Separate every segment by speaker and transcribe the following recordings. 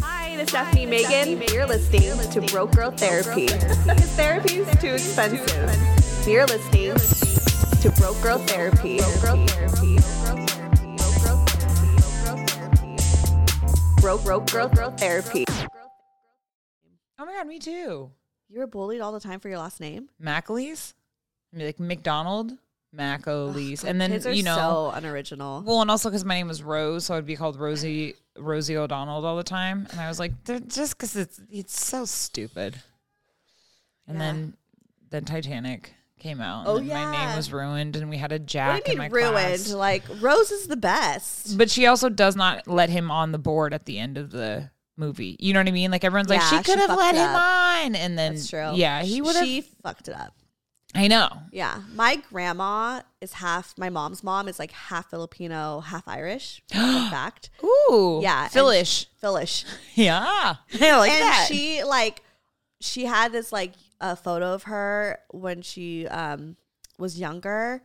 Speaker 1: Hi, this is Stephanie Megan. You're listening to Broke Girl Therapy. Because therapy is too expensive. You're listening to Broke Girl Therapy. Broke Girl Therapy. Broke Broke Girl Girl Therapy.
Speaker 2: Oh my god, me too.
Speaker 3: You were bullied all the time for your last name.
Speaker 2: Macaleese, I'd be like McDonald, Macaleese, and then
Speaker 3: Kids are
Speaker 2: you know,
Speaker 3: so unoriginal.
Speaker 2: well, and also because my name was Rose, so I'd be called Rosie Rosie O'Donnell all the time, and I was like, "They're- just because it's it's so stupid. And
Speaker 3: Yeah.
Speaker 2: then then Titanic came out.
Speaker 3: Oh,
Speaker 2: and then my
Speaker 3: yeah.
Speaker 2: name was ruined, and we had a
Speaker 3: what
Speaker 2: Jack
Speaker 3: do you
Speaker 2: in
Speaker 3: mean
Speaker 2: my
Speaker 3: ruined?
Speaker 2: class.
Speaker 3: Like Rose is the best.
Speaker 2: But she also does not let him on the board at the end of the movie. You know what I mean? Like everyone's like,
Speaker 3: Yeah,
Speaker 2: she
Speaker 3: she
Speaker 2: could have
Speaker 3: fucked
Speaker 2: let him
Speaker 3: up.
Speaker 2: on, and then
Speaker 3: That's true.
Speaker 2: yeah, he would
Speaker 3: She
Speaker 2: have.
Speaker 3: fucked it up.
Speaker 2: I know.
Speaker 3: Yeah, my grandma is half. My mom's mom is like half Filipino, half Irish. In fact,
Speaker 2: Ooh.
Speaker 3: yeah, and she-
Speaker 2: Philish.
Speaker 3: Philish.
Speaker 2: Yeah. I like
Speaker 3: and she like she had this like a photo of her when she um was younger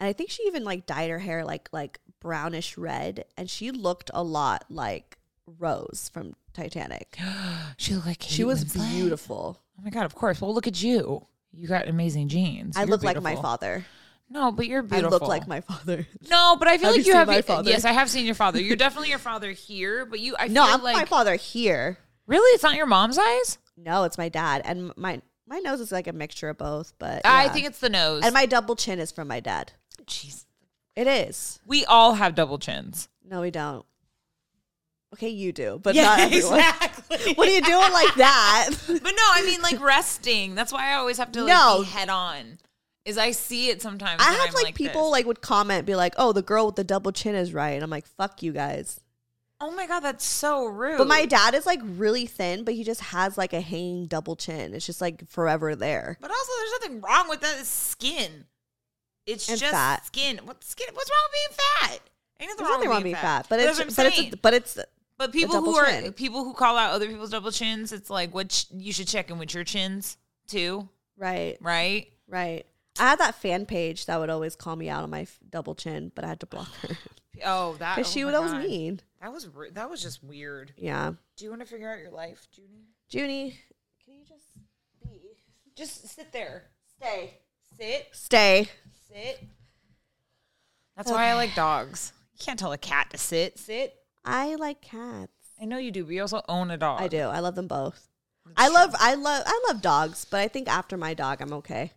Speaker 3: and i think she even like dyed her hair like like brownish red and she looked a lot like rose from titanic
Speaker 2: she looked like Kate
Speaker 3: she was
Speaker 2: Winslet.
Speaker 3: beautiful
Speaker 2: Oh my god, of course. Well, look at you. You got amazing genes.
Speaker 3: i
Speaker 2: You're
Speaker 3: look like my
Speaker 2: beautiful.
Speaker 3: father
Speaker 2: No, but you're
Speaker 3: i
Speaker 2: beautiful.
Speaker 3: look like my father
Speaker 2: No, but I feel
Speaker 3: Have
Speaker 2: like
Speaker 3: you
Speaker 2: you
Speaker 3: seen
Speaker 2: have
Speaker 3: my father?
Speaker 2: Yes, I have seen your father. You're definitely your father here, but you I
Speaker 3: no
Speaker 2: feel
Speaker 3: i'm
Speaker 2: like
Speaker 3: my father here
Speaker 2: Really? It's not your mom's eyes?
Speaker 3: no it's my dad and my my nose is like a mixture of both but
Speaker 2: I
Speaker 3: yeah.
Speaker 2: think it's the nose.
Speaker 3: and my double chin is from my dad
Speaker 2: Jeez.
Speaker 3: it is
Speaker 2: We all have double chins.
Speaker 3: No, we don't. Okay, you do, but not everyone.
Speaker 2: exactly.
Speaker 3: What are you doing like that?
Speaker 2: But no, I mean like resting. That's why I always have to like
Speaker 3: No.
Speaker 2: be head on. Is I see it sometimes.
Speaker 3: I
Speaker 2: and
Speaker 3: have
Speaker 2: I'm
Speaker 3: like, people
Speaker 2: this.
Speaker 3: like would comment, be like, "Oh, the girl with the double chin is right," and I'm like, "Fuck you guys."
Speaker 2: Oh my god, that's so rude.
Speaker 3: But my dad is like really thin, but he just has like a hanging double chin. It's just like forever there.
Speaker 2: But also, there's nothing wrong with that. It's skin. It's
Speaker 3: And
Speaker 2: just
Speaker 3: fat.
Speaker 2: skin. What skin? What's wrong with being fat? Ain't
Speaker 3: There's nothing wrong with being fat, but it's
Speaker 2: that's what
Speaker 3: but
Speaker 2: I'm saying.
Speaker 3: it's but it's
Speaker 2: but people
Speaker 3: double
Speaker 2: who are
Speaker 3: chin.
Speaker 2: people who call out other people's double chins, it's like what ch- you should check in with your chins too,
Speaker 3: right,
Speaker 2: right?
Speaker 3: right. I had that fan page that would always call me out on my f- double chin, but I had to block her
Speaker 2: Oh, that
Speaker 3: because
Speaker 2: oh
Speaker 3: she
Speaker 2: my
Speaker 3: would always
Speaker 2: God.
Speaker 3: mean.
Speaker 2: That was ru- that was just weird.
Speaker 3: Yeah,
Speaker 2: Do you want to figure out your life, Junie?
Speaker 3: Junie, can you just
Speaker 2: Just sit there. Stay. Sit.
Speaker 3: stay?
Speaker 2: Sit. That's why I like dogs. You can't tell a cat to sit. Sit.
Speaker 3: I like cats.
Speaker 2: I know you do, but you also own a dog.
Speaker 3: I do. I love them both. I love I love I love dogs, but I think after my dog I'm okay.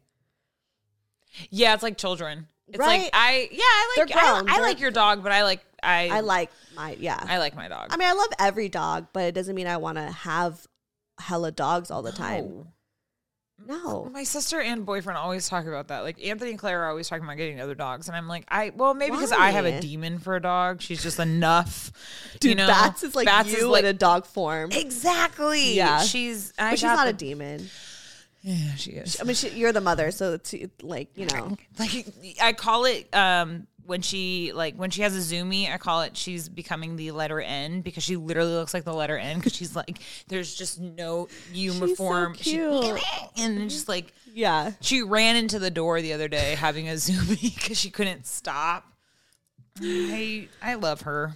Speaker 2: Yeah, it's like children. It's
Speaker 3: Right?
Speaker 2: like I yeah, I like
Speaker 3: They're
Speaker 2: I,
Speaker 3: grown.
Speaker 2: I
Speaker 3: They're-
Speaker 2: like your dog, but I like I
Speaker 3: I like my yeah. I,
Speaker 2: I like my dog.
Speaker 3: mean I love every dog, but it doesn't mean I want to have hella dogs all the time.
Speaker 2: No. Oh
Speaker 3: No.
Speaker 2: My sister and boyfriend always talk about that. Like Anthony and Claire are always talking about getting other dogs, and I'm like, I well maybe because I have a
Speaker 3: Why?
Speaker 2: demon for a dog. She's just enough.
Speaker 3: Dude,
Speaker 2: you know?
Speaker 3: Bats is like
Speaker 2: Bats
Speaker 3: you in a dog form.
Speaker 2: exactly.
Speaker 3: Yeah.
Speaker 2: she's I
Speaker 3: But she's
Speaker 2: got
Speaker 3: not
Speaker 2: the-
Speaker 3: a demon.
Speaker 2: Yeah, she is.
Speaker 3: I mean, she, you're the mother, so it's like you know.
Speaker 2: like I call it um when she like when she has a zoomie, I call it she's becoming the letter N because she literally looks like the letter N because she's like there's just no uniform. She-
Speaker 3: cute.
Speaker 2: and then just like
Speaker 3: Yeah,
Speaker 2: she ran into the door the other day having a zoomie because she couldn't stop. I I love her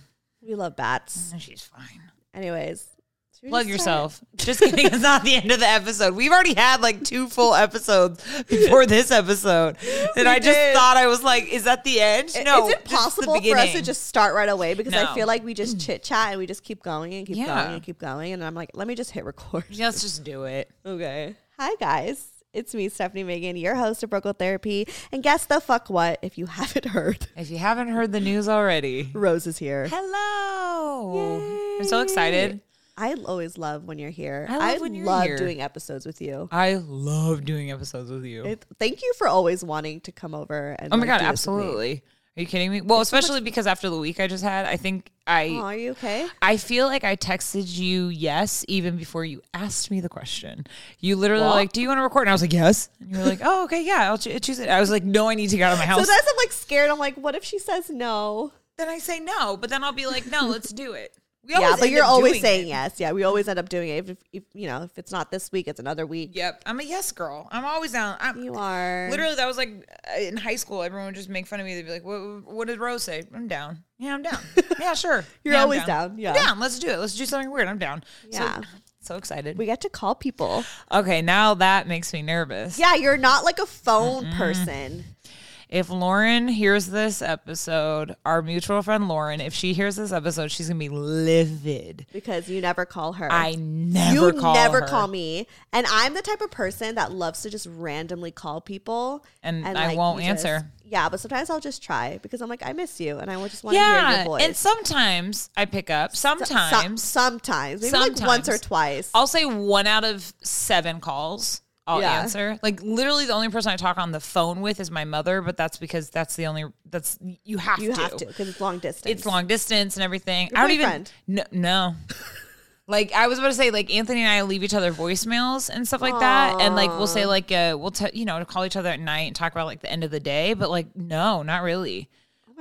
Speaker 3: we love bats.
Speaker 2: and she's fine.
Speaker 3: Anyways, should we
Speaker 2: Plug
Speaker 3: just start?
Speaker 2: yourself. Just kidding. It's not the end of the episode. We've already had like two full episodes before this episode. And I just
Speaker 3: did.
Speaker 2: thought I was like, is that the end?
Speaker 3: It-
Speaker 2: no.
Speaker 3: it's
Speaker 2: just the
Speaker 3: impossible for us to
Speaker 2: beginning.
Speaker 3: just start right away because
Speaker 2: No.
Speaker 3: I feel like we just chit chat and we just keep going and keep
Speaker 2: Yeah.
Speaker 3: going and keep going. And I'm like, let me just hit record.
Speaker 2: Yeah, Let's just do it.
Speaker 3: Okay. Hi, guys. It's me, Stephanie Megan, your host of Brocal Therapy. And guess the fuck what? If you haven't heard,
Speaker 2: If you haven't heard the news already,
Speaker 3: Rose is here.
Speaker 2: hello. I'm so excited.
Speaker 3: I always love when you're here.
Speaker 2: I
Speaker 3: I
Speaker 2: love
Speaker 3: love,
Speaker 2: when you're here.
Speaker 3: doing episodes with you.
Speaker 2: I love doing episodes with you.
Speaker 3: It, thank you for always wanting to come over and
Speaker 2: Oh my
Speaker 3: like,
Speaker 2: god,
Speaker 3: do this with me.
Speaker 2: absolutely. Are you kidding me? Well, especially because after the week I just had, I think I
Speaker 3: Oh, are you okay?
Speaker 2: I feel like I texted you yes even before you asked me the question. You literally were like, "Do you want to record?" And I was like, "Yes." And you were like, "Oh, okay, yeah, I'll cho- choose it." I was like, "No, I need to get out of my house."
Speaker 3: Sometimes I'm like scared. I'm like, what if she says no?
Speaker 2: then I say no, but then I'll be like, "No, let's do it." We
Speaker 3: Yeah,
Speaker 2: always
Speaker 3: but
Speaker 2: end
Speaker 3: you're
Speaker 2: up
Speaker 3: always
Speaker 2: doing
Speaker 3: saying
Speaker 2: it.
Speaker 3: yes. Yeah, we always end up doing it. If, if, if you know, if it's not this week, it's another week.
Speaker 2: Yep, I'm a yes girl. I'm always down. I'm,
Speaker 3: You are
Speaker 2: Literally, that was like uh, in high school. Everyone would just make fun of me. They'd be like, "What? What did Rose say?" I'm down. Yeah, I'm down. Yeah, sure.
Speaker 3: You're
Speaker 2: Yeah, I'm
Speaker 3: always down, yeah.
Speaker 2: I'm down. Let's do it. Let's do something weird. I'm down.
Speaker 3: Yeah.
Speaker 2: So, so excited.
Speaker 3: We get to call people.
Speaker 2: okay, now that makes me nervous.
Speaker 3: Yeah, you're not like a phone person.
Speaker 2: If Lauren hears this episode, our mutual friend Lauren, if she hears this episode, she's gonna be livid.
Speaker 3: because you never call her.
Speaker 2: I never
Speaker 3: you
Speaker 2: call
Speaker 3: never
Speaker 2: her.
Speaker 3: call me, and I'm the type of person that loves to just randomly call people,
Speaker 2: And I won't
Speaker 3: you just-
Speaker 2: answer.
Speaker 3: yeah, but sometimes I'll just try because I'm like, I miss you, and I will just want to hear your
Speaker 2: Yeah,
Speaker 3: voice.
Speaker 2: and sometimes I pick up.
Speaker 3: So- so-
Speaker 2: Sometimes
Speaker 3: sometimes, maybe like once or
Speaker 2: Sometimes.
Speaker 3: twice.
Speaker 2: I'll say one out of seven calls I'll
Speaker 3: Yeah.
Speaker 2: answer. Like literally, the only person I talk on the phone with is my mother, but that's because that's the only that's you have
Speaker 3: you
Speaker 2: to.
Speaker 3: have to because it's long distance.
Speaker 2: It's long distance and everything.
Speaker 3: Your
Speaker 2: I don't
Speaker 3: boyfriend.
Speaker 2: even no no. Like I was about to say, like Anthony and I leave each other voicemails and stuff like that, and like we'll say like uh, we'll t- you know call each other at night and talk about like the end of the day, but like no, not really.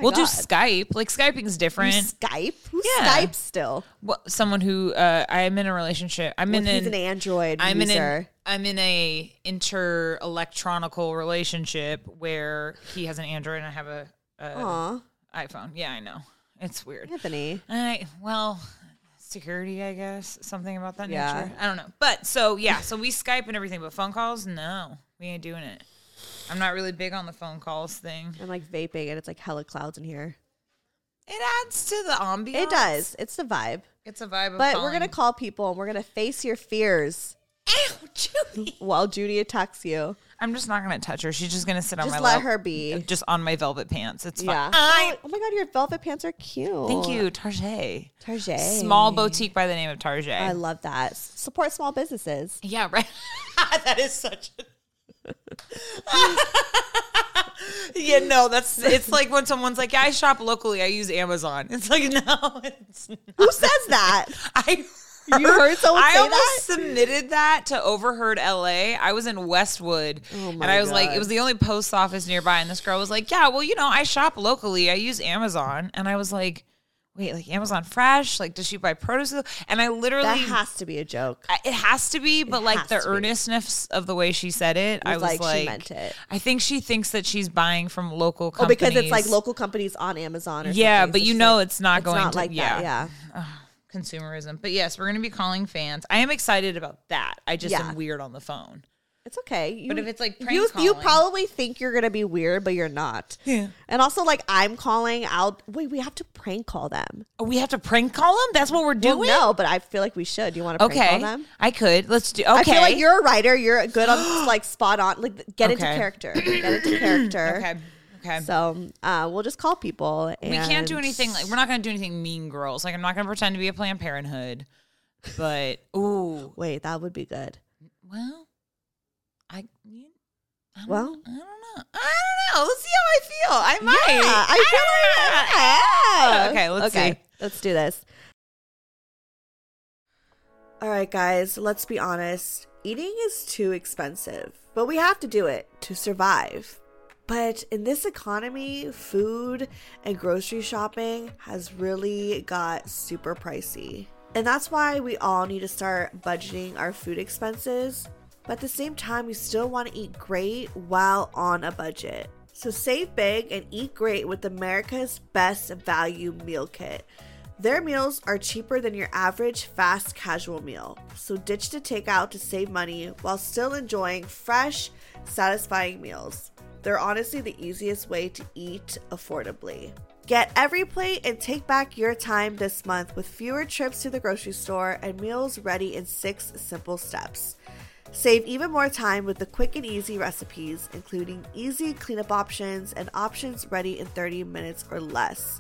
Speaker 2: we'll do
Speaker 3: Oh God.
Speaker 2: Skype. Like Skyping's
Speaker 3: You
Speaker 2: different.
Speaker 3: Skype. Who
Speaker 2: Yeah.
Speaker 3: Skype still?
Speaker 2: Well, someone who uh, I'm in a relationship. I'm in
Speaker 3: Well, he's
Speaker 2: an,
Speaker 3: an Android
Speaker 2: I'm in an,
Speaker 3: user.
Speaker 2: I'm in a inter electronical relationship where he has an Android and I have a, a
Speaker 3: Aw,
Speaker 2: iPhone. Yeah, I know. It's weird.
Speaker 3: Anthony.
Speaker 2: I well, security, I guess, something about that
Speaker 3: Yeah.
Speaker 2: nature. I don't know. But so yeah, so we Skype and everything, but phone calls, no, we ain't doing it. I'm not really big on the phone calls thing.
Speaker 3: I'm like vaping, and it's like hella clouds in here.
Speaker 2: It adds to the ambiance.
Speaker 3: It does. It's the vibe.
Speaker 2: It's a vibe. Of
Speaker 3: But we're gonna
Speaker 2: falling-
Speaker 3: call people, and we're gonna face your fears.
Speaker 2: Ow, Judy.
Speaker 3: while Judy attacks you.
Speaker 2: I'm just not gonna touch her. She's just gonna sit on
Speaker 3: Just
Speaker 2: my
Speaker 3: let
Speaker 2: lap-
Speaker 3: her be.
Speaker 2: just on my velvet pants. It's fine.
Speaker 3: Yeah.
Speaker 2: I-
Speaker 3: oh my god, your velvet pants are cute.
Speaker 2: thank you, Target.
Speaker 3: Target.
Speaker 2: Small boutique by the name of Target.
Speaker 3: I love that. S- Support small businesses.
Speaker 2: yeah, right. that is such. a... yeah, no, that's it's like when someone's like, yeah, I shop locally. I use Amazon. It's like no, it's not.
Speaker 3: Who says that?
Speaker 2: I
Speaker 3: You heard someone
Speaker 2: I
Speaker 3: say
Speaker 2: almost
Speaker 3: that?
Speaker 2: submitted that to Overheard LA. I was in Westwood, and
Speaker 3: Oh my
Speaker 2: I was like,
Speaker 3: God.
Speaker 2: it was the only post office nearby, and this girl was like, "Yeah, well, you know, I shop locally. I use Amazon," and I was like, "Wait, like Amazon Fresh? Like, does she buy produce?" And I literally.
Speaker 3: That has to be a joke.
Speaker 2: I- it has to be, but like
Speaker 3: has
Speaker 2: the
Speaker 3: to be.
Speaker 2: earnestness of the way she said it, I was
Speaker 3: like
Speaker 2: like,
Speaker 3: she meant it.
Speaker 2: I think she thinks that she's buying from local
Speaker 3: Oh,
Speaker 2: companies.
Speaker 3: because it's like local companies on Amazon or
Speaker 2: Yeah,
Speaker 3: something.
Speaker 2: but
Speaker 3: So
Speaker 2: you
Speaker 3: she's
Speaker 2: know
Speaker 3: like,
Speaker 2: it's not going
Speaker 3: not
Speaker 2: to-
Speaker 3: like that.
Speaker 2: yeah.
Speaker 3: Yeah.
Speaker 2: consumerism. But yes, we're gonna be calling fans. I am excited about that. I just
Speaker 3: Yeah.
Speaker 2: am weird on the phone.
Speaker 3: It's okay. You,
Speaker 2: But if it's, like, prank
Speaker 3: you, you
Speaker 2: calling.
Speaker 3: probably think you're gonna be weird, but you're not. Yeah. And also, like I'm calling out. Wait, we have to prank call them.
Speaker 2: Oh, we have to prank call them. That's what we're
Speaker 3: Well,
Speaker 2: doing.
Speaker 3: no, but I feel like we should. Do you want to prank
Speaker 2: okay,
Speaker 3: call them?
Speaker 2: I could. Let's do. Okay,
Speaker 3: I feel like you're a writer. You're good on like spot on. Like get into
Speaker 2: Okay.
Speaker 3: character. Get into character.
Speaker 2: okay. Okay.
Speaker 3: So uh, we'll just call people. And
Speaker 2: we can't do anything like we're not gonna do anything mean girls. Like I'm not gonna pretend to be a Planned Parenthood. But ooh,
Speaker 3: Wait, that would be good.
Speaker 2: well, I. you- I don't-
Speaker 3: Well.
Speaker 2: I don't know. I don't know. Let's see how I feel. I might.
Speaker 3: Yeah, I feel like.
Speaker 2: Okay, let's see.
Speaker 3: Let's do this. All right, guys. Let's be honest. Eating is too expensive, but we have to do it to survive. But in this economy, food and grocery shopping has really got super pricey. And that's why we all need to start budgeting our food expenses. But at the same time, we still want to eat great while on a budget. So save big and eat great with America's Best Value Meal Kit. Their meals are cheaper than your average fast casual meal. So ditch the takeout to save money while still enjoying fresh, satisfying meals. They're honestly the easiest way to eat affordably. Get every plate and take back your time this month with fewer trips to the grocery store and meals ready in six simple steps. Save even more time with the quick and easy recipes, including easy cleanup options and options ready in 30 minutes or less.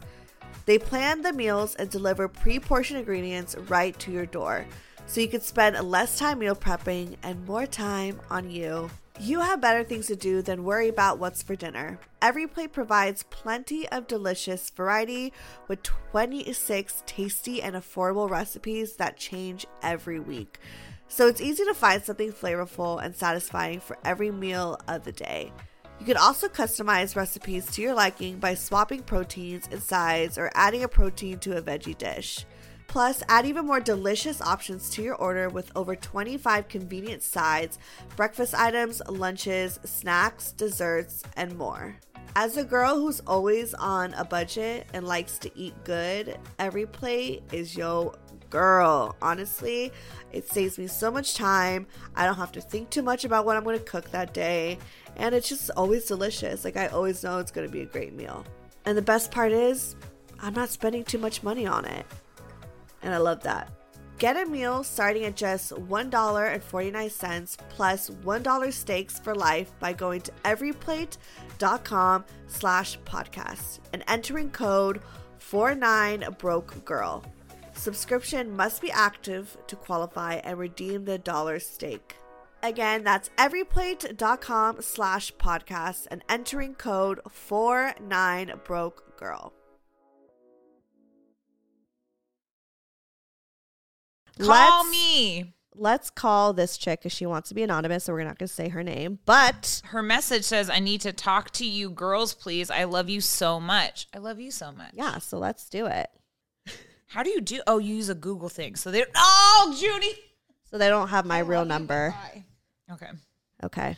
Speaker 3: They plan the meals and deliver pre portioned ingredients right to your door, so you can spend less time meal prepping and more time on you You have better things to do than worry about what's for dinner. Every plate provides plenty of delicious variety with 26 tasty and affordable recipes that change every week. So it's easy to find something flavorful and satisfying for every meal of the day. You can also customize recipes to your liking by swapping proteins and sides or adding a protein to a veggie dish. Plus, add even more delicious options to your order with over 25 convenient sides, breakfast items, lunches, snacks, desserts, and more. As a girl who's always on a budget and likes to eat good, every plate is yo girl. Honestly, it saves me so much time. I don't have to think too much about what I'm going to cook that day, and it's just always delicious. Like I always know it's going to be a great meal. And the best part is, I'm not spending too much money on it and I love that. Get a meal starting at just $1.49 plus $1 steaks for life by going to everyplate.com slash podcast and entering code 49BROKEGIRL. Subscription must be active to qualify and redeem the dollar steak. Again, that's everyplate.com slash podcast and entering code 49BROKEGIRL.
Speaker 2: Call
Speaker 3: Let's-
Speaker 2: me.
Speaker 3: let's call this chick because she wants to be anonymous, so we're not going to say her name. But
Speaker 2: Her message says, I need to talk to you girls, please. I love you so much. I love you so much.
Speaker 3: yeah, so let's do it.
Speaker 2: How do you do? Oh, you use a Google thing. So they're, oh, Judy.
Speaker 3: So they don't have my real number.
Speaker 2: Okay.
Speaker 3: Okay.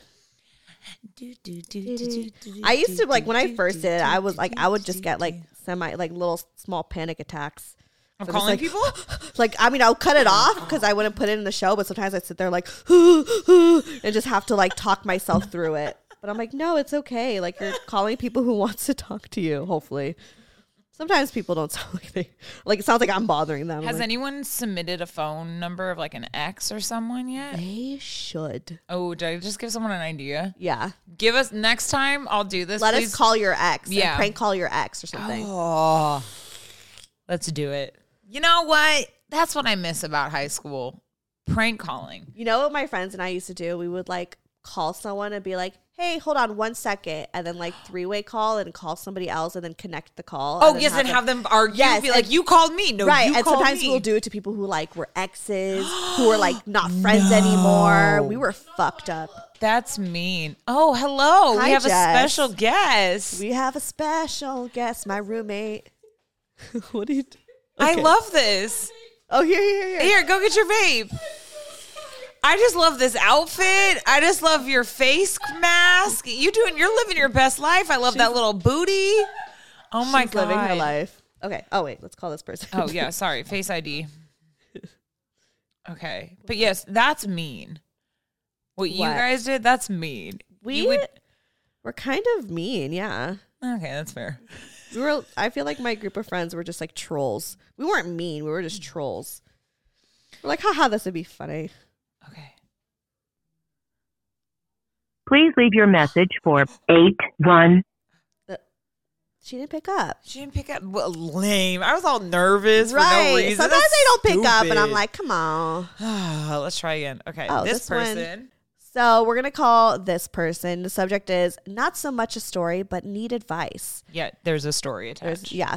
Speaker 2: Do, do, do, do, do,
Speaker 3: I used
Speaker 2: do,
Speaker 3: to like when I
Speaker 2: do,
Speaker 3: first
Speaker 2: do,
Speaker 3: did it,
Speaker 2: do,
Speaker 3: I was
Speaker 2: do,
Speaker 3: like,
Speaker 2: do,
Speaker 3: I would
Speaker 2: do,
Speaker 3: just get like
Speaker 2: do.
Speaker 3: semi like little small panic attacks.
Speaker 2: I'm
Speaker 3: So just,
Speaker 2: calling
Speaker 3: like-
Speaker 2: people? Oh.
Speaker 3: Like I mean, I would cut it off because I wouldn't put it in the show, but sometimes I'd sit there like and just have to like talk myself through it. But I'm like, no, it's okay. Like you're calling people who wants to talk to you. Hopefully, sometimes people don't sound like they like. It sounds like I'm bothering them. I'm
Speaker 2: Has
Speaker 3: like,
Speaker 2: anyone submitted a phone number of like an ex or someone yet?
Speaker 3: They should.
Speaker 2: Oh, did I just give someone an idea?
Speaker 3: Yeah.
Speaker 2: Give us next time. I'll do this.
Speaker 3: Let
Speaker 2: please.
Speaker 3: us call your ex. Yeah.
Speaker 2: Yeah.
Speaker 3: prank call your ex or something.
Speaker 2: Oh, let's do it. You know what? That's what I miss about high school prank calling.
Speaker 3: You know what my friends and I used to do? We would like call someone and be like, hey, hold on one second. And then like three way call and call somebody else and then connect the call.
Speaker 2: Oh,
Speaker 3: then
Speaker 2: yes, and have them argue.
Speaker 3: Yes,
Speaker 2: be like,
Speaker 3: and-
Speaker 2: you called me. No,
Speaker 3: Right.
Speaker 2: you
Speaker 3: And
Speaker 2: called
Speaker 3: sometimes
Speaker 2: me.
Speaker 3: we'll do it to people who like were exes, who were like not friends anymore. We were fucked up.
Speaker 2: That's mean. Oh, hello.
Speaker 3: Hi,
Speaker 2: we have
Speaker 3: Jess.
Speaker 2: a special guest.
Speaker 3: We have a special guest, my roommate. what do you do?
Speaker 2: I love this.
Speaker 3: Oh, here, here, here.
Speaker 2: Here, go get your vape. I just love this outfit. I just love your face mask. You doing? You're living your best life. I love that little booty. Oh my
Speaker 3: She's
Speaker 2: god,
Speaker 3: living her life. Okay. Oh, wait. Let's call this person.
Speaker 2: Oh yeah, sorry, Face ID. Okay, but yes, that's mean. What you
Speaker 3: What?
Speaker 2: guys did, that's mean.
Speaker 3: we
Speaker 2: You would-
Speaker 3: were kind of mean. Yeah.
Speaker 2: okay, that's fair.
Speaker 3: We were. I feel like my group of friends were just like trolls. We weren't mean. We were just trolls. We're like, haha, this would be funny.
Speaker 2: Okay,
Speaker 4: Please leave your message for 815.
Speaker 3: But she didn't pick up.
Speaker 2: she didn't pick up. Well, lame. I was all nervous for no reason.
Speaker 3: Sometimes
Speaker 2: That's
Speaker 3: they don't pick up, and I'm
Speaker 2: stupid.
Speaker 3: like, come on.
Speaker 2: let's try again. Okay,
Speaker 3: Oh,
Speaker 2: this,
Speaker 3: this one.
Speaker 2: person.
Speaker 3: So we're gonna call this person. The subject is not so much a story, but need advice.
Speaker 2: Yeah, there's a story attached.
Speaker 3: There's, yeah.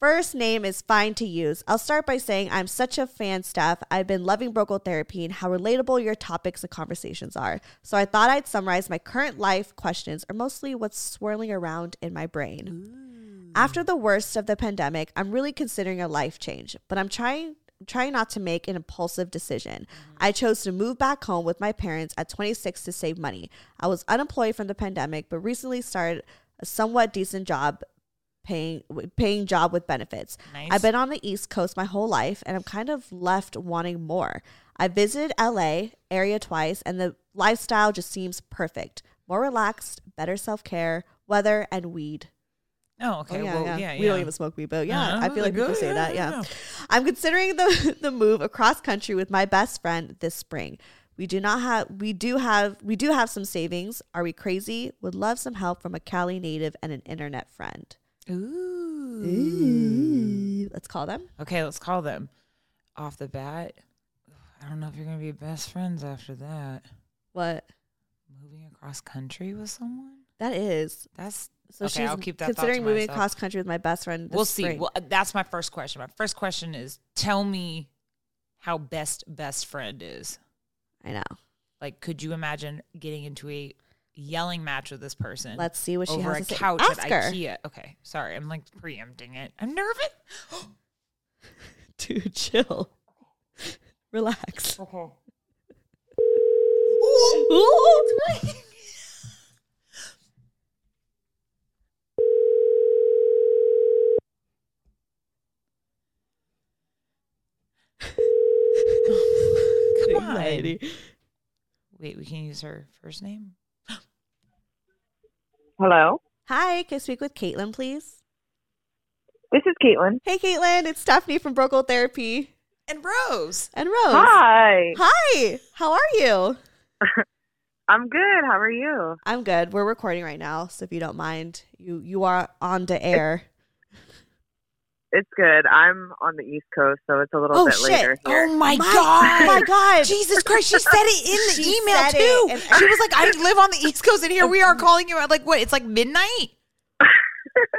Speaker 3: First name is fine to use. I'll start by saying I'm such a fan, Steph. I've been loving brocal therapy and how relatable your topics and conversations are. So I thought I'd summarize my current life questions, or mostly what's swirling around in my brain. After the worst of the pandemic, I'm really considering a life change, but I'm trying trying not to make an impulsive decision. I chose to move back home with my parents at 26 to save money. I was unemployed from the pandemic, but recently started a somewhat decent job paying w- paying job with benefits.
Speaker 2: Nice.
Speaker 3: I've been on the East Coast my whole life and I'm kind of left wanting more. I visited LA area twice and the lifestyle just seems perfect. More relaxed, better self-care, weather and weed.
Speaker 2: Oh, okay.
Speaker 3: Oh, yeah,
Speaker 2: well,
Speaker 3: yeah.
Speaker 2: yeah,
Speaker 3: We don't even smoke weed, but yeah,
Speaker 2: Uh-huh.
Speaker 3: I feel like
Speaker 2: Like,
Speaker 3: people
Speaker 2: oh,
Speaker 3: say
Speaker 2: yeah,
Speaker 3: that. Yeah.
Speaker 2: yeah, yeah.
Speaker 3: I'm considering the the move across country with my best friend this spring. We do not have we do have we do have some savings. Are we crazy? Would love some help from a Cali native and an internet friend.
Speaker 2: Ooh.
Speaker 3: Ooh. Let's call them.
Speaker 2: Okay, let's call them. Off the bat, I don't know if you're gonna be best friends after that.
Speaker 3: What?
Speaker 2: Moving cross country with someone?
Speaker 3: That is.
Speaker 2: That's
Speaker 3: So
Speaker 2: okay.
Speaker 3: she's
Speaker 2: I'll keep that. thought to
Speaker 3: considering moving
Speaker 2: myself.
Speaker 3: across country with my best friend. This
Speaker 2: We'll see.
Speaker 3: spring.
Speaker 2: Well, uh, that's my first question. My first question is: Tell me how best best friend is.
Speaker 3: I know.
Speaker 2: Like, could you imagine getting into a yelling match with this person?
Speaker 3: Let's see what she
Speaker 2: over
Speaker 3: has to
Speaker 2: a
Speaker 3: say.
Speaker 2: couch
Speaker 3: Ask
Speaker 2: at
Speaker 3: her.
Speaker 2: IKEA. Okay, sorry, I'm like preempting it. I'm nervous.
Speaker 3: Dude, chill. Relax.
Speaker 2: Come on.
Speaker 3: Anxiety.
Speaker 2: Wait, we can use her first name.
Speaker 4: Hello,
Speaker 3: Hi, can I speak with Caitlin, please?
Speaker 4: this is Caitlin.
Speaker 3: Hey, Caitlin, it's Stephanie from Brocal Therapy
Speaker 2: And Rose.
Speaker 3: and Rose.
Speaker 4: Hi,
Speaker 3: Hi, how are you?
Speaker 4: I'm good. How are you?
Speaker 3: I'm good. We're recording right now, so if you don't mind, you you are on to air.
Speaker 4: It's good. I'm on the East Coast, so it's a little
Speaker 3: Oh,
Speaker 4: bit
Speaker 3: shit.
Speaker 4: later here.
Speaker 2: Oh
Speaker 3: My-
Speaker 2: my, god.
Speaker 3: oh my God.
Speaker 2: Jesus Christ, she said it in the
Speaker 3: She
Speaker 2: email
Speaker 3: said
Speaker 2: too.
Speaker 3: it, and-
Speaker 2: she was like, I live on the East Coast and here we are calling you at like what? It's like midnight?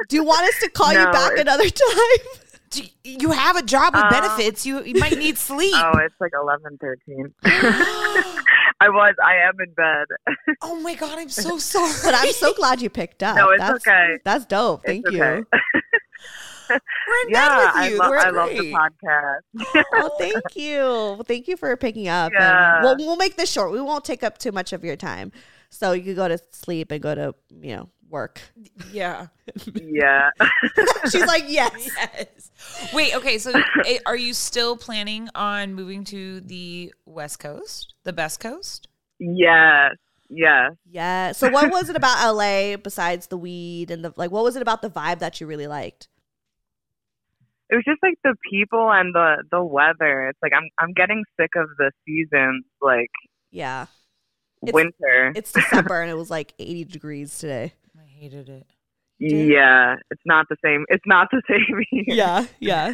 Speaker 3: Do you want us to call you
Speaker 4: No,
Speaker 3: back
Speaker 4: it's-
Speaker 3: another time?
Speaker 2: Do you- you have a job with
Speaker 3: Uh,
Speaker 4: Um,
Speaker 2: benefits. You you might need sleep.
Speaker 4: Oh, it's like eleven thirteen.
Speaker 3: oh.
Speaker 4: I was. I am in bed.
Speaker 2: oh my god, I'm so sorry.
Speaker 3: But I'm so glad you picked up.
Speaker 4: No, it's
Speaker 3: that's,
Speaker 4: okay.
Speaker 3: That's dope. Thank
Speaker 4: it's
Speaker 3: you.
Speaker 4: okay.
Speaker 2: We're in bed
Speaker 4: yeah,
Speaker 2: with
Speaker 4: I,
Speaker 2: you.
Speaker 4: lo-
Speaker 2: We're
Speaker 4: I love the
Speaker 2: great.
Speaker 4: podcast.
Speaker 3: Oh, thank you. Well, thank you for picking up.
Speaker 4: Yeah.
Speaker 3: And we'll, we'll make this short. We won't take up too much of your time. So you can go to sleep and go to, you know, work.
Speaker 2: Yeah.
Speaker 4: Yeah.
Speaker 3: She's like, yes.
Speaker 2: Yes. Wait, okay, so eh, are you still planning on moving to the West Coast? The best coast?
Speaker 4: yes. Yes.
Speaker 3: Yeah. So what was it about LA besides the weed and the, like, what was it about the vibe that you really liked?
Speaker 4: It was just like the people and the the weather. It's like I'm I'm getting sick of the seasons, like
Speaker 3: Yeah. It's-
Speaker 4: winter.
Speaker 3: It's December and it was like 80 degrees today.
Speaker 2: I hated it.
Speaker 4: yeah, it's not the same. It's not the same here.
Speaker 3: Yeah. Yeah.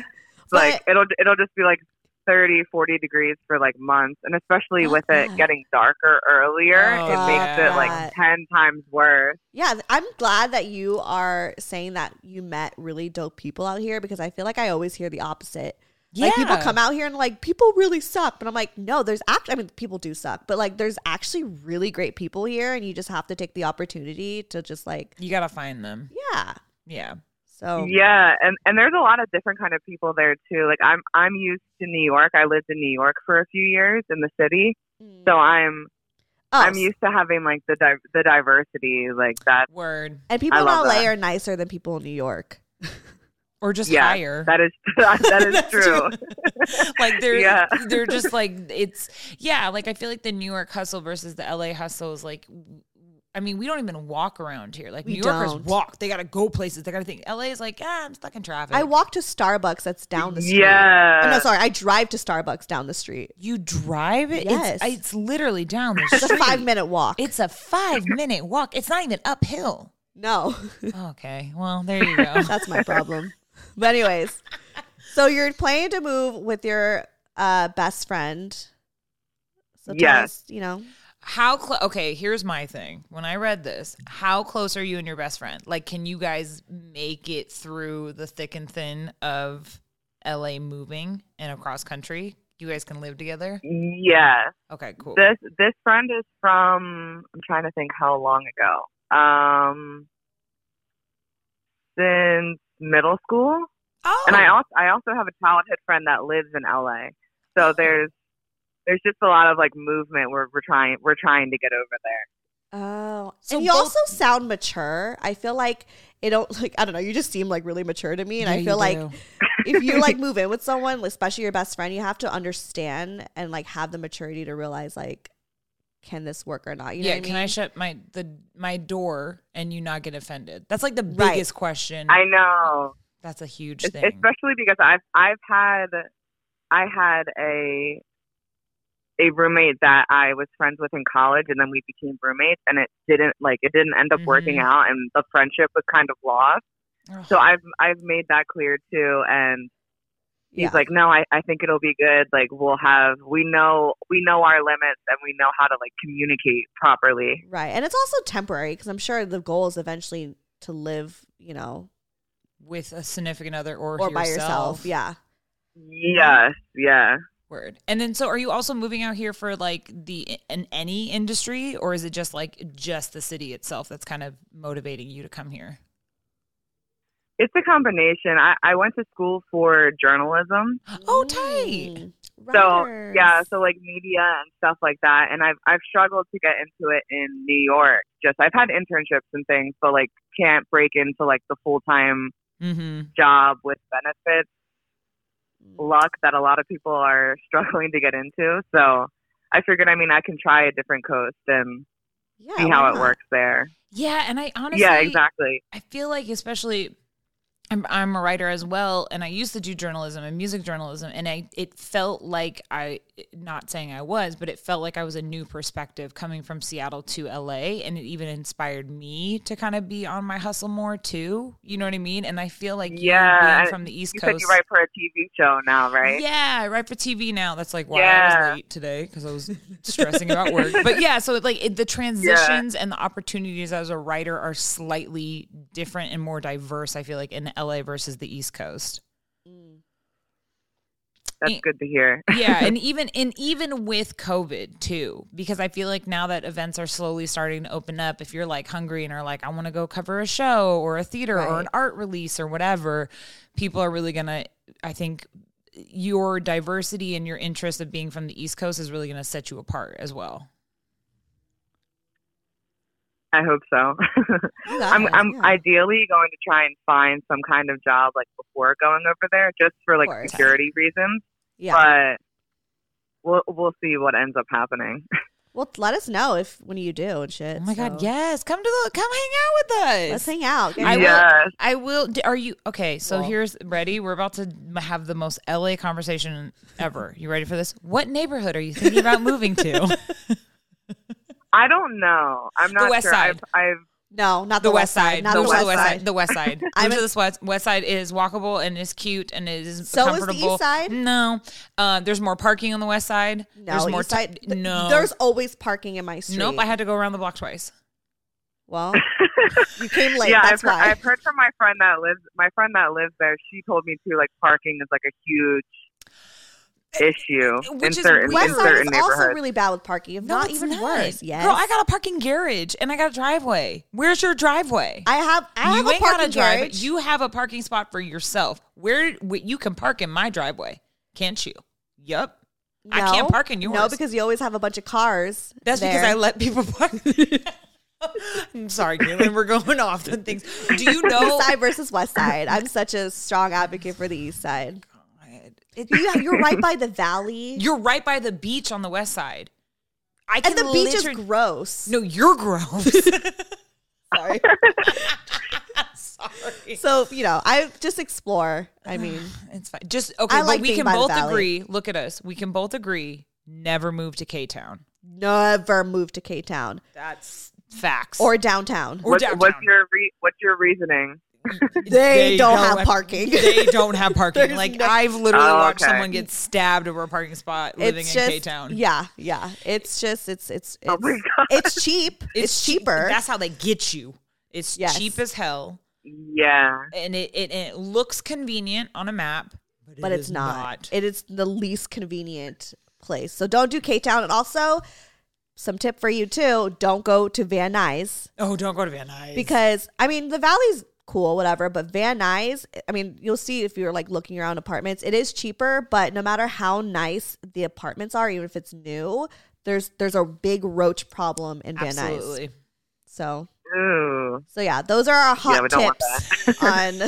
Speaker 4: like
Speaker 3: but-
Speaker 4: it'll it'll just be like 30 40 degrees for like months and especially
Speaker 3: Oh,
Speaker 4: with it
Speaker 3: God.
Speaker 4: getting darker earlier
Speaker 2: Oh,
Speaker 4: it makes it
Speaker 3: God.
Speaker 4: like 10 times worse
Speaker 3: Yeah, th- I'm glad that you are saying that you met really dope people out here because I feel like I always hear the opposite. Like people
Speaker 2: Yeah.
Speaker 3: come out here and like people really suck, but I'm like, no, there's act. I mean, people do suck, but like there's actually really great people here, and you just have to take the opportunity to just like,
Speaker 2: You gotta find them.
Speaker 3: yeah.
Speaker 2: Yeah.
Speaker 3: So
Speaker 4: yeah and and there's a lot of different kind of people there too like i'm i'm used to new york i lived in new york for a few years in the city
Speaker 3: mm,
Speaker 4: so i'm
Speaker 3: Oh,
Speaker 4: i'm used to having like the di- the diversity like that
Speaker 2: Word.
Speaker 3: and people
Speaker 4: I
Speaker 3: in LA
Speaker 4: love that.
Speaker 3: are nicer than people in New York.
Speaker 2: Or just
Speaker 4: yeah
Speaker 2: higher.
Speaker 4: that is that is
Speaker 2: That's
Speaker 4: true
Speaker 2: like they're
Speaker 4: Yeah.
Speaker 2: they're just like it's yeah like i feel like the new york hustle versus the la hustle is like i mean we don't even walk around here like
Speaker 3: We
Speaker 2: new yorkers
Speaker 3: don't.
Speaker 2: walk they gotta go places they gotta think la is like ah, i'm stuck in traffic
Speaker 3: I walk to Starbucks that's down the street.
Speaker 4: yeah
Speaker 3: Oh, no, sorry, I drive to Starbucks down the street.
Speaker 2: you drive it
Speaker 3: Yes.
Speaker 2: it's, it's literally down the
Speaker 3: It's a
Speaker 2: street
Speaker 3: five minute walk.
Speaker 2: it's a five minute walk it's not even uphill
Speaker 3: no.
Speaker 2: okay well there you go
Speaker 3: That's my problem. but anyways, so you're planning to move with your uh, best friend. So tell
Speaker 4: Yes.
Speaker 3: us, you know,
Speaker 2: how close okay here's my thing when i read this how close are you and your best friend like can you guys make it through the thick and thin of la moving and across country you guys can live together
Speaker 4: yeah
Speaker 2: okay cool
Speaker 4: This this friend is from I'm trying to think how long ago. Um since middle school.
Speaker 2: oh
Speaker 4: And I also I also have a childhood friend that lives in LA. So there's there's just a lot of like movement where we're trying we're trying to get over there.
Speaker 3: oh,
Speaker 2: So
Speaker 3: and you
Speaker 2: both-
Speaker 3: also sound mature. I feel like it don't like I don't know. You just seem like really mature to me, and
Speaker 2: Yeah,
Speaker 3: I
Speaker 2: you
Speaker 3: feel like
Speaker 2: do.
Speaker 3: if you like move in with someone, especially your best friend, you have to understand and like have the maturity to realize like, can this work or not? You know
Speaker 2: yeah
Speaker 3: what I mean?
Speaker 2: can i shut my the my door and you not get offended that's like the
Speaker 3: Right.
Speaker 2: biggest question
Speaker 4: I know.
Speaker 2: that's a huge
Speaker 4: Es-
Speaker 2: thing
Speaker 4: Especially because I've I've had I had a a roommate that I was friends with in college and then we became roommates and it didn't like it didn't end up working
Speaker 2: Mhm.
Speaker 4: out and the friendship was kind of lost.
Speaker 2: Ugh.
Speaker 4: So I've I've made that clear too and he's like, no, I, I think it'll be good. Like we'll have, we know, we know our limits and we know how to like communicate properly.
Speaker 3: right. And it's also temporary because I'm sure the goal is eventually to live, you know,
Speaker 2: with a significant other or,
Speaker 3: or by yourself. Yeah.
Speaker 4: Yes. Yeah.
Speaker 2: Word. And then, so are you also moving out here for like the in any industry, or is it just like just the city itself that's kind of motivating you to come here?
Speaker 4: It's a combination. I, I went to school for journalism.
Speaker 2: Oh, tight.
Speaker 3: Mm.
Speaker 4: So yeah,
Speaker 3: Writers.
Speaker 4: so like media and stuff like that. And I've I've struggled to get into it in New York. Just I've had internships and things, but like can't break into like the full time
Speaker 2: Mm-hmm.
Speaker 4: job with benefits. Luck that a lot of people are struggling to get into. So I figured, I mean, I can try a different coast and
Speaker 3: yeah,
Speaker 4: see
Speaker 3: why
Speaker 4: how it
Speaker 3: not?
Speaker 4: works there.
Speaker 2: Yeah, and I honestly,
Speaker 4: yeah, exactly.
Speaker 2: I feel like especially I'm I'm a writer as well and I used to do journalism and music journalism and I it felt like I not saying I was but it felt like I was a new perspective coming from Seattle to LA and it even inspired me to kind of be on my hustle more too you know what I mean and I feel like you
Speaker 4: Yeah,
Speaker 2: being
Speaker 4: I-
Speaker 2: from the East
Speaker 4: You said
Speaker 2: Coast
Speaker 4: you write for a TV show now, right?
Speaker 2: yeah, I write for TV now. That's like why I
Speaker 4: Yeah.
Speaker 2: was late today because I was stressing about work. But yeah, so it, like it, the transitions and the opportunities as a writer are slightly different and more diverse. I feel like in LA versus the East Coast.
Speaker 3: Mm.
Speaker 4: That's good to hear.
Speaker 2: Yeah, and even and even with COVID too, because I feel like now that events are slowly starting to open up, if you're like hungry and are like, I want to go cover a show or a theater or an art release or whatever, people are really gonna. I think your diversity and your interest of being from the East Coast is really gonna set you apart as well.
Speaker 4: I hope so.
Speaker 3: You got
Speaker 4: I'm
Speaker 3: it,
Speaker 4: I'm
Speaker 3: yeah.
Speaker 4: ideally going to try and find some kind of job like before going over there, just for like
Speaker 3: course.
Speaker 4: security reasons.
Speaker 3: yeah.
Speaker 4: But we'll we'll see what ends up happening.
Speaker 3: well, let us know if when you do and shit.
Speaker 2: Oh my God,
Speaker 3: so.
Speaker 2: yes! Come to the come hang out with us.
Speaker 3: Let's hang out.
Speaker 2: I will-
Speaker 4: yes.
Speaker 2: I will. d- Are you okay? So
Speaker 3: Well-
Speaker 2: here's ready. We're about to m- have the most LA conversation ever. You ready for this? What neighborhood are you thinking about moving to?
Speaker 4: I don't know. I'm not
Speaker 2: West
Speaker 4: sure.
Speaker 2: Side.
Speaker 4: I've, I've
Speaker 3: No, not the, west side. Not
Speaker 2: The,
Speaker 3: the, west,
Speaker 2: west, the west
Speaker 3: side.
Speaker 2: side. The west side.
Speaker 3: I'm
Speaker 2: Move to
Speaker 3: in-
Speaker 2: this west. West side is walkable and is cute and is
Speaker 3: So is the east
Speaker 2: comfortable.
Speaker 3: side?
Speaker 2: No, uh, there's more parking on the west side.
Speaker 3: No,
Speaker 2: there's more
Speaker 3: east
Speaker 2: ti-
Speaker 3: side. th-
Speaker 2: no,
Speaker 3: There's always parking in my street.
Speaker 2: nope. I had to go around the block twice.
Speaker 3: well, you came late.
Speaker 4: yeah, I've
Speaker 3: that's
Speaker 4: heard,
Speaker 3: why.
Speaker 4: I've heard from my friend that lives my friend that lives there. She told me too. Like parking is like a huge issue in
Speaker 2: Which is weird.
Speaker 4: certain in
Speaker 3: West side
Speaker 4: certain
Speaker 3: Eh, is also
Speaker 4: neighborhoods.
Speaker 3: really bad with parking. If
Speaker 2: No,
Speaker 3: not
Speaker 2: it's
Speaker 3: even
Speaker 2: not.
Speaker 3: worse. Yes.
Speaker 2: girl, I got a parking garage and I got a driveway. Where's your driveway?
Speaker 3: I have. I have
Speaker 2: you
Speaker 3: a
Speaker 2: ain't
Speaker 3: parking
Speaker 2: gotta drive it.
Speaker 3: garage.
Speaker 2: You have a parking spot for yourself. Where wh- you can park in my driveway, can't you? Yep. I
Speaker 3: No.
Speaker 2: can't park in yours.
Speaker 3: No, because you always have a bunch of cars.
Speaker 2: that's because
Speaker 3: there.
Speaker 2: I let people park. I'm sorry, Caitlin. We're going off on things. Do you know?
Speaker 3: East side versus west side. I'm such a strong advocate for the east side. You, you're right by the valley,
Speaker 2: You're right by the beach on the west side. I can
Speaker 3: and the beach
Speaker 2: literally-
Speaker 3: is gross.
Speaker 2: No, you're gross.
Speaker 3: sorry.
Speaker 2: sorry.
Speaker 3: So you know, I just explore. I mean,
Speaker 2: It's fine. Just okay.
Speaker 3: I
Speaker 2: but
Speaker 3: like
Speaker 2: we
Speaker 3: being
Speaker 2: can
Speaker 3: by the
Speaker 2: both
Speaker 3: valley.
Speaker 2: agree. Look at us. We can both agree. Never move to K Town.
Speaker 3: never move to Cape Town
Speaker 2: That's facts.
Speaker 3: or downtown.
Speaker 2: or
Speaker 4: What's,
Speaker 2: downtown.
Speaker 4: what's your re- what's your reasoning?
Speaker 3: they, don't, have parking.
Speaker 2: They don't have parking.
Speaker 3: There's
Speaker 2: like
Speaker 3: no-
Speaker 2: I've literally
Speaker 4: Oh,
Speaker 2: watched
Speaker 4: okay.
Speaker 2: someone get stabbed over a parking spot living
Speaker 3: it's
Speaker 2: in
Speaker 3: just
Speaker 2: K Town.
Speaker 3: yeah, yeah. It's just it's it's it's,
Speaker 4: Oh my God.
Speaker 3: it's cheap. It's, cheaper.
Speaker 2: That's how they get you. It's
Speaker 3: Yes.
Speaker 2: cheap as hell,
Speaker 4: Yeah,
Speaker 2: and it, it and it looks convenient on a map, but,
Speaker 3: but
Speaker 2: it
Speaker 3: it's
Speaker 2: is
Speaker 3: not. It is the least convenient place. So don't do Cape Town. And also, some tip for you too: don't go to Van Nuys
Speaker 2: oh, don't go to Van Nuys
Speaker 3: because I mean the valley's cool, whatever. But Van Nuys, I mean, you'll see if you're like looking around apartments, it is cheaper. But no matter how nice the apartments are, even if it's new, there's there's a big roach problem in Van Nuys.
Speaker 2: absolutely.
Speaker 3: So
Speaker 4: ooh,
Speaker 3: so yeah, those are our
Speaker 4: Yeah, we
Speaker 3: hot
Speaker 4: don't want
Speaker 3: tips on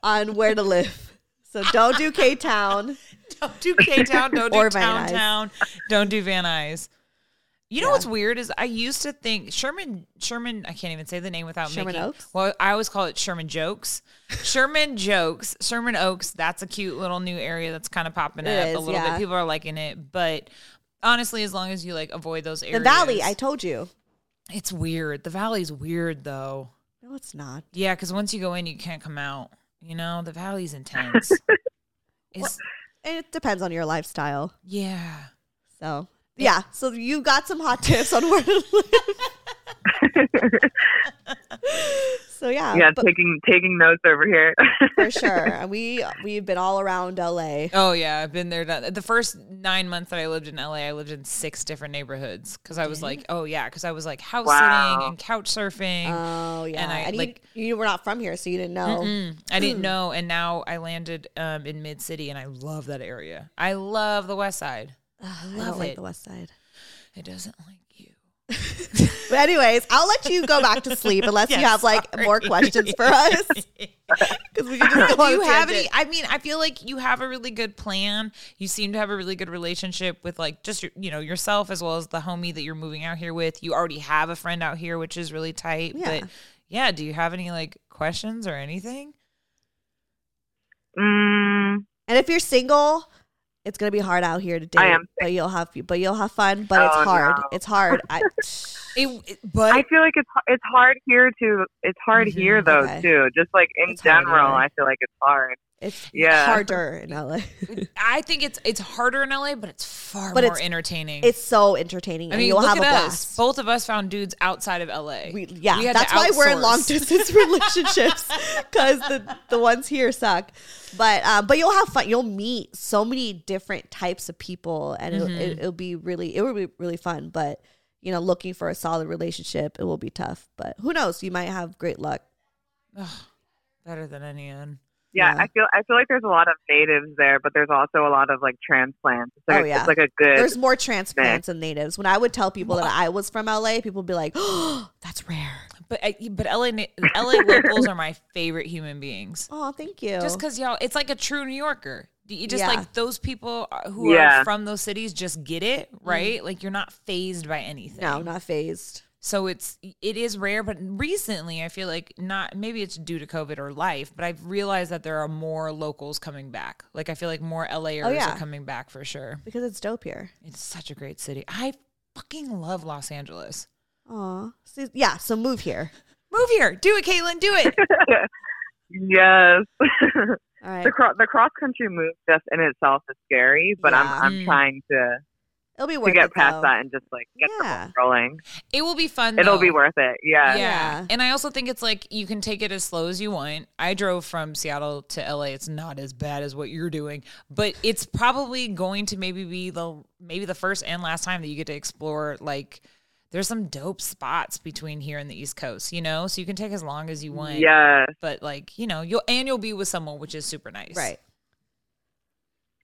Speaker 3: on where to live. So don't do K Town.
Speaker 2: Don't do K Town. Don't do
Speaker 3: Or Van
Speaker 2: Town
Speaker 3: Nuys.
Speaker 2: Town. Don't do Van Nuys. You know what's weird is I used to think Sherman Sherman I can't even say the name without
Speaker 3: Sherman
Speaker 2: making
Speaker 3: Oaks?
Speaker 2: well I always call it Sherman Jokes. Sherman Jokes, Sherman Oaks, that's a cute little new area that's kind of popping
Speaker 3: It
Speaker 2: up
Speaker 3: is,
Speaker 2: a little
Speaker 3: yeah.
Speaker 2: bit. People are liking it, but honestly as long as you like avoid those areas.
Speaker 3: The Valley, I told you.
Speaker 2: It's weird. The valley's weird though.
Speaker 3: No, it's not.
Speaker 2: Yeah, cuz once you go in you can't come out. You know, the valley's intense. Is,
Speaker 3: It depends on your lifestyle.
Speaker 2: yeah.
Speaker 3: So yeah, so you got some hot tips on where to live. so yeah,
Speaker 4: yeah,
Speaker 3: Uh, but
Speaker 4: taking taking notes over here.
Speaker 3: for sure, we we've been all around LA.
Speaker 2: Oh yeah, I've been there. Done. The first nine months that I lived in LA, I lived in six different neighborhoods because I was like, oh yeah, because I was like house sitting
Speaker 4: Wow.
Speaker 2: and couch surfing.
Speaker 3: Oh yeah,
Speaker 2: And I,
Speaker 3: you-
Speaker 2: like-
Speaker 3: you, were not from here, so you didn't know.
Speaker 2: Mm, I didn't know, and now I landed um, in Mid City, and I love that area. I love the West Side.
Speaker 3: Ugh, I
Speaker 2: Love
Speaker 3: don't like
Speaker 2: it.
Speaker 3: the West Side.
Speaker 2: It doesn't like you.
Speaker 3: But anyways, I'll let you go back to sleep unless you
Speaker 2: Yeah,
Speaker 3: have like more questions for us because we can just go
Speaker 2: Do
Speaker 3: on
Speaker 2: you
Speaker 3: a
Speaker 2: have any?
Speaker 3: tangent.
Speaker 2: I mean, I feel like you have a really good plan. You seem to have a really good relationship with like just your, you know yourself as well as the homie that you're moving out here with. You already have a friend out here, which is really tight.
Speaker 3: Yeah.
Speaker 2: But yeah, do you have any like questions or anything?
Speaker 4: mm,
Speaker 3: And if you're single, it's gonna be hard out here to date.
Speaker 4: I am
Speaker 3: but you'll have but you'll have fun. But it's
Speaker 4: Oh,
Speaker 3: hard.
Speaker 4: no.
Speaker 3: It's hard. I,
Speaker 2: It, it- but
Speaker 4: I feel like it's it's hard here too. It's hard
Speaker 2: Mhm,
Speaker 4: here though
Speaker 3: Mm-hmm, okay.
Speaker 4: too. Just like in
Speaker 3: It's hard
Speaker 4: general,
Speaker 3: here.
Speaker 4: I feel like it's hard.
Speaker 3: it's
Speaker 4: Yeah.
Speaker 3: harder in LA.
Speaker 2: I think it's it's harder in LA, but it's far
Speaker 3: But
Speaker 2: more
Speaker 3: it's-
Speaker 2: entertaining.
Speaker 3: It's so entertaining.
Speaker 2: I
Speaker 3: and
Speaker 2: mean,
Speaker 3: you'll
Speaker 2: look
Speaker 3: have
Speaker 2: at
Speaker 3: a
Speaker 2: us.
Speaker 3: blast.
Speaker 2: Both of us found dudes outside of LA.
Speaker 3: We, yeah,
Speaker 2: We had to
Speaker 3: that's why we're in
Speaker 2: outsource.
Speaker 3: long distance relationships because the, the ones here suck. But um, but you'll have fun. You'll meet so many different types of people, and
Speaker 2: Mm-hmm.
Speaker 3: it'll, it, it'll be really it will be really fun. But you know, looking for a solid relationship, it will be tough. But who knows? You might have great luck.
Speaker 2: Better than any end.
Speaker 4: Yeah,
Speaker 3: Yeah.
Speaker 4: I feel I feel like there's a lot of natives there, but there's also a lot of like transplants. It's like,
Speaker 3: Oh, yeah.
Speaker 4: it's like a good.
Speaker 3: There's more transplants than natives. When I would tell people that I was from LA, people would be like, "Oh, that's rare."
Speaker 2: But I, but LA na- LA locals are my favorite human beings.
Speaker 3: Oh, thank you.
Speaker 2: Just because y'all, it's like a true New Yorker. You just
Speaker 3: Yeah.
Speaker 2: like those people are- who
Speaker 4: Yeah.
Speaker 2: are from those cities just get it right. Like you're not phased by anything.
Speaker 3: Mm. no, not phased.
Speaker 2: So it's it is rare, but recently I feel like not maybe it's due to COVID or life, but I've realized that there are more locals coming back. Like I feel like more LAers
Speaker 3: Oh, yeah.
Speaker 2: are coming back for sure.
Speaker 3: because it's dope here.
Speaker 2: It's such a great city. I fucking love Los Angeles.
Speaker 3: Aw. So, yeah, so move here.
Speaker 2: Move here, do it, Caitlin, do it.
Speaker 4: yes,
Speaker 3: All right.
Speaker 4: the cro- the cross country move just in itself is scary, but
Speaker 3: Yeah.
Speaker 4: I'm
Speaker 2: Mm.
Speaker 4: I'm trying to
Speaker 3: It'll be worth
Speaker 4: to get
Speaker 3: it,
Speaker 4: past
Speaker 3: though.
Speaker 4: that and just like get the
Speaker 3: Yeah.
Speaker 4: ball rolling.
Speaker 2: It will be fun.
Speaker 4: It'll be
Speaker 2: though.
Speaker 4: worth it. Yeah.
Speaker 2: Yeah.
Speaker 3: Yeah.
Speaker 2: And I also think it's like you can take it as slow as you want. I drove from Seattle to LA. It's not as bad as what you're doing, but it's probably going to maybe be the maybe the first and last time that you get to explore like there's some dope spots between here and the East Coast, you know? So you can take as long as you want.
Speaker 4: Yes,
Speaker 2: But like, you know, you'll and you'll be with someone, which is super nice.
Speaker 3: Right.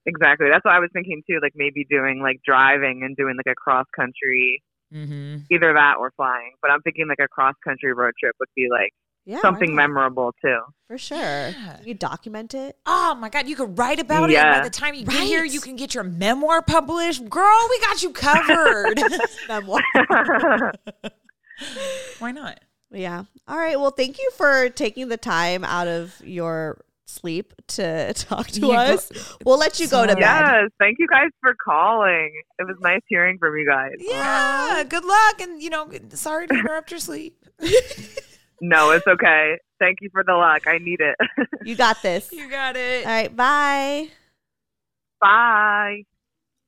Speaker 4: exactly. That's what I was thinking too. Like maybe doing like driving and doing like a cross country,
Speaker 2: Mm-hmm.
Speaker 4: either that or flying. But I'm thinking like a cross country road trip would be like
Speaker 3: Yeah. why
Speaker 4: something
Speaker 3: not?
Speaker 4: memorable too.
Speaker 3: For sure.
Speaker 2: Yeah.
Speaker 3: Can you document it?
Speaker 2: Oh my God, you could write about it.
Speaker 4: Yeah.
Speaker 2: By the time you get here,
Speaker 3: Right.
Speaker 2: you can get your memoir published. Girl, we got you covered.
Speaker 3: Memoir.
Speaker 2: Why not?
Speaker 3: yeah. All right. Well, thank you for taking the time out of your sleep to talk to
Speaker 2: Yeah, go-
Speaker 3: us. we'll let you go to
Speaker 2: Sorry.
Speaker 3: bed.
Speaker 4: yes, thank you guys for calling. It was nice hearing from you guys.
Speaker 2: Yeah, good luck, and you know, sorry to interrupt your sleep.
Speaker 4: No, it's okay. Thank you for the luck. I need it.
Speaker 3: You got this.
Speaker 2: You got
Speaker 3: All
Speaker 2: it.
Speaker 3: right. Bye.
Speaker 4: Bye.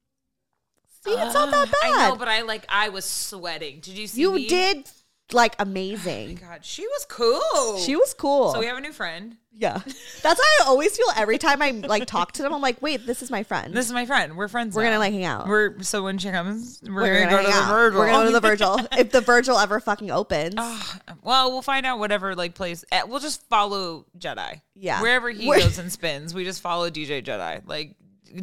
Speaker 3: See, it's not that bad.
Speaker 2: Uh, I know, but I like I was sweating. Did you see?
Speaker 3: you
Speaker 2: me?
Speaker 3: did like
Speaker 2: Oh my
Speaker 3: amazing.
Speaker 2: God, she was cool.
Speaker 3: She was cool.
Speaker 2: So we have a new friend.
Speaker 3: yeah. That's how I always feel every time I like talk to them. I'm like, wait, this is my friend.
Speaker 2: This is my friend. We're friends.
Speaker 3: We're
Speaker 2: now.
Speaker 3: gonna like hang out.
Speaker 2: We're so when she comes, we're,
Speaker 3: We're
Speaker 2: gonna, go to
Speaker 3: hang
Speaker 2: the
Speaker 3: out.
Speaker 2: Virgil.
Speaker 3: We're gonna go to the Virgil. if the Virgil ever fucking opens.
Speaker 2: Ah, well, we'll find out whatever like place. eh, We'll just follow Jedi.
Speaker 3: Yeah.
Speaker 2: wherever he
Speaker 3: We're-
Speaker 2: goes and spins, we just follow DJ Jedi. Like.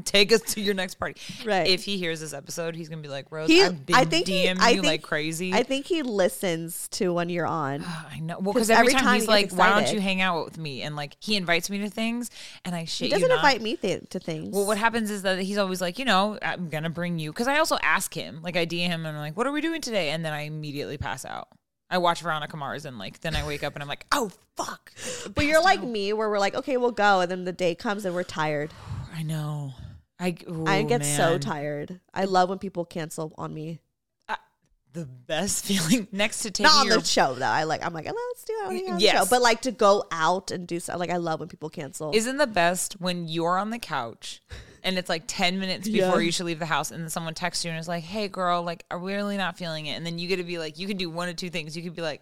Speaker 2: Take us to your next party.
Speaker 3: Right.
Speaker 2: If he hears this episode, he's gonna be like, "Rose,
Speaker 3: He-
Speaker 2: I've been
Speaker 3: I think he-
Speaker 2: DMing
Speaker 3: I
Speaker 2: you
Speaker 3: think-
Speaker 2: like crazy."
Speaker 3: I think he listens to when you're on.
Speaker 2: Ah, I know. Well,
Speaker 3: 'Cause
Speaker 2: because every,
Speaker 3: every
Speaker 2: time,
Speaker 3: time
Speaker 2: he's
Speaker 3: he
Speaker 2: like,
Speaker 3: gets
Speaker 2: "Why don't
Speaker 3: excited."
Speaker 2: you hang out with me?" and like he invites me to things, and I shit
Speaker 3: He doesn't
Speaker 2: you not.
Speaker 3: invite me th- to things.
Speaker 2: well, what happens is that he's always like, you know, I'm gonna bring you because I also ask him, like, I DM him, and I'm like, "What are we doing today?" and then I immediately pass out. I watch Veronica Mars, and like, then I wake up and I'm like, "Oh fuck!"
Speaker 3: But you're like me, where we're like, okay, we'll go, and then the day comes and we're tired.
Speaker 2: I know. I
Speaker 3: I
Speaker 2: ooh,
Speaker 3: get so
Speaker 2: man.
Speaker 3: tired. I love when people cancel on me.
Speaker 2: the best feeling next to taking
Speaker 3: Not on
Speaker 2: your
Speaker 3: the show though. I like. I'm like, oh, let's do it on the
Speaker 2: Yes.
Speaker 3: show. But like to go out and do so. Like I love when people cancel.
Speaker 2: Isn't the best when you're on the couch and it's like 10 minutes before
Speaker 3: Yeah.
Speaker 2: you should leave the house and then someone texts you and is like, hey, girl, like, are we really not feeling it? And then you get to be like, you can do one of two things. You could be like,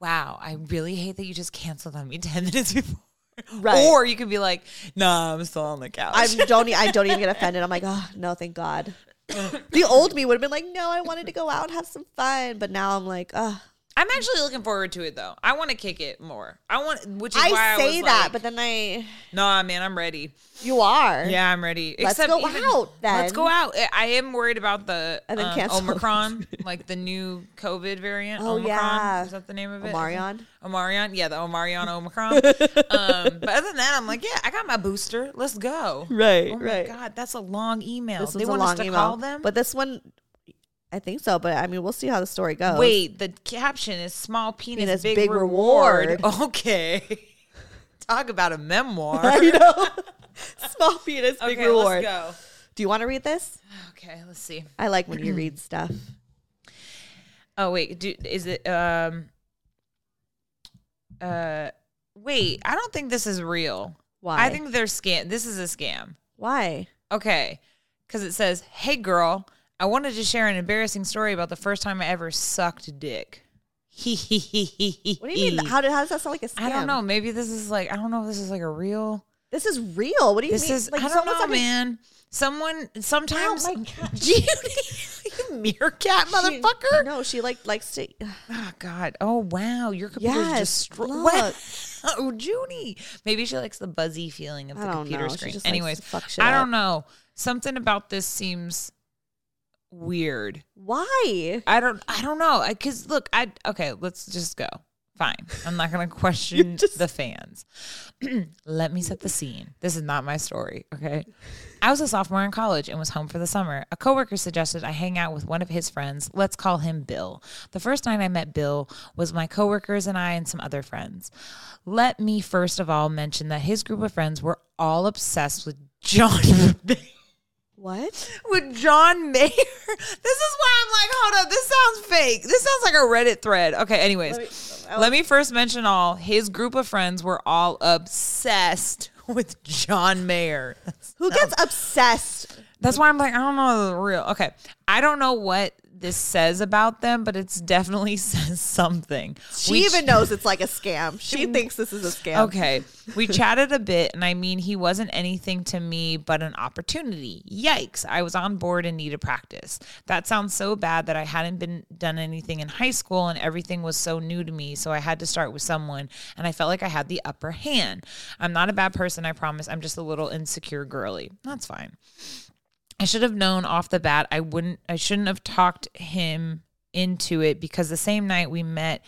Speaker 2: wow, I really hate that you just canceled on me 10 minutes before.
Speaker 3: Right.
Speaker 2: Or you could be like, nah, I'm still on the couch.
Speaker 3: I don't. e- I don't even get offended. I'm like, oh no, thank God. the old me would have been like, no, I wanted to go out and have some fun, but now I'm like, oh.
Speaker 2: I'm actually looking forward to it though. I want to kick it more. I want, which is why
Speaker 3: I
Speaker 2: I
Speaker 3: say
Speaker 2: was
Speaker 3: that,
Speaker 2: like,
Speaker 3: but then I,
Speaker 2: nah, man, I'm ready.
Speaker 3: you are.
Speaker 2: Yeah, I'm ready.
Speaker 3: Let's go out, then.
Speaker 2: Let's go out. I- I am worried about the
Speaker 3: And then
Speaker 2: um,
Speaker 3: cancel.
Speaker 2: Omicron, like the new COVID variant.
Speaker 3: Oh,
Speaker 2: Omicron.
Speaker 3: yeah.
Speaker 2: Is that the name of it?
Speaker 3: Omarion?
Speaker 2: Omarion. Yeah, the Omarion Omicron. um, but other than that, I'm like, yeah, I got my booster. Let's go.
Speaker 3: Right.
Speaker 2: Oh my
Speaker 3: right.
Speaker 2: God, that's a long email.
Speaker 3: This
Speaker 2: they
Speaker 3: was a
Speaker 2: want
Speaker 3: long
Speaker 2: us to
Speaker 3: email.
Speaker 2: call them.
Speaker 3: but this one, I think so. But I mean, we'll see how the story goes.
Speaker 2: Wait, the caption is small penis,
Speaker 3: Penis,
Speaker 2: big,
Speaker 3: big
Speaker 2: reward. Okay. Talk about a memoir.
Speaker 3: you know, small penis, big
Speaker 2: okay,
Speaker 3: reward.
Speaker 2: let's go.
Speaker 3: Do you want to read this?
Speaker 2: Okay, let's see.
Speaker 3: I like when you read stuff.
Speaker 2: Oh wait, do, is it um uh wait, I don't think this is real.
Speaker 3: Why?
Speaker 2: I think they're scam. This is a scam.
Speaker 3: Why?
Speaker 2: Okay. Cuz it says, "Hey girl, I wanted to share an embarrassing story about the first time I ever sucked dick."
Speaker 3: What do you mean? How, did, how does that sound like a scam?
Speaker 2: E. I don't know. Maybe this is like I don't know if this is like a real
Speaker 3: This is real. What do you
Speaker 2: This
Speaker 3: mean?
Speaker 2: is
Speaker 3: Like,
Speaker 2: I
Speaker 3: it's
Speaker 2: don't know,
Speaker 3: almost like a-
Speaker 2: man. Someone sometimes
Speaker 3: Oh my
Speaker 2: Judy, you meerkat
Speaker 3: She-
Speaker 2: motherfucker.
Speaker 3: no, she like likes to.
Speaker 2: Oh God! Oh wow! Your computer's
Speaker 3: Yes,
Speaker 2: destroyed.
Speaker 3: look.
Speaker 2: Oh, Junie. Maybe she likes the buzzy feeling of
Speaker 3: I
Speaker 2: the
Speaker 3: don't
Speaker 2: computer
Speaker 3: know. She
Speaker 2: screen.
Speaker 3: just likes
Speaker 2: Anyways,
Speaker 3: to fuck shit
Speaker 2: I
Speaker 3: up.
Speaker 2: don't know. Something about this seems weird.
Speaker 3: Why?
Speaker 2: I don't. I don't know. Because look, I okay. Let's just go. Fine. I'm not going to question the fans. Let me set the scene. This is not my story. Okay. I was a sophomore in college and was home for the summer. A coworker suggested I hang out with one of his friends. Let's call him Bill. The first night I met Bill was my coworkers and I and some other friends. Let me first of all mention that his group of friends were all obsessed with John
Speaker 3: What?
Speaker 2: with John Mayer. This is why I'm like, hold up, this sounds fake. This sounds like a Reddit thread. Okay, anyways, let me, first mention all his group of friends were all obsessed with John Mayer. Oh.
Speaker 3: Who gets obsessed?
Speaker 2: That's why I'm like, I don't know the real. Okay, I don't know what this says about them, but it's definitely says something.
Speaker 3: She
Speaker 2: We
Speaker 3: even knows it's like a scam. She thinks this is a scam.
Speaker 2: Okay. We chatted a bit, and I mean, he wasn't anything to me but an opportunity. Yikes. I was on board and needed practice. That sounds so bad that I hadn't been done anything in high school and everything was so new to me. So I had to start with someone, and I felt like I had the upper hand. I'm not a bad person, I promise. I'm just a little insecure girly. That's fine. I should have known off the bat I wouldn't I shouldn't have talked him into it because the same night we met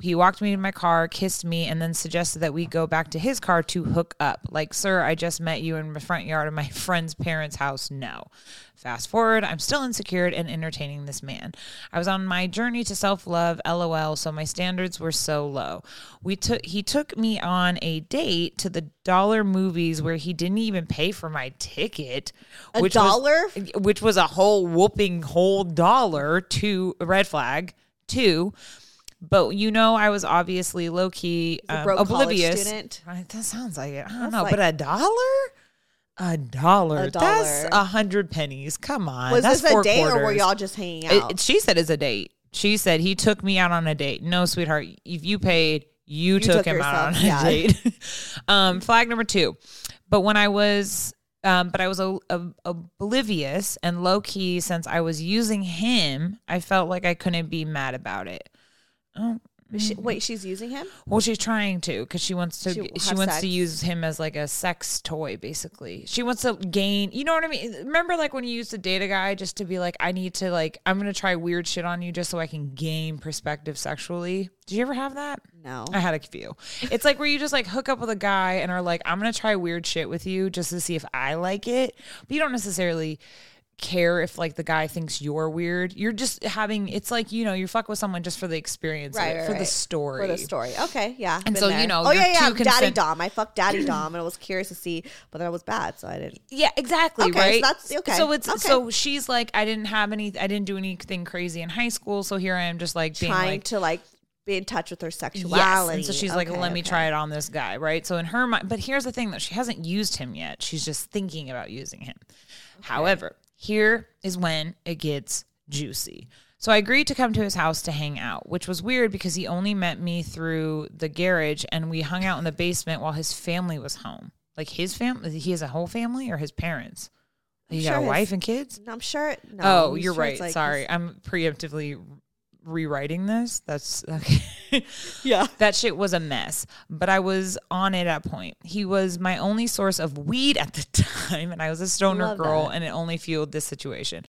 Speaker 2: he walked me to my car, kissed me, and then suggested that we go back to his car to hook up. Like, sir, I just met you in the front yard of my friend's parents' house. No. Fast forward, I'm still insecure and entertaining this man. I was on my journey to self love, lol, so my standards were so low. We took he took me on a date to the dollar movies where he didn't even pay for my ticket.
Speaker 3: A
Speaker 2: which was-
Speaker 3: dollar?
Speaker 2: which was a whole whooping whole dollar to red flag two but you know i was obviously low-key
Speaker 3: a
Speaker 2: um,
Speaker 3: broke college
Speaker 2: oblivious
Speaker 3: student.
Speaker 2: Right, that sounds like it i don't know
Speaker 3: like-
Speaker 2: but a dollar a dollar
Speaker 3: A
Speaker 2: that's
Speaker 3: dollar.
Speaker 2: a hundred pennies come on
Speaker 3: Was
Speaker 2: Uh, that's
Speaker 3: this a
Speaker 2: four
Speaker 3: date or were
Speaker 2: quarters.
Speaker 3: y'all just hanging
Speaker 2: It-
Speaker 3: out?
Speaker 2: it- she said it's a date she said he took me out on a date no sweetheart if you paid you, took,
Speaker 3: took
Speaker 2: him out
Speaker 3: yourself,
Speaker 2: on a
Speaker 3: yeah.
Speaker 2: date um flag number two but when i was um, but I was o- ob- oblivious and low key since I was using him. I felt like I couldn't be mad about it.
Speaker 3: She-
Speaker 2: mm.
Speaker 3: wait, she's using him?
Speaker 2: Well, she's trying to because she wants to.
Speaker 3: She
Speaker 2: She,
Speaker 3: will have
Speaker 2: wants to
Speaker 3: sex.
Speaker 2: use him as like a sex toy, basically. She wants to gain. You know what I mean? Remember, like when you used to date a guy just to be like, I need to like, I'm gonna try weird shit on you just so I can gain perspective sexually. Did you ever have that?
Speaker 3: No.
Speaker 2: I had a few. It's like where you just like hook up with a guy and are like, I'm gonna try weird shit with you just to see if I like it, but you don't necessarily care if like the guy thinks you're weird. You're just having it's like, you know, you fuck with someone just for the experience, of
Speaker 3: Right,
Speaker 2: it,
Speaker 3: right,
Speaker 2: for the
Speaker 3: right.
Speaker 2: story.
Speaker 3: For the story. Okay, yeah.
Speaker 2: And
Speaker 3: been
Speaker 2: so, you
Speaker 3: there.
Speaker 2: know,
Speaker 3: Oh
Speaker 2: your
Speaker 3: yeah, yeah.
Speaker 2: two
Speaker 3: Daddy
Speaker 2: consent-
Speaker 3: Dom. I fucked Daddy Dom, and I was curious to see, but that was bad, so I didn't.
Speaker 2: Yeah, exactly.
Speaker 3: Okay, so
Speaker 2: right.
Speaker 3: that's- okay,
Speaker 2: So it's
Speaker 3: okay.
Speaker 2: so she's like, I didn't have any, I didn't do anything crazy in high school, so here I am, just like being
Speaker 3: Trying
Speaker 2: like,
Speaker 3: to like be in touch with her
Speaker 2: yes.
Speaker 3: sexuality.
Speaker 2: And so she's like,
Speaker 3: Okay,
Speaker 2: let me
Speaker 3: okay.
Speaker 2: try it on this guy, right? So in her mind, but here's the thing though, she hasn't used him yet. She's just thinking about using him. However, here is when it gets juicy. So I agreed to come to his house to hang out, which was weird because he only met me through the garage and we hung out in the basement while his family was home. Like his family, he has a whole family or his parents? He
Speaker 3: sure
Speaker 2: got a
Speaker 3: his-
Speaker 2: wife and kids?
Speaker 3: No, I'm sure. No,
Speaker 2: oh,
Speaker 3: I'm
Speaker 2: you're
Speaker 3: sure
Speaker 2: right.
Speaker 3: it's, like,
Speaker 2: Sorry, I'm preemptively rewriting this. That's okay.
Speaker 3: Yeah.
Speaker 2: that shit was a mess, but I was on it at point. He was my only source of weed at the time, and I was a stoner
Speaker 3: Love
Speaker 2: girl,
Speaker 3: that.
Speaker 2: and it only fueled this situation.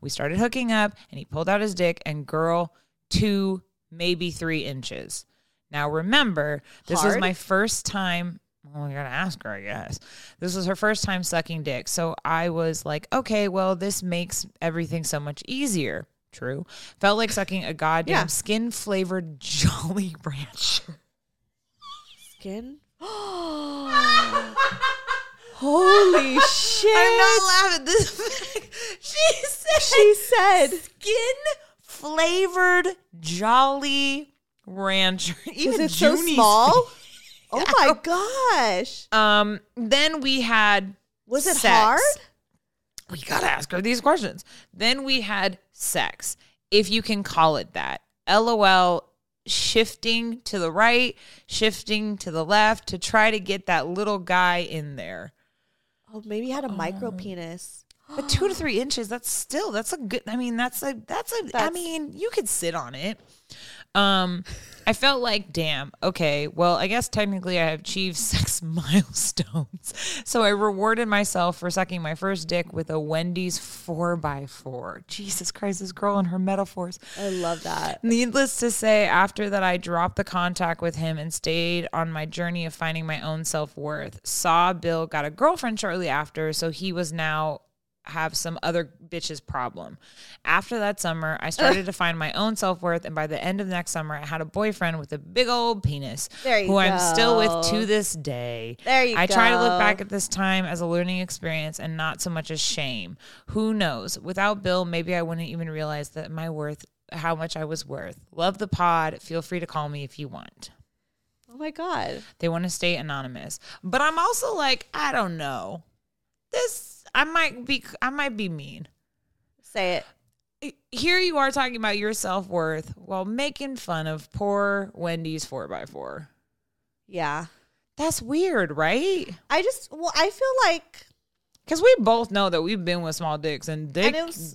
Speaker 2: We started hooking up, and he pulled out his dick, and girl, two, maybe three inches. Now remember, this was
Speaker 3: Hard?
Speaker 2: my first time. Well, I gotta ask her, I guess. This was her first time sucking dick. So I was like, okay, well, this makes everything so much easier. True. Felt like sucking a goddamn
Speaker 3: Yeah.
Speaker 2: skin flavored Jolly Rancher.
Speaker 3: Skin. Holy shit!
Speaker 2: laughing. This she said
Speaker 3: She said.
Speaker 2: skin flavored Jolly Rancher.
Speaker 3: Is
Speaker 2: Even
Speaker 3: it so
Speaker 2: Junie's-
Speaker 3: small? Oh my gosh!
Speaker 2: Um. Then we had
Speaker 3: Was it
Speaker 2: sex.
Speaker 3: hard?
Speaker 2: we gotta ask her these questions. Then we had sex, if you can call it that. LOL, shifting to the right, shifting to the left to try to get that little guy in there.
Speaker 3: Oh, maybe he had a micro penis.
Speaker 2: But two to three inches, that's still that's a good. I mean, that's a that's a. I
Speaker 3: That's-
Speaker 2: mean, you could sit on it. Um, I felt like, damn, okay, well, I guess technically I have achieved sex milestones. So I rewarded myself for sucking my first dick with a Wendy's four by four. Jesus Christ, this girl and her metaphors.
Speaker 3: I love that.
Speaker 2: Needless to say, after that, I dropped the contact with him and stayed on my journey of finding my own self worth. Saw Bill got a girlfriend shortly after, so he was now have some other bitch's problem. After that summer, I started to find my own self worth, and by the end of next summer, I had a boyfriend with a big old penis
Speaker 3: There you
Speaker 2: who I'm still with
Speaker 3: go.
Speaker 2: to this day.
Speaker 3: There you
Speaker 2: I try to
Speaker 3: go.
Speaker 2: look back at this time as a learning experience and not so much as shame. Who knows? Without Bill, maybe I wouldn't even realize that my worth, how much I was worth. Love the pod. Feel free to call me if you want.
Speaker 3: Oh my god!
Speaker 2: They want to stay anonymous. But I'm also like, I don't know. This I might be I might be mean.
Speaker 3: Say it.
Speaker 2: Here you are talking about your self-worth while making fun of poor Wendy's 4x4.
Speaker 3: Yeah.
Speaker 2: That's weird, right?
Speaker 3: I just well, I feel like
Speaker 2: Because we both know that we've been with small dicks and dick.
Speaker 3: And it was-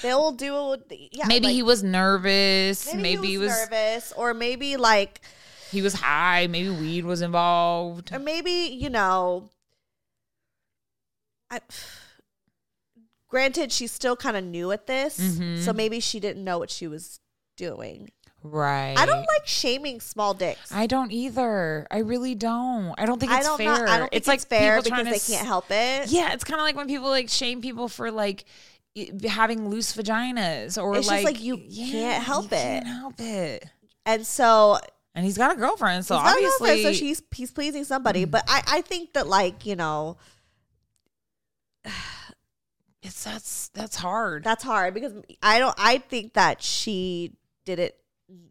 Speaker 3: they'll do it. With the, yeah,
Speaker 2: maybe
Speaker 3: like,
Speaker 2: he was nervous. Maybe, he was,
Speaker 3: nervous, or maybe like,
Speaker 2: he was high. Maybe weed was involved.
Speaker 3: or maybe you know. I, granted, she's still kind of new at this,
Speaker 2: Mm-hmm.
Speaker 3: so maybe she didn't know what she was doing.
Speaker 2: Right.
Speaker 3: I don't like shaming small dicks.
Speaker 2: I don't either. I really don't. I don't think
Speaker 3: I
Speaker 2: it's
Speaker 3: don't.
Speaker 2: fair.
Speaker 3: Not, I don't think
Speaker 2: it's like
Speaker 3: fair
Speaker 2: people
Speaker 3: because
Speaker 2: trying
Speaker 3: they
Speaker 2: to s-
Speaker 3: can't help it.
Speaker 2: Yeah, it's kind of like when people like shame people for like y- having loose vaginas or
Speaker 3: It's
Speaker 2: like,
Speaker 3: just like you can't help
Speaker 2: you
Speaker 3: it.
Speaker 2: Can't help it.
Speaker 3: and so
Speaker 2: And he's got a girlfriend, so
Speaker 3: He's got a
Speaker 2: obviously, Mm-hmm.
Speaker 3: girlfriend, so she's he's pleasing somebody. But I, I think that like you know
Speaker 2: it's that's that's hard.
Speaker 3: that's hard because I don't. I think that she didn't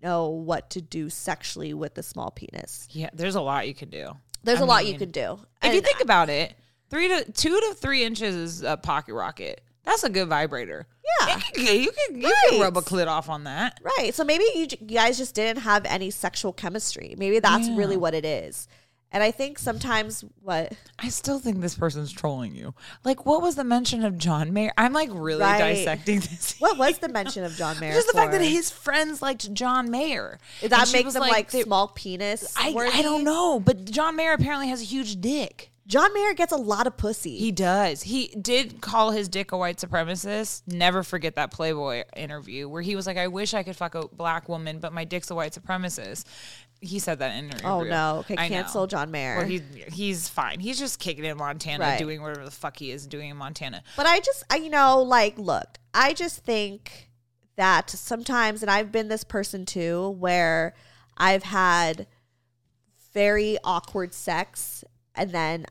Speaker 3: know what to do sexually with the small penis.
Speaker 2: yeah, there's a lot you could do.
Speaker 3: There's
Speaker 2: a
Speaker 3: a lot you could do.
Speaker 2: If you
Speaker 3: And
Speaker 2: think about it, three to two to three inches is a pocket rocket. That's a good vibrator.
Speaker 3: Yeah.
Speaker 2: you could you could, you could
Speaker 3: Right.
Speaker 2: rub a clit off on that.
Speaker 3: right, so maybe you, j- you guys just didn't have any sexual chemistry. Maybe that's
Speaker 2: Yeah.
Speaker 3: really what it is. And I think sometimes what
Speaker 2: I still think this person's trolling you. Like, what was the mention of John Mayer? I'm like really
Speaker 3: Right.
Speaker 2: dissecting this.
Speaker 3: what was the mention of John Mayer?
Speaker 2: Just the fact that
Speaker 3: for?
Speaker 2: his friends liked John Mayer.
Speaker 3: Did
Speaker 2: And
Speaker 3: that
Speaker 2: she
Speaker 3: make
Speaker 2: was
Speaker 3: them like,
Speaker 2: they-
Speaker 3: small penis.
Speaker 2: I, I
Speaker 3: worthy?
Speaker 2: don't know, but John Mayer apparently has a huge dick.
Speaker 3: John Mayer gets a lot of pussy.
Speaker 2: He does. He did call his dick a white supremacist. Never forget that Playboy interview where he was like, I wish I could fuck a black woman, but my dick's a white supremacist. he said that in an interview.
Speaker 3: Oh no. Okay,
Speaker 2: I know.
Speaker 3: cancel John Mayer.
Speaker 2: Well, he he's fine. He's just kicking it in Montana,
Speaker 3: Right.
Speaker 2: doing whatever the fuck he is doing in Montana.
Speaker 3: But I just, I, you know, like, look, I just think that sometimes, and I've been this person too, where I've had very awkward sex, and then,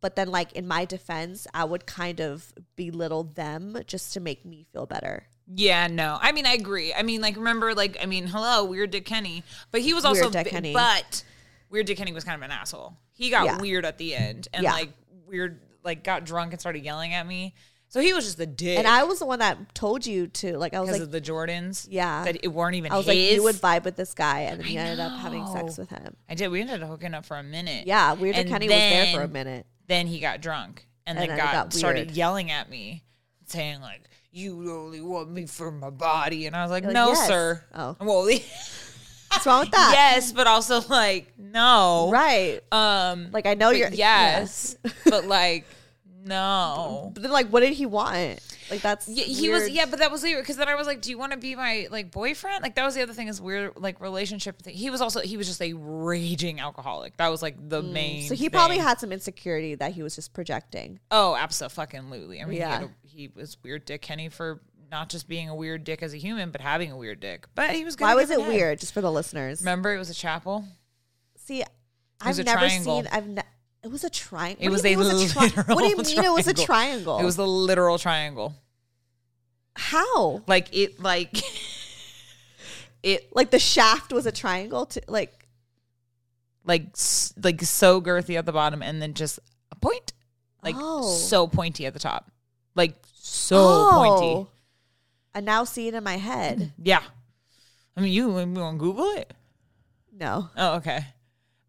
Speaker 3: but then, like, in my defense, I would kind of belittle them just to make me feel better.
Speaker 2: Yeah, no. I mean, I agree. I mean, like remember, like I mean, hello, Weird Dick Kenny, but he was also,
Speaker 3: Weird Dick
Speaker 2: bi-
Speaker 3: Kenny.
Speaker 2: but Weird Dick Kenny was kind of an asshole. He got
Speaker 3: Yeah.
Speaker 2: weird at the end, and
Speaker 3: Yeah.
Speaker 2: like weird, like got drunk and started yelling at me. So he was just the dick,
Speaker 3: And I was the one that told you to, like, I was
Speaker 2: because
Speaker 3: like,
Speaker 2: of the Jordans.
Speaker 3: Yeah.
Speaker 2: that it weren't even.
Speaker 3: I was
Speaker 2: his.
Speaker 3: like, you would vibe with this guy, and then you ended up having sex
Speaker 2: know.
Speaker 3: with him.
Speaker 2: I did. We ended up hooking up for a minute.
Speaker 3: Yeah, Weird Al
Speaker 2: And
Speaker 3: Kenny was there for a
Speaker 2: then-
Speaker 3: minute.
Speaker 2: Then he got drunk and,
Speaker 3: And
Speaker 2: then,
Speaker 3: then it
Speaker 2: got,
Speaker 3: got
Speaker 2: started
Speaker 3: weird.
Speaker 2: yelling at me, saying like, "You only want me for my body," and I was like,
Speaker 3: You're like,
Speaker 2: "No,
Speaker 3: "Yes."
Speaker 2: sir.
Speaker 3: Oh.
Speaker 2: well,
Speaker 3: What's wrong with that?
Speaker 2: yes, but also like, no,
Speaker 3: Right.
Speaker 2: Um,
Speaker 3: Like, I know
Speaker 2: but
Speaker 3: you're.
Speaker 2: yes, but like, no.
Speaker 3: But then, like, what did he want? Like, that's
Speaker 2: Yeah, he was
Speaker 3: weird.
Speaker 2: yeah, but that was weird because then I was like, "Do you want to be my like boyfriend?" Like that was the other thing is weird like relationship thing. He was also he was just a raging alcoholic. That was like the main.
Speaker 3: Mm. So he probably
Speaker 2: thing.
Speaker 3: had some insecurity that he was just projecting.
Speaker 2: Oh, absolutely. I mean, he, had
Speaker 3: Yeah.
Speaker 2: a- he was weird dick Kenny for not just being a weird dick as a human, but having a weird dick. But he was good.
Speaker 3: Why
Speaker 2: at
Speaker 3: was it
Speaker 2: giving head.
Speaker 3: weird? Just for the listeners.
Speaker 2: Remember, it was a chapel.
Speaker 3: See,
Speaker 2: was
Speaker 3: I've
Speaker 2: a
Speaker 3: never
Speaker 2: triangle.
Speaker 3: seen. I've ne- it was a triangle.
Speaker 2: It was
Speaker 3: do
Speaker 2: a
Speaker 3: you mean it was a tri-
Speaker 2: literal.
Speaker 3: What do you mean it was a triangle?
Speaker 2: It was the literal triangle.
Speaker 3: how?
Speaker 2: Like it, like it,
Speaker 3: Like the shaft was a triangle. To like,
Speaker 2: like s- like so girthy at the bottom, and then just a point, like
Speaker 3: Oh.
Speaker 2: so pointy at the top, like so pointy.
Speaker 3: I oh. now see it in my head.
Speaker 2: Yeah, I mean, you, you want to Google it?
Speaker 3: No.
Speaker 2: Oh, okay.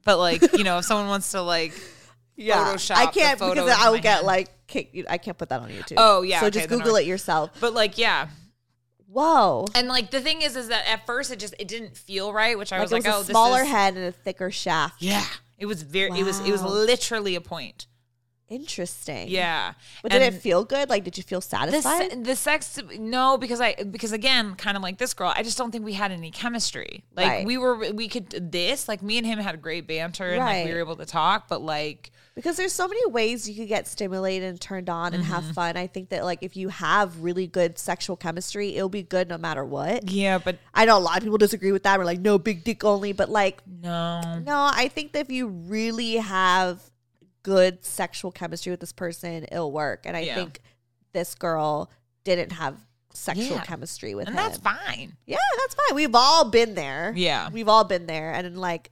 Speaker 2: But like, you know, if someone wants to like Photoshop
Speaker 3: I
Speaker 2: the
Speaker 3: can't
Speaker 2: photo
Speaker 3: because
Speaker 2: into
Speaker 3: I will
Speaker 2: my
Speaker 3: get
Speaker 2: hand.
Speaker 3: like kick, you- I can't put that on YouTube.
Speaker 2: Oh, yeah,
Speaker 3: So
Speaker 2: okay,
Speaker 3: just
Speaker 2: then
Speaker 3: Google
Speaker 2: I-
Speaker 3: it yourself.
Speaker 2: But like, yeah.
Speaker 3: Whoa.
Speaker 2: And like the thing is, is that at first it just it didn't feel right, which I was
Speaker 3: Like,
Speaker 2: like,
Speaker 3: it was a
Speaker 2: oh,
Speaker 3: smaller
Speaker 2: this is,
Speaker 3: head and a thicker shaft.
Speaker 2: Yeah, it was very. It was it was
Speaker 3: Wow.
Speaker 2: literally a point.
Speaker 3: Interesting.
Speaker 2: Yeah,
Speaker 3: But did
Speaker 2: And
Speaker 3: it feel good? Like, did you feel
Speaker 2: the
Speaker 3: satisfied?
Speaker 2: se- the sex? No, because I because again, kind of like this girl, I just don't think we had any chemistry. Like
Speaker 3: Right.
Speaker 2: we were we could this like me and him had great banter and like we
Speaker 3: Right.
Speaker 2: were able to talk, but like
Speaker 3: because there's so many ways you could get stimulated and turned on and
Speaker 2: Mm-hmm.
Speaker 3: have fun. I think that like if you have really good sexual chemistry, it'll be good no matter what.
Speaker 2: yeah, but
Speaker 3: I know a lot of people disagree with that. We're like, no, big dick only. But like,
Speaker 2: no,
Speaker 3: no, I think that if you really have good sexual chemistry with this person, it'll work. And I
Speaker 2: Yeah.
Speaker 3: think this girl didn't have sexual
Speaker 2: Yeah.
Speaker 3: chemistry with
Speaker 2: and
Speaker 3: him.
Speaker 2: that's fine.
Speaker 3: Yeah, that's fine. We've all been there.
Speaker 2: Yeah.
Speaker 3: We've all been there. And then like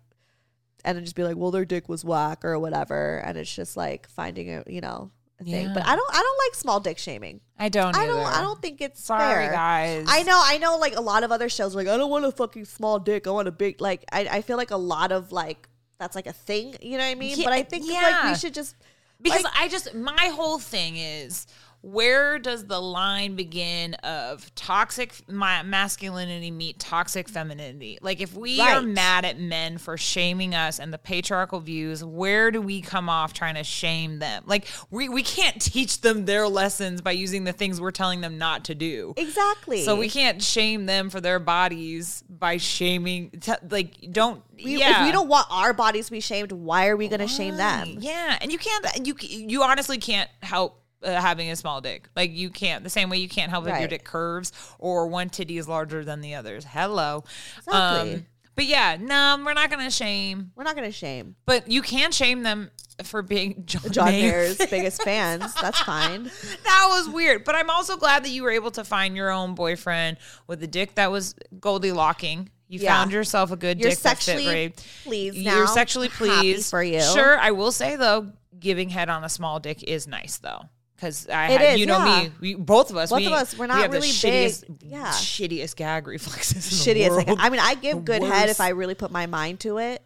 Speaker 3: and then just be like, well, their dick was whack or whatever. And it's just like finding a you know, a thing.
Speaker 2: Yeah.
Speaker 3: But I don't I don't like small dick shaming.
Speaker 2: I don't.
Speaker 3: I don't
Speaker 2: either.
Speaker 3: I don't think it's
Speaker 2: Sorry,
Speaker 3: fair.
Speaker 2: guys.
Speaker 3: I know, I know like a lot of other shows are like, I don't want a fucking small dick, I want a big like I, I feel like a lot of like that's like a thing, you know what I mean?
Speaker 2: Yeah,
Speaker 3: but I think like
Speaker 2: yeah.
Speaker 3: we should just
Speaker 2: because
Speaker 3: Like-
Speaker 2: I just my whole thing is where does the line begin of toxic my masculinity meet toxic femininity? Like if we are
Speaker 3: Right.
Speaker 2: mad at men for shaming us and the patriarchal views, where do we come off trying to shame them? Like we we can't teach them their lessons by using the things we're telling them not to do.
Speaker 3: Exactly.
Speaker 2: So we can't shame them for their bodies by shaming t- like don't
Speaker 3: we,
Speaker 2: yeah.
Speaker 3: if we don't want our bodies to be shamed, why are we gonna shame them?
Speaker 2: Yeah, and you can't. You you honestly can't help uh, having a small dick. Like you can't. The same way you can't help if your
Speaker 3: Right.
Speaker 2: dick curves or one titty is larger than the others. Hello. Um,
Speaker 3: Exactly.
Speaker 2: but yeah, no, we're not gonna shame.
Speaker 3: We're not gonna shame.
Speaker 2: But you can shame them for being John,
Speaker 3: John
Speaker 2: Mayer.
Speaker 3: Mayer's biggest fans. That's fine.
Speaker 2: that was weird. But I'm also glad that you were able to find your own boyfriend with a dick that was Goldie locking. You
Speaker 3: Yeah.
Speaker 2: found yourself a good
Speaker 3: You're
Speaker 2: dick that fit
Speaker 3: sexually
Speaker 2: right.
Speaker 3: pleased now.
Speaker 2: You're sexually
Speaker 3: Happy
Speaker 2: pleased
Speaker 3: for you.
Speaker 2: Sure, I will say though, giving head on a small dick is nice though. Because I,
Speaker 3: It
Speaker 2: had-
Speaker 3: is,
Speaker 2: you know
Speaker 3: yeah.
Speaker 2: me, we, both of us,
Speaker 3: Both
Speaker 2: we,
Speaker 3: of us, we're
Speaker 2: we
Speaker 3: not
Speaker 2: have the
Speaker 3: really
Speaker 2: shittiest,
Speaker 3: big- yeah.
Speaker 2: shittiest gag reflexes. In the
Speaker 3: Shitty. It's like
Speaker 2: world.
Speaker 3: I mean, I give
Speaker 2: The
Speaker 3: good head if
Speaker 2: worst.
Speaker 3: I really put my mind to it,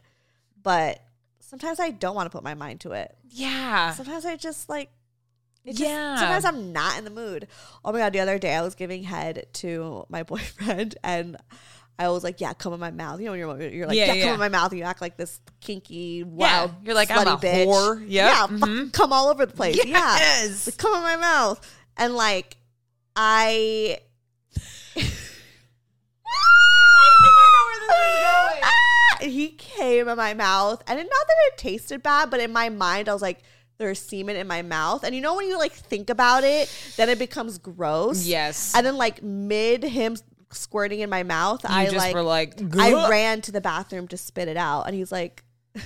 Speaker 3: but sometimes I don't want to put my mind to it.
Speaker 2: yeah,
Speaker 3: Sometimes I just like. It just,
Speaker 2: Yeah.
Speaker 3: Sometimes I'm not in the mood. Oh my god! The other day I was giving head to my boyfriend, and I was like, "Yeah, come in my mouth." You know, when you're you're like,
Speaker 2: Yeah,
Speaker 3: "Yeah,
Speaker 2: yeah.
Speaker 3: come in my mouth," and you act like this kinky, wild,
Speaker 2: You're like, I'm
Speaker 3: slutty
Speaker 2: a
Speaker 3: bitch.
Speaker 2: whore. Yep.
Speaker 3: Yeah, fuck,
Speaker 2: Mhm.
Speaker 3: come all over the place. Yeah,
Speaker 2: yes.
Speaker 3: It's like, come in my mouth. And like, I. I think I know where this is going. and he came in my mouth, and it, not that it tasted bad, but in my mind, I was like, "There's semen in my mouth," and you know when you like think about it, then it becomes gross.
Speaker 2: Yes.
Speaker 3: And then like mid him squirting in my mouth,
Speaker 2: You
Speaker 3: I
Speaker 2: just
Speaker 3: like,
Speaker 2: were like,
Speaker 3: I
Speaker 2: "Gah."
Speaker 3: ran to the bathroom to spit it out, and he's like.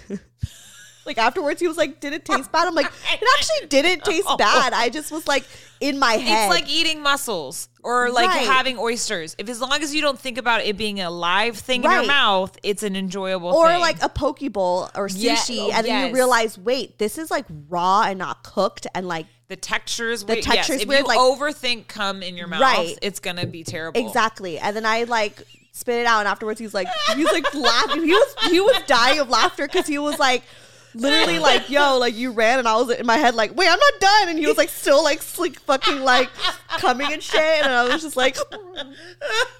Speaker 3: Like afterwards, he was like, "Did it taste bad?" I'm like, "It actually didn't taste bad. I just was like in my head."
Speaker 2: It's like eating mussels or like
Speaker 3: Right.
Speaker 2: having oysters. If as long as you don't think about it being a live thing in
Speaker 3: Right.
Speaker 2: your mouth, it's an enjoyable
Speaker 3: or
Speaker 2: thing.
Speaker 3: like a poke bowl or
Speaker 2: Yeah,
Speaker 3: sushi,
Speaker 2: oh,
Speaker 3: and then
Speaker 2: yes.
Speaker 3: you realize, wait, this is like raw and not cooked, and like
Speaker 2: the textures weird.
Speaker 3: texture's
Speaker 2: yes, if
Speaker 3: weird,
Speaker 2: you
Speaker 3: like-
Speaker 2: overthink cum in your mouth,
Speaker 3: Right.
Speaker 2: it's gonna be terrible.
Speaker 3: exactly. And then I like spit it out, and afterwards he's like, he's like laughing. He was he was dying of laughter because he was like. Literally, like, yo, like you ran, and I was in my head, like, wait, I'm not done. And he was like, still, like, slick, fucking, like, coming and shit. And I was just like,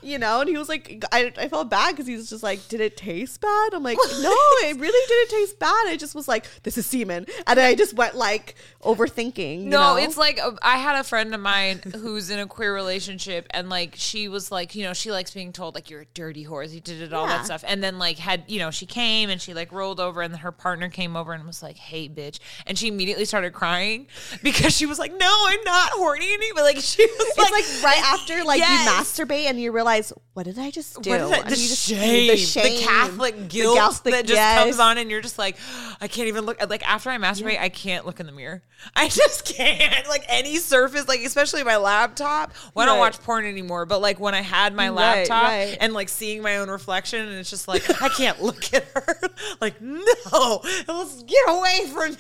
Speaker 3: you know, and he was like, I, I felt bad because he was just like, did it taste bad? I'm like, no, it really didn't taste bad. I just was like, this is semen. And I just went like overthinking. you
Speaker 2: No,
Speaker 3: know?
Speaker 2: it's like uh, I had a friend of mine who's in a queer relationship, and like she was like, you know, she likes being told like you're a dirty whore, you did it all
Speaker 3: Yeah.
Speaker 2: that stuff, and then like had you know she came and she like rolled over, and her partner came over and was like, hey, bitch, and she immediately started crying because she was like, no, I'm not horny anymore. Like she was
Speaker 3: It's like, right after like
Speaker 2: Yes.
Speaker 3: you masturbate and you realize what did I just do?
Speaker 2: What is that?
Speaker 3: And
Speaker 2: The,
Speaker 3: you just-
Speaker 2: shame, the Catholic guilt
Speaker 3: Catholic-
Speaker 2: that just
Speaker 3: yes.
Speaker 2: comes on, and you're just like, I can't even look. Like after I masturbate, I can't look in the mirror. I just can't. Like any surface, like especially my laptop. Well, I don't
Speaker 3: Right.
Speaker 2: watch porn anymore, but like when I had my
Speaker 3: Right,
Speaker 2: laptop
Speaker 3: right.
Speaker 2: and like seeing my own reflection, and it's just like I can't look at her. Like no, let's get away from me.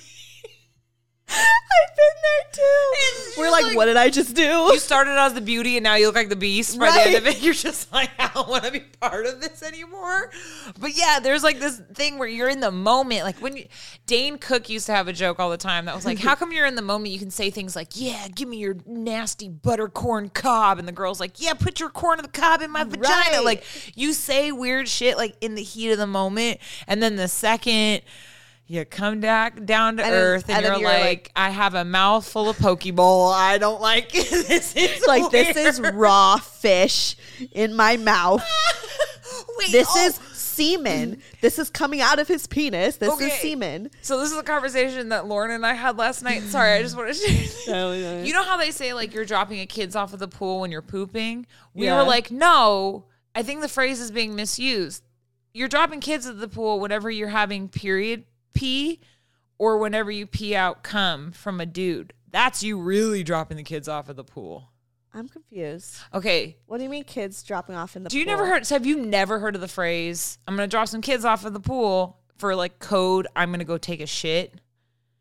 Speaker 3: I've been there too.
Speaker 2: It's
Speaker 3: We're
Speaker 2: just
Speaker 3: like,
Speaker 2: like-
Speaker 3: what did I just do?
Speaker 2: You started out as the beauty and now you look like the beast by the end of it. You're just like, I don't want to be part of this anymore. But yeah, there's like this thing where you're in the moment. Like when you, Dane Cook used to have a joke all the time that was like, How come you're in the moment? You can say things like, Yeah, give me your nasty butter corn cob. And the girl's like, Yeah, put your corn of the cob in my vagina.
Speaker 3: Right.
Speaker 2: Like you say weird shit like in the heat of the moment. And then the second. You come back down to
Speaker 3: And then-
Speaker 2: earth, and,
Speaker 3: and then
Speaker 2: you're,
Speaker 3: you're
Speaker 2: like,
Speaker 3: like-
Speaker 2: I have a mouthful of poke bowl. I don't like it. this. Is
Speaker 3: It's like this
Speaker 2: weird.
Speaker 3: is raw fish in my mouth.
Speaker 2: Wait,
Speaker 3: This
Speaker 2: oh.
Speaker 3: is semen. This is coming out of his penis. This is
Speaker 2: Okay.
Speaker 3: semen.
Speaker 2: So this is a conversation that Lauren and I had last night. Sorry, I just wanted to. You know how they say like you're dropping a kids off of the pool when you're pooping? We
Speaker 3: Yeah.
Speaker 2: were like, no, I think the phrase is being misused. You're dropping kids at the pool whenever you're having period pee or whenever you pee out cum from a dude. That's you really dropping the kids off at the pool.
Speaker 3: I'm confused.
Speaker 2: Okay.
Speaker 3: What do you mean kids dropping off in the
Speaker 2: Do you
Speaker 3: pool?
Speaker 2: never heard so have you never heard of the phrase, I'm gonna drop some kids off at the pool for like code, I'm gonna go take a shit?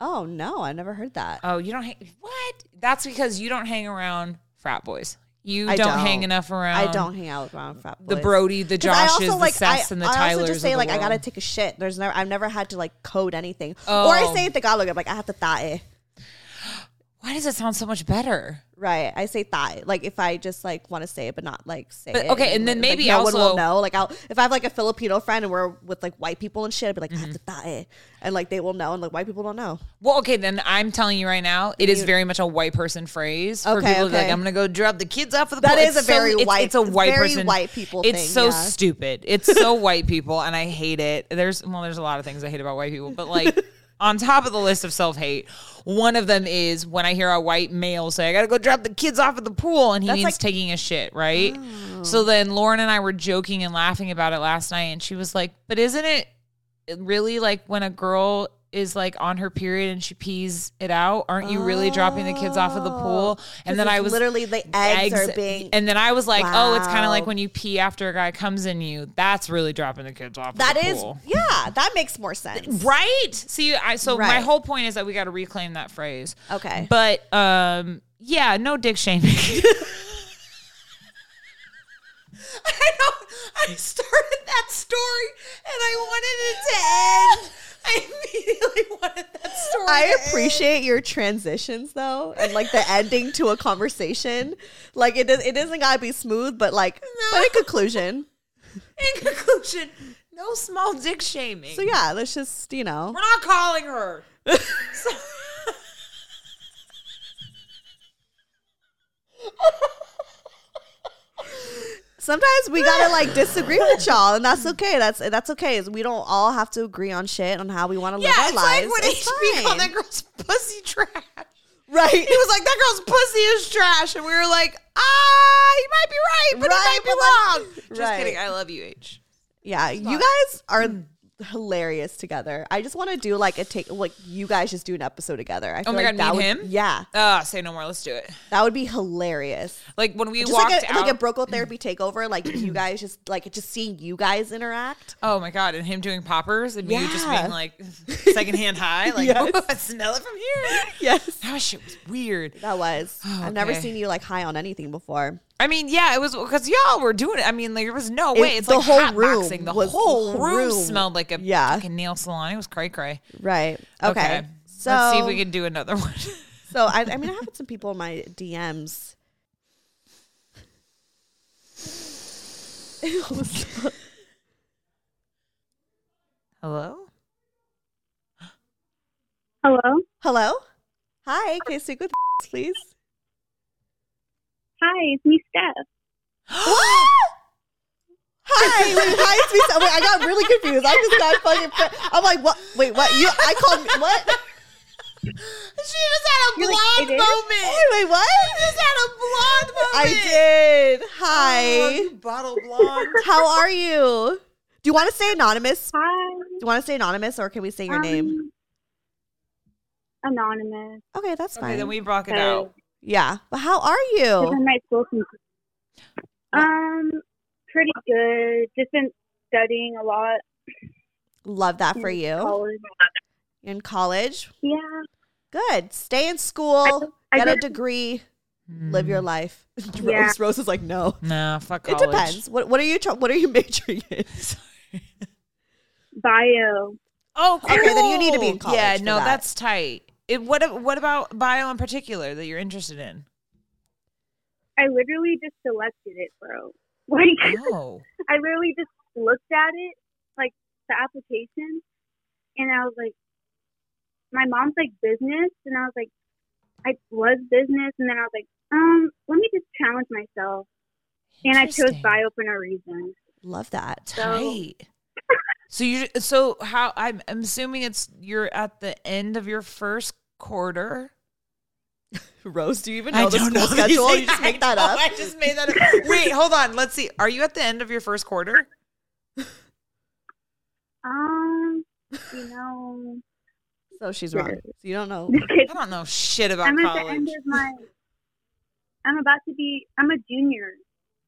Speaker 3: Oh no, I never heard that.
Speaker 2: Oh, you don't hang. What? That's because you don't hang around frat boys. You
Speaker 3: I
Speaker 2: don't, hang enough around.
Speaker 3: I don't hang out around frat
Speaker 2: The
Speaker 3: boys.
Speaker 2: Brody, the
Speaker 3: 'Cause I also,
Speaker 2: Joshes, the
Speaker 3: like,
Speaker 2: Seths, and the
Speaker 3: I
Speaker 2: Tylers.
Speaker 3: also just
Speaker 2: of
Speaker 3: say
Speaker 2: the
Speaker 3: like I gotta
Speaker 2: world.
Speaker 3: take a shit. There's never I've never had to like code anything. Or I
Speaker 2: Oh.
Speaker 3: say it the Tagalog. I'm like I have to tae.
Speaker 2: Why does it sound so much better?
Speaker 3: Right. I say thigh. Like if I just like want to say it, but not like say
Speaker 2: But,
Speaker 3: it.
Speaker 2: okay, and then
Speaker 3: like,
Speaker 2: maybe
Speaker 3: no one will
Speaker 2: also-
Speaker 3: know. Like I'll if I have like a Filipino friend and we're with like white people and shit, I'd be like, I
Speaker 2: Mm-hmm.
Speaker 3: have to thigh. And like they will know and like white people don't know.
Speaker 2: Well, okay, then I'm telling you right now, it is very much a white person phrase for
Speaker 3: Okay,
Speaker 2: people to be
Speaker 3: okay.
Speaker 2: like, "I'm gonna go drop the kids off at the
Speaker 3: That
Speaker 2: pool."
Speaker 3: is a very
Speaker 2: it's-
Speaker 3: white-
Speaker 2: It's, a
Speaker 3: it's
Speaker 2: white
Speaker 3: very
Speaker 2: person.
Speaker 3: white people
Speaker 2: It's
Speaker 3: thing,
Speaker 2: so
Speaker 3: yeah.
Speaker 2: stupid. It's so white people, and I hate it. There's well, there's a lot of things I hate about white people, but like on top of the list of self hate, one of them is when I hear a white male say, "I gotta go drop the kids off at the pool," and he
Speaker 3: That's
Speaker 2: means
Speaker 3: like- Oh.
Speaker 2: taking a shit, right? So then Lauren and I were joking and laughing about it last night, and she was like, "But isn't it?" it really like when a girl is like on her period and she pees it out aren't you really dropping the kids off of the pool and then
Speaker 3: Oh, It's
Speaker 2: i was
Speaker 3: literally the eggs, are being
Speaker 2: and then i was like oh it's kind
Speaker 3: Wow.
Speaker 2: of like when you pee after a guy comes in you that's really dropping the kids off
Speaker 3: that
Speaker 2: of the
Speaker 3: is
Speaker 2: pool.
Speaker 3: yeah, that makes more sense.
Speaker 2: right see i so my
Speaker 3: Right.
Speaker 2: whole point is that we got to reclaim that phrase
Speaker 3: Okay.
Speaker 2: but um yeah no dick shaming i know i started that story and i wanted it to end i immediately wanted that story
Speaker 3: I
Speaker 2: to end.
Speaker 3: appreciate your transitions though, and like the ending to a conversation. Like it, does, it doesn't gotta be smooth, but like, but a conclusion.
Speaker 2: in conclusion no small dick shaming
Speaker 3: So yeah, let's just you know,
Speaker 2: we're not calling her
Speaker 3: Sometimes we gotta like disagree with y'all, and that's okay. That's that's okay. We don't all have to agree on shit on how we want to live our
Speaker 2: it's
Speaker 3: lives.
Speaker 2: like when
Speaker 3: It's
Speaker 2: HB
Speaker 3: fine.
Speaker 2: called that girl's pussy trash.
Speaker 3: right?
Speaker 2: He was like, "That girl's pussy is trash," and we were like, "Ah, you might be right, but
Speaker 3: Right,
Speaker 2: it might
Speaker 3: but
Speaker 2: be
Speaker 3: like-
Speaker 2: wrong." Just
Speaker 3: Right.
Speaker 2: kidding. I love you, H.
Speaker 3: Yeah, you guys are
Speaker 2: Mm.
Speaker 3: hilarious together. I just want to do like a take, like you guys just do an episode together. I feel
Speaker 2: Oh my
Speaker 3: like
Speaker 2: God,
Speaker 3: that
Speaker 2: me
Speaker 3: would,
Speaker 2: and him?
Speaker 3: Yeah,
Speaker 2: Ah, say no more. Let's do it.
Speaker 3: that would be hilarious.
Speaker 2: Like when we
Speaker 3: Just
Speaker 2: walked
Speaker 3: like a,
Speaker 2: out.
Speaker 3: like a brocal therapy takeover, like you guys just like just seeing you guys interact.
Speaker 2: oh my god! And him doing poppers and me just
Speaker 3: Yeah.
Speaker 2: being like secondhand high. Like
Speaker 3: Yes.
Speaker 2: "Oh, I smell it from here.
Speaker 3: Yes,
Speaker 2: That shit was weird.
Speaker 3: that was. I've never
Speaker 2: Oh, okay.
Speaker 3: seen you like high on anything before.
Speaker 2: I mean, yeah, it was because y'all were doing it. I mean, like, there was no way. It's
Speaker 3: the
Speaker 2: like
Speaker 3: whole
Speaker 2: hot
Speaker 3: room
Speaker 2: boxing. The
Speaker 3: was-
Speaker 2: whole
Speaker 3: the
Speaker 2: room,
Speaker 3: room.
Speaker 2: smelled like a
Speaker 3: Yeah.
Speaker 2: fucking nail salon. It was cray cray.
Speaker 3: Right. Okay. So
Speaker 2: let's see if we can do another one.
Speaker 3: So I, I mean, I have some people in my DMs. It was-
Speaker 2: Hello.
Speaker 5: Hello.
Speaker 3: Hello. Hi. Can I speak with please?
Speaker 5: Hi, it's me, Steph.
Speaker 3: Hi. Wait, hi. It's me. So- Wait, I got really confused. I just got fucking. fr- I'm like, what? Wait, what? You? I called what?
Speaker 2: She just had a
Speaker 5: You're like,
Speaker 2: blonde
Speaker 5: "It is?"
Speaker 2: moment.
Speaker 3: Wait, what?
Speaker 2: Just had a blonde moment.
Speaker 3: I did.
Speaker 2: Oh,
Speaker 3: Hi.
Speaker 2: you bottle blonde.
Speaker 3: How are you? Do you want to stay anonymous? Do
Speaker 5: Hi.
Speaker 3: you want to stay anonymous, or can we say your
Speaker 5: um,
Speaker 3: name?
Speaker 5: Anonymous.
Speaker 3: Okay, that's fine.
Speaker 2: okay, then we block it
Speaker 5: Okay.
Speaker 2: out.
Speaker 3: yeah, but how are
Speaker 5: Cause I
Speaker 3: you?
Speaker 5: might school some. Um, pretty good. Just been studying a lot.
Speaker 3: Love that for
Speaker 5: in
Speaker 3: you.
Speaker 5: College.
Speaker 3: In college,
Speaker 5: Yeah.
Speaker 3: good. Stay in school,
Speaker 5: I
Speaker 3: get a
Speaker 5: just-
Speaker 3: degree, live your life.
Speaker 5: Yeah.
Speaker 3: Rose, Rose is like, no.
Speaker 2: Hmm. Nah, fuck Mm. college.
Speaker 3: It depends. What What are you tr- What are you majoring in?
Speaker 5: Bio.
Speaker 2: Oh, cool.
Speaker 3: Okay, then you need to be in college
Speaker 2: Yeah,
Speaker 3: for
Speaker 2: no,
Speaker 3: that.
Speaker 2: that's tight. It, what a- What about bio in particular that you're interested in?
Speaker 5: I literally just selected it, bro. Like,
Speaker 2: Oh,
Speaker 5: I literally just looked at it, like the application, and I was like, my mom's like business, and I was like, I was business, and then I was like, um, let me just challenge myself, and I chose
Speaker 2: Interesting.
Speaker 5: bio for no reason.
Speaker 3: Love that.
Speaker 2: tight. So you so how I'm, I'm assuming it's you're at the end of your first quarter.
Speaker 3: Rose, do you even know the school schedule?
Speaker 2: these-
Speaker 3: You just make
Speaker 2: I
Speaker 3: that
Speaker 2: know,
Speaker 3: up.
Speaker 2: I just made that up. Wait, hold on. Let's see. Are you at the end of your first quarter?
Speaker 5: Um, you know,
Speaker 3: So she's wrong. You don't know.
Speaker 2: I don't know shit about
Speaker 5: I'm at the
Speaker 2: college.
Speaker 5: end of my. I'm about to be. I'm a junior.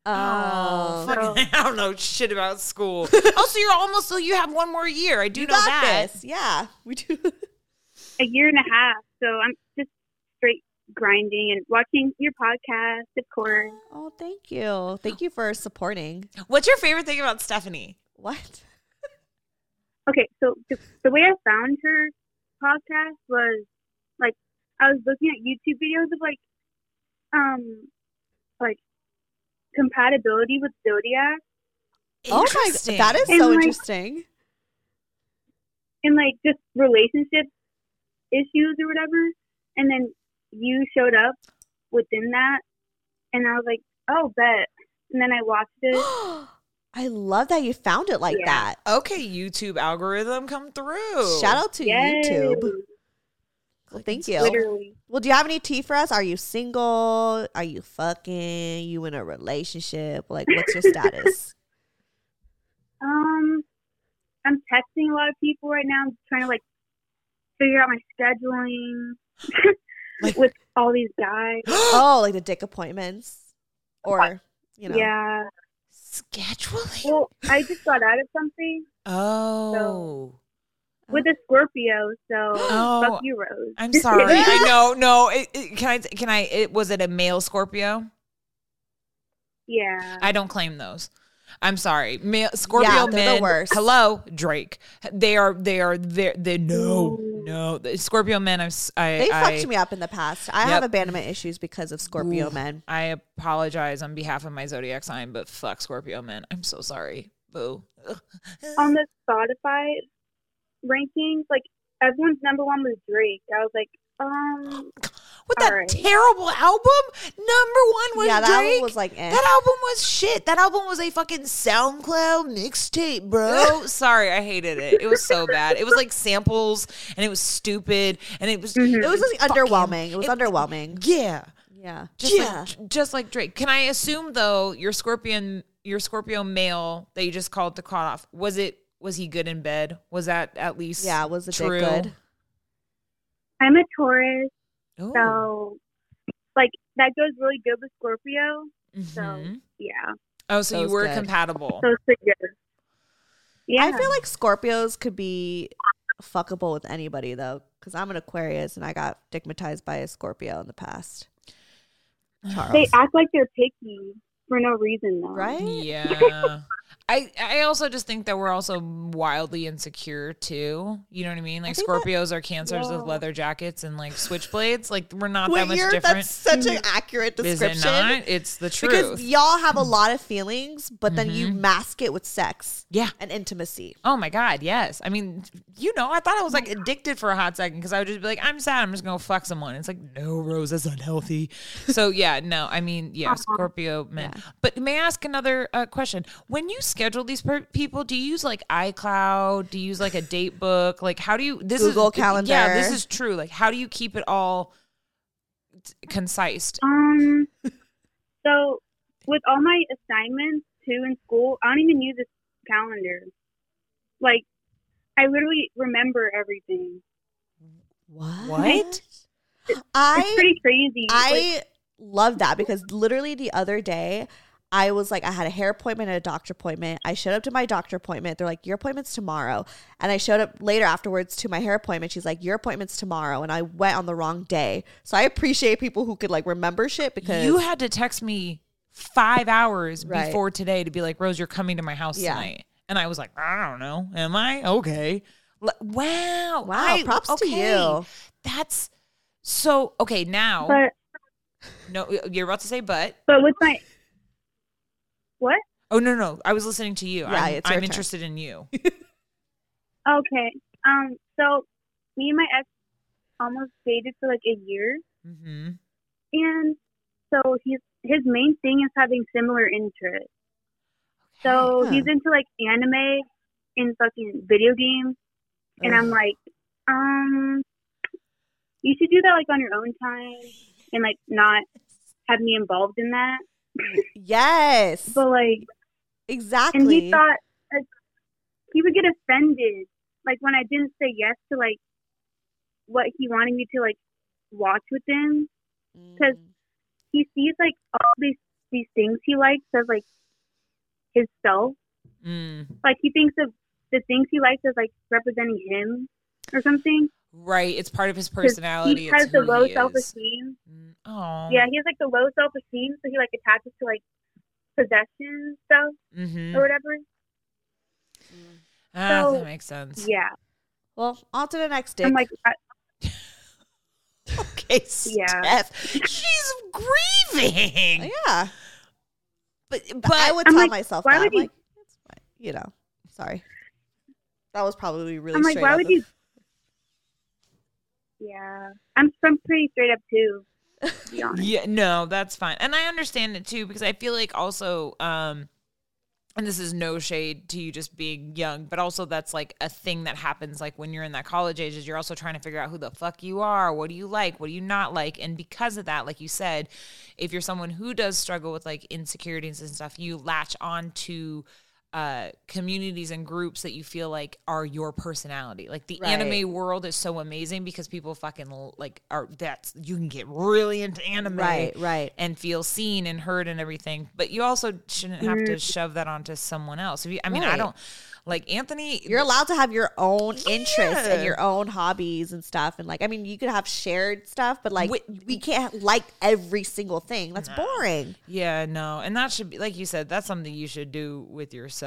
Speaker 3: Oh,
Speaker 2: fuck,
Speaker 5: Oh.
Speaker 2: I don't know shit about school. also, you're almost so you have one more year. I do
Speaker 3: you
Speaker 2: know
Speaker 3: got
Speaker 2: that.
Speaker 3: this. Yeah, we do.
Speaker 5: a year and a half. So I'm just straight grinding and watching your podcast, of course.
Speaker 3: Oh, thank you. Thank you for supporting.
Speaker 2: What's your favorite thing about Stephanie?
Speaker 3: What?
Speaker 5: Okay, so the, the way I found her podcast was like I was looking at YouTube videos of like um like compatibility with zodiac
Speaker 3: Oh my,
Speaker 2: Interesting.
Speaker 3: that is
Speaker 5: And,
Speaker 3: so
Speaker 5: like-
Speaker 3: interesting.
Speaker 5: and like just relationship issues or whatever. And then you showed up within that, and I was like, oh bet. And then I watched it.
Speaker 3: I love that you found it like
Speaker 5: Yeah.
Speaker 2: okay. YouTube algorithm come
Speaker 3: that.
Speaker 2: through.
Speaker 3: Shout out to
Speaker 5: Yay.
Speaker 3: YouTube. Well, thank you.
Speaker 5: Literally.
Speaker 3: Well, do you have any tea for us? Are you single? Are you fucking? You in a relationship? Like, what's your status?
Speaker 5: Um, I'm texting a lot of people right now. I'm trying to like figure out my scheduling
Speaker 2: Like-
Speaker 5: with all these guys.
Speaker 3: oh, like the dick appointments, or you know,
Speaker 5: Yeah.
Speaker 2: Scheduling.
Speaker 5: Well, I just got out of something
Speaker 2: Oh.
Speaker 5: with a Scorpio, so
Speaker 2: Oh.
Speaker 5: fuck you, Rose.
Speaker 2: I'm sorry. I know. No. It, it, can I? Can I? It, was it a male Scorpio?
Speaker 5: yeah.
Speaker 2: I don't claim those. I'm sorry. Male, Scorpio
Speaker 3: Yeah, they're the
Speaker 2: men.
Speaker 3: worst.
Speaker 2: Hello, Drake. They are. They are. They. They. No. No. The Scorpio men. I'm, s- I.
Speaker 3: they
Speaker 2: I,
Speaker 3: fucked me up in the past. I
Speaker 2: Yep.
Speaker 3: have abandonment issues because of Scorpio men.
Speaker 2: I apologize on behalf of my zodiac sign, but fuck Scorpio men. I'm so sorry. Boo. Ugh.
Speaker 5: On the Spotify rankings, like everyone's number one was Drake. I was like, um,
Speaker 2: with that
Speaker 5: Alright.
Speaker 2: terrible album. Number one was
Speaker 3: yeah, that
Speaker 2: Drake.
Speaker 3: album was like, eh.
Speaker 2: That album was shit. That album was a fucking SoundCloud mixtape, bro. Sorry, I hated it. It was so bad. It was like samples, and it was stupid, and Mm-hmm. it was
Speaker 3: it was just
Speaker 2: fucking-
Speaker 3: underwhelming. It was
Speaker 2: it-
Speaker 3: underwhelming.
Speaker 2: Yeah,
Speaker 3: Yeah.
Speaker 2: just like just like Drake. Can I assume though your Scorpion your Scorpio male that you just called the cut off was it was he good in bed? Was that at least
Speaker 3: yeah, was a bit
Speaker 2: true?
Speaker 3: good.
Speaker 5: I'm a Taurus,
Speaker 2: Ooh.
Speaker 5: so like that goes really good with Scorpio. So
Speaker 2: Mhm.
Speaker 5: yeah,
Speaker 2: Oh, so
Speaker 3: That
Speaker 2: you
Speaker 3: was
Speaker 2: were
Speaker 3: good.
Speaker 2: compatible.
Speaker 5: so it's pretty good. Yeah,
Speaker 3: I feel like Scorpios could be fuckable with anybody though, because I'm an Aquarius and I got stigmatized by a Scorpio in the past. Charles,
Speaker 5: they act like they're picky for no reason though.
Speaker 3: right?
Speaker 2: Yeah. I I also just think that we're also wildly insecure too. You know what I mean? Like
Speaker 3: think that-
Speaker 2: Scorpios are cancers with leather jackets and like switchblades. Like we're not
Speaker 3: Wait,
Speaker 2: that much
Speaker 3: you're-
Speaker 2: different. Mm-hmm.
Speaker 3: that's such an accurate
Speaker 2: Is
Speaker 3: description.
Speaker 2: it not? It's the truth. Mm-hmm.
Speaker 3: Because y'all have a lot of feelings, but then you mask it with sex
Speaker 2: yeah.
Speaker 3: and intimacy.
Speaker 2: Oh my God, yes. I mean, you know, I thought I was like addicted for a hot second because I would just be like, I'm sad. I'm just going to fuck someone. It's like, no, Rose, that's unhealthy. So, yeah, no, I mean,
Speaker 3: Uh-huh.
Speaker 2: yeah, Scorpio men. But may I ask another uh, question? When you schedule these per- people, do you use like iCloud? Do you use like a date book? Like, how do you, this
Speaker 3: Google
Speaker 2: is, Yeah, this
Speaker 3: Calendar.
Speaker 2: is true. Like, how do you keep it all t- concise?
Speaker 5: Um, so with all my assignments too in school, I don't even use a calendar. Like, I literally remember everything.
Speaker 3: What?
Speaker 2: What?
Speaker 5: It's
Speaker 3: I
Speaker 5: pretty crazy. Like,
Speaker 3: I love that because literally the other day I was like I had a hair appointment and a doctor appointment. I showed up to my doctor appointment. They're like, Your appointment's tomorrow. And I showed up later afterwards to my hair appointment. She's like, Your appointment's tomorrow. And I went on the wrong day. So I appreciate people who could like remember shit because
Speaker 2: You had to text me five hours
Speaker 3: Right.
Speaker 2: before today to be like, Rose, you're coming to my house
Speaker 3: Yeah.
Speaker 2: tonight. And I was like, I don't know. Am I? Okay. L- wow.
Speaker 3: Wow,
Speaker 2: I-
Speaker 3: props to
Speaker 2: okay.
Speaker 3: you.
Speaker 2: That's so okay. Now,
Speaker 5: but
Speaker 2: no, you're about to say, but
Speaker 5: but with my what?
Speaker 2: oh, no, no. I was listening to you.
Speaker 3: Yeah,
Speaker 2: I'm,
Speaker 3: it's your
Speaker 2: I'm
Speaker 3: turn.
Speaker 2: interested in you.
Speaker 5: Okay. Um. So me and my ex almost dated for like a year,
Speaker 2: hmm
Speaker 5: and so he's his main thing is having similar interests. So
Speaker 3: Huh.
Speaker 5: he's into like anime and fucking video games, and I'm like, um, you should do that like on your own time and like not have me involved in that.
Speaker 3: Yes.
Speaker 5: But like,
Speaker 3: exactly.
Speaker 5: and he thought like, he would get offended, like when I didn't say yes to like what he wanted me to like watch with him. because
Speaker 3: Mm.
Speaker 5: He sees like all these these things he likes as like his self.
Speaker 2: Mm.
Speaker 5: like he thinks of the things he likes as like representing him or something.
Speaker 2: Right. It's part of his
Speaker 5: 'Cause
Speaker 2: personality.
Speaker 5: He has
Speaker 2: it's
Speaker 5: the
Speaker 2: who
Speaker 5: low
Speaker 2: he is.
Speaker 5: self esteem.
Speaker 2: Oh.
Speaker 5: Yeah, he has like the low self esteem, so he like attaches to like possession stuff
Speaker 2: hmm
Speaker 5: or whatever.
Speaker 2: Ah,
Speaker 5: so-
Speaker 2: that makes sense.
Speaker 5: Yeah,
Speaker 3: well, on to the next dick.
Speaker 5: I'm like, I-
Speaker 2: Okay.
Speaker 5: Yeah.
Speaker 2: Steph. She's grieving.
Speaker 3: Oh, yeah.
Speaker 2: But,
Speaker 3: But I would
Speaker 5: I'm
Speaker 3: tell
Speaker 5: like,
Speaker 3: myself that.
Speaker 5: why would
Speaker 3: I'm
Speaker 5: you-
Speaker 3: like, it's fine. You know, sorry. That was probably really
Speaker 5: I'm like,
Speaker 3: straight
Speaker 5: why
Speaker 3: out
Speaker 5: would
Speaker 3: the-
Speaker 5: you? Yeah, I'm I'm pretty straight up too. To be honest.
Speaker 2: yeah, no, that's fine, and I understand it too because I feel like also, um, and this is no shade to you just being young, but also that's like a thing that happens like when you're in that college age is you're also trying to figure out who the fuck you are, what do you like, what do you not like, and because of that, like you said, if you're someone who does struggle with like insecurities and stuff, you latch on to. Uh, communities and groups that you feel like are your personality. Like the
Speaker 3: Right.
Speaker 2: anime world is so amazing because people fucking like are that's you can get really into anime
Speaker 3: Right, right.
Speaker 2: and feel seen and heard and everything. But you also shouldn't have to shove that onto someone else. If you, I mean, I
Speaker 3: Right.
Speaker 2: don't like Anthony.
Speaker 3: You're allowed to have your own interests
Speaker 2: Yeah.
Speaker 3: and your own hobbies and stuff. And like, I mean, you could have shared stuff, but like, we,
Speaker 2: Wait,
Speaker 3: can't like every single thing. That's boring.
Speaker 2: yeah, no, and that should be like you said. That's something you should do with yourself.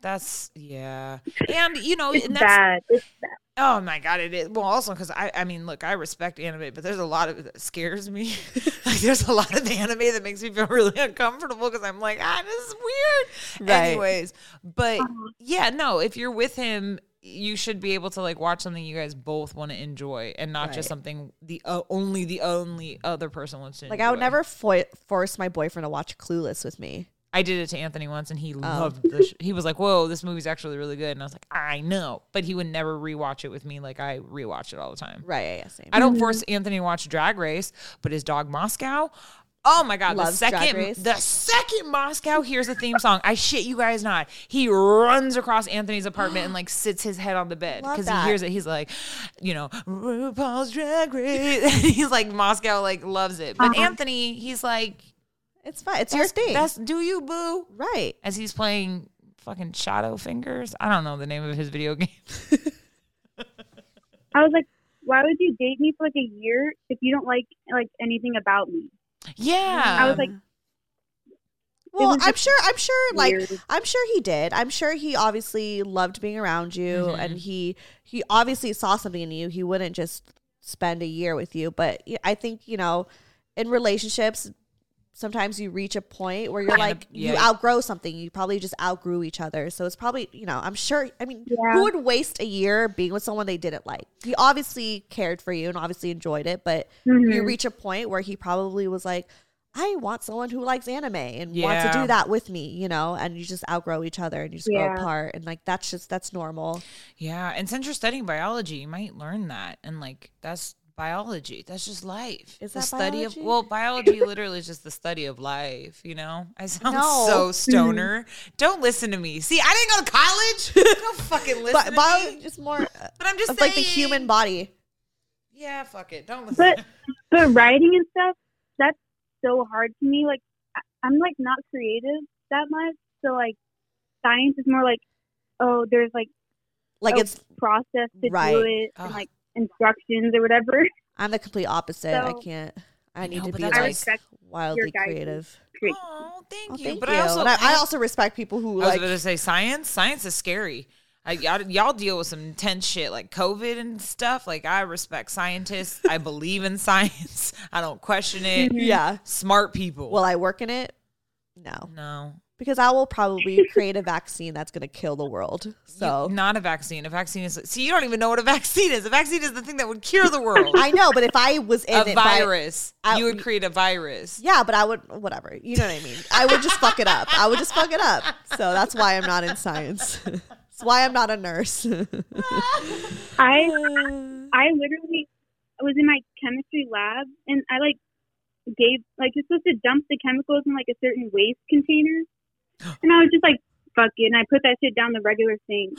Speaker 2: That's yeah, and you know,
Speaker 5: It's
Speaker 2: and that's
Speaker 5: bad. It's bad.
Speaker 2: Oh my god, it is. Well, also because I, I mean, look, I respect anime, but there's a lot of that scares me. like, there's a lot of anime that makes me feel really uncomfortable because I'm like, ah, this is weird.
Speaker 3: Right. Uh-huh.
Speaker 2: Anyways, but yeah, no, if you're with him, you should be able to like watch something you guys both want to enjoy and not
Speaker 3: Right.
Speaker 2: just something the uh, only the only other person wants to
Speaker 3: Like I would
Speaker 2: enjoy.
Speaker 3: never fo- force my boyfriend to watch Clueless with me.
Speaker 2: I did it to Anthony once and he
Speaker 3: Oh.
Speaker 2: loved the sh- he was like, "Whoa, this movie's actually really good." And I was like, "I know." But he would never rewatch it with me like I rewatch it all the time.
Speaker 3: Right? Yeah. yeah, Same.
Speaker 2: I don't force Anthony to watch Drag Race, but his dog Moscow. Oh my god!
Speaker 3: Loves
Speaker 2: the
Speaker 3: Drag
Speaker 2: second,
Speaker 3: Race.
Speaker 2: the second Moscow hears the theme song, I shit you guys not. He runs across Anthony's apartment and like sits his head on the bed
Speaker 3: Love
Speaker 2: because he
Speaker 3: that.
Speaker 2: hears it. He's like, you know, RuPaul's Drag Race. he's like Moscow, like loves it. But Anthony, he's like,
Speaker 3: It's fine. Uh-huh. It's your thing.
Speaker 2: that's do you boo?
Speaker 3: right.
Speaker 2: As he's playing fucking Shadow Fingers. I don't know the name of his video game.
Speaker 5: I was like, why would you date me for like a year if you don't like like anything about me?
Speaker 2: yeah,
Speaker 5: I was like,
Speaker 3: Well,
Speaker 5: was
Speaker 3: I'm sure. I'm sure. Like,
Speaker 5: weird.
Speaker 3: I'm sure he did. I'm sure he obviously loved being around you,
Speaker 2: Mm-hmm.
Speaker 3: and he he obviously saw something in you. He wouldn't just spend a year with you. But y- I think you know, in relationships, sometimes you reach a point where you're
Speaker 2: Kind of,
Speaker 3: like you
Speaker 2: yeah.
Speaker 3: outgrow something. You probably just outgrew each other. So it's probably you know. I'm sure. I mean,
Speaker 5: Yeah.
Speaker 3: who would waste a year being with someone they didn't like? He obviously cared for you and obviously enjoyed it, but you
Speaker 2: Mm-hmm.
Speaker 5: mhm.
Speaker 3: reach a point where he probably was like, I want someone who likes anime and wants to
Speaker 2: Yeah.
Speaker 3: do that with me, you know, and you just outgrow each other and you just
Speaker 5: Yeah.
Speaker 3: grow apart. And like, that's just, that's normal.
Speaker 2: Yeah, and since you're studying biology, you might learn that, and like that's biology. That's just life.
Speaker 3: Is
Speaker 2: the
Speaker 3: that
Speaker 2: study of
Speaker 3: biology?
Speaker 2: well, biology literally is just the study of life. You know, I sound
Speaker 3: No.
Speaker 2: so stoner. Don't listen to me. See, I didn't go to college. Don't fucking listen.
Speaker 3: But
Speaker 2: to
Speaker 3: bio
Speaker 2: me.
Speaker 3: just more
Speaker 2: but I'm just
Speaker 3: of like the
Speaker 2: saying.
Speaker 3: human body.
Speaker 2: Yeah, fuck it. Don't listen.
Speaker 5: but but writing and stuff that's so hard to me. Like I- I'm like not creative that much, so like science is more like oh there's like
Speaker 3: Like,
Speaker 2: Oh.
Speaker 5: a
Speaker 3: it's,
Speaker 5: process to
Speaker 3: Right.
Speaker 5: do it
Speaker 2: Ugh.
Speaker 5: and like instructions or whatever.
Speaker 3: I'm the complete opposite. I
Speaker 5: So-
Speaker 3: can't, I
Speaker 2: I
Speaker 3: need
Speaker 2: know,
Speaker 3: to
Speaker 2: but
Speaker 3: be
Speaker 2: that's- I
Speaker 3: like
Speaker 5: respect
Speaker 3: wildly
Speaker 5: guidance.
Speaker 3: creative.
Speaker 2: oh, thank
Speaker 3: Oh,
Speaker 2: you.
Speaker 3: thank
Speaker 2: but
Speaker 3: you.
Speaker 2: I also
Speaker 3: And I, I also respect people who
Speaker 2: I was
Speaker 3: like,
Speaker 2: about to say science. Science is scary. I, y'all, y'all deal with some intense shit like COVID and stuff. Like I respect scientists. I believe in science. I don't question it.
Speaker 3: yeah,
Speaker 2: Smart people.
Speaker 3: will I work in it? No,
Speaker 2: no.
Speaker 3: because I will probably create a vaccine that's going to kill the world. So
Speaker 2: You- not a vaccine. A vaccine is see. You don't even know what a vaccine is. A vaccine is the thing that would cure the world.
Speaker 3: I know, but if I was in
Speaker 2: A
Speaker 3: it by-
Speaker 2: virus.
Speaker 3: I-
Speaker 2: you would create a virus.
Speaker 3: Yeah, but I would whatever. You know what I mean. I would just fuck it up. I would just fuck it up. So that's why I'm not in science. That's why I'm not a nurse.
Speaker 5: I I literally was in my chemistry lab and I like gave like you're supposed to dump the chemicals in like a certain waste container, and I was just like fuck it, and I put that shit down the regular thing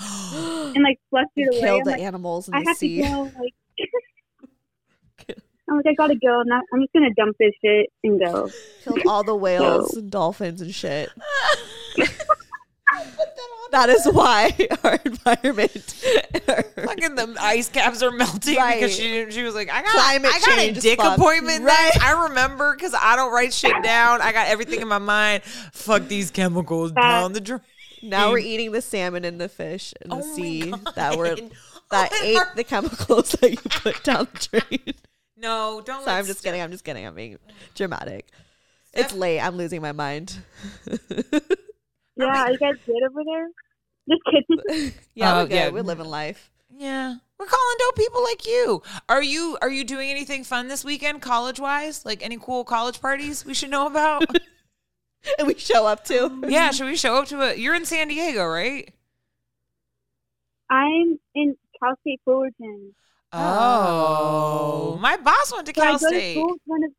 Speaker 5: and like flushed it away.
Speaker 3: Kill
Speaker 5: I'm
Speaker 3: the
Speaker 5: like,
Speaker 3: animals in
Speaker 5: I
Speaker 3: the
Speaker 5: have
Speaker 3: sea.
Speaker 5: to go. Like, I'm like I gotta go. Now I'm just gonna dump this shit and go.
Speaker 3: Killed all the whales and dolphins and shit. that is why our environment, our
Speaker 2: Fucking the ice caps are melting
Speaker 3: Right.
Speaker 2: because she she was like, I got
Speaker 3: Climate
Speaker 2: I got
Speaker 3: change
Speaker 2: a
Speaker 3: is
Speaker 2: dick
Speaker 3: fucked.
Speaker 2: appointment.
Speaker 3: Right.
Speaker 2: next. I remember because I don't write shit down. I got everything in my mind. Fuck these chemicals down the drain.
Speaker 3: now we're eating the salmon and the fish in the
Speaker 2: Oh my
Speaker 3: sea
Speaker 2: God.
Speaker 3: that were that
Speaker 2: Oh my
Speaker 3: ate
Speaker 2: God.
Speaker 3: the chemicals that you put down the drain.
Speaker 2: No, don't.
Speaker 3: So I'm
Speaker 2: let's-
Speaker 3: just kidding. I'm just kidding. I'm being dramatic. It's late. I'm losing my mind.
Speaker 5: Yeah, you guys good over there? Just kidding.
Speaker 3: Yeah,
Speaker 2: Oh,
Speaker 3: we're good.
Speaker 2: yeah.
Speaker 3: We're living life.
Speaker 2: Yeah, we're calling dope people like you. Are you are you doing anything fun this weekend, college wise? Like any cool college parties we should know about?
Speaker 3: And we show up too.
Speaker 2: yeah, should we show up to a? You're in San Diego, right?
Speaker 5: I'm in Cal State Fullerton.
Speaker 2: Oh, my boss went to
Speaker 5: So I
Speaker 2: Cal
Speaker 5: go to
Speaker 2: State.
Speaker 5: school with one of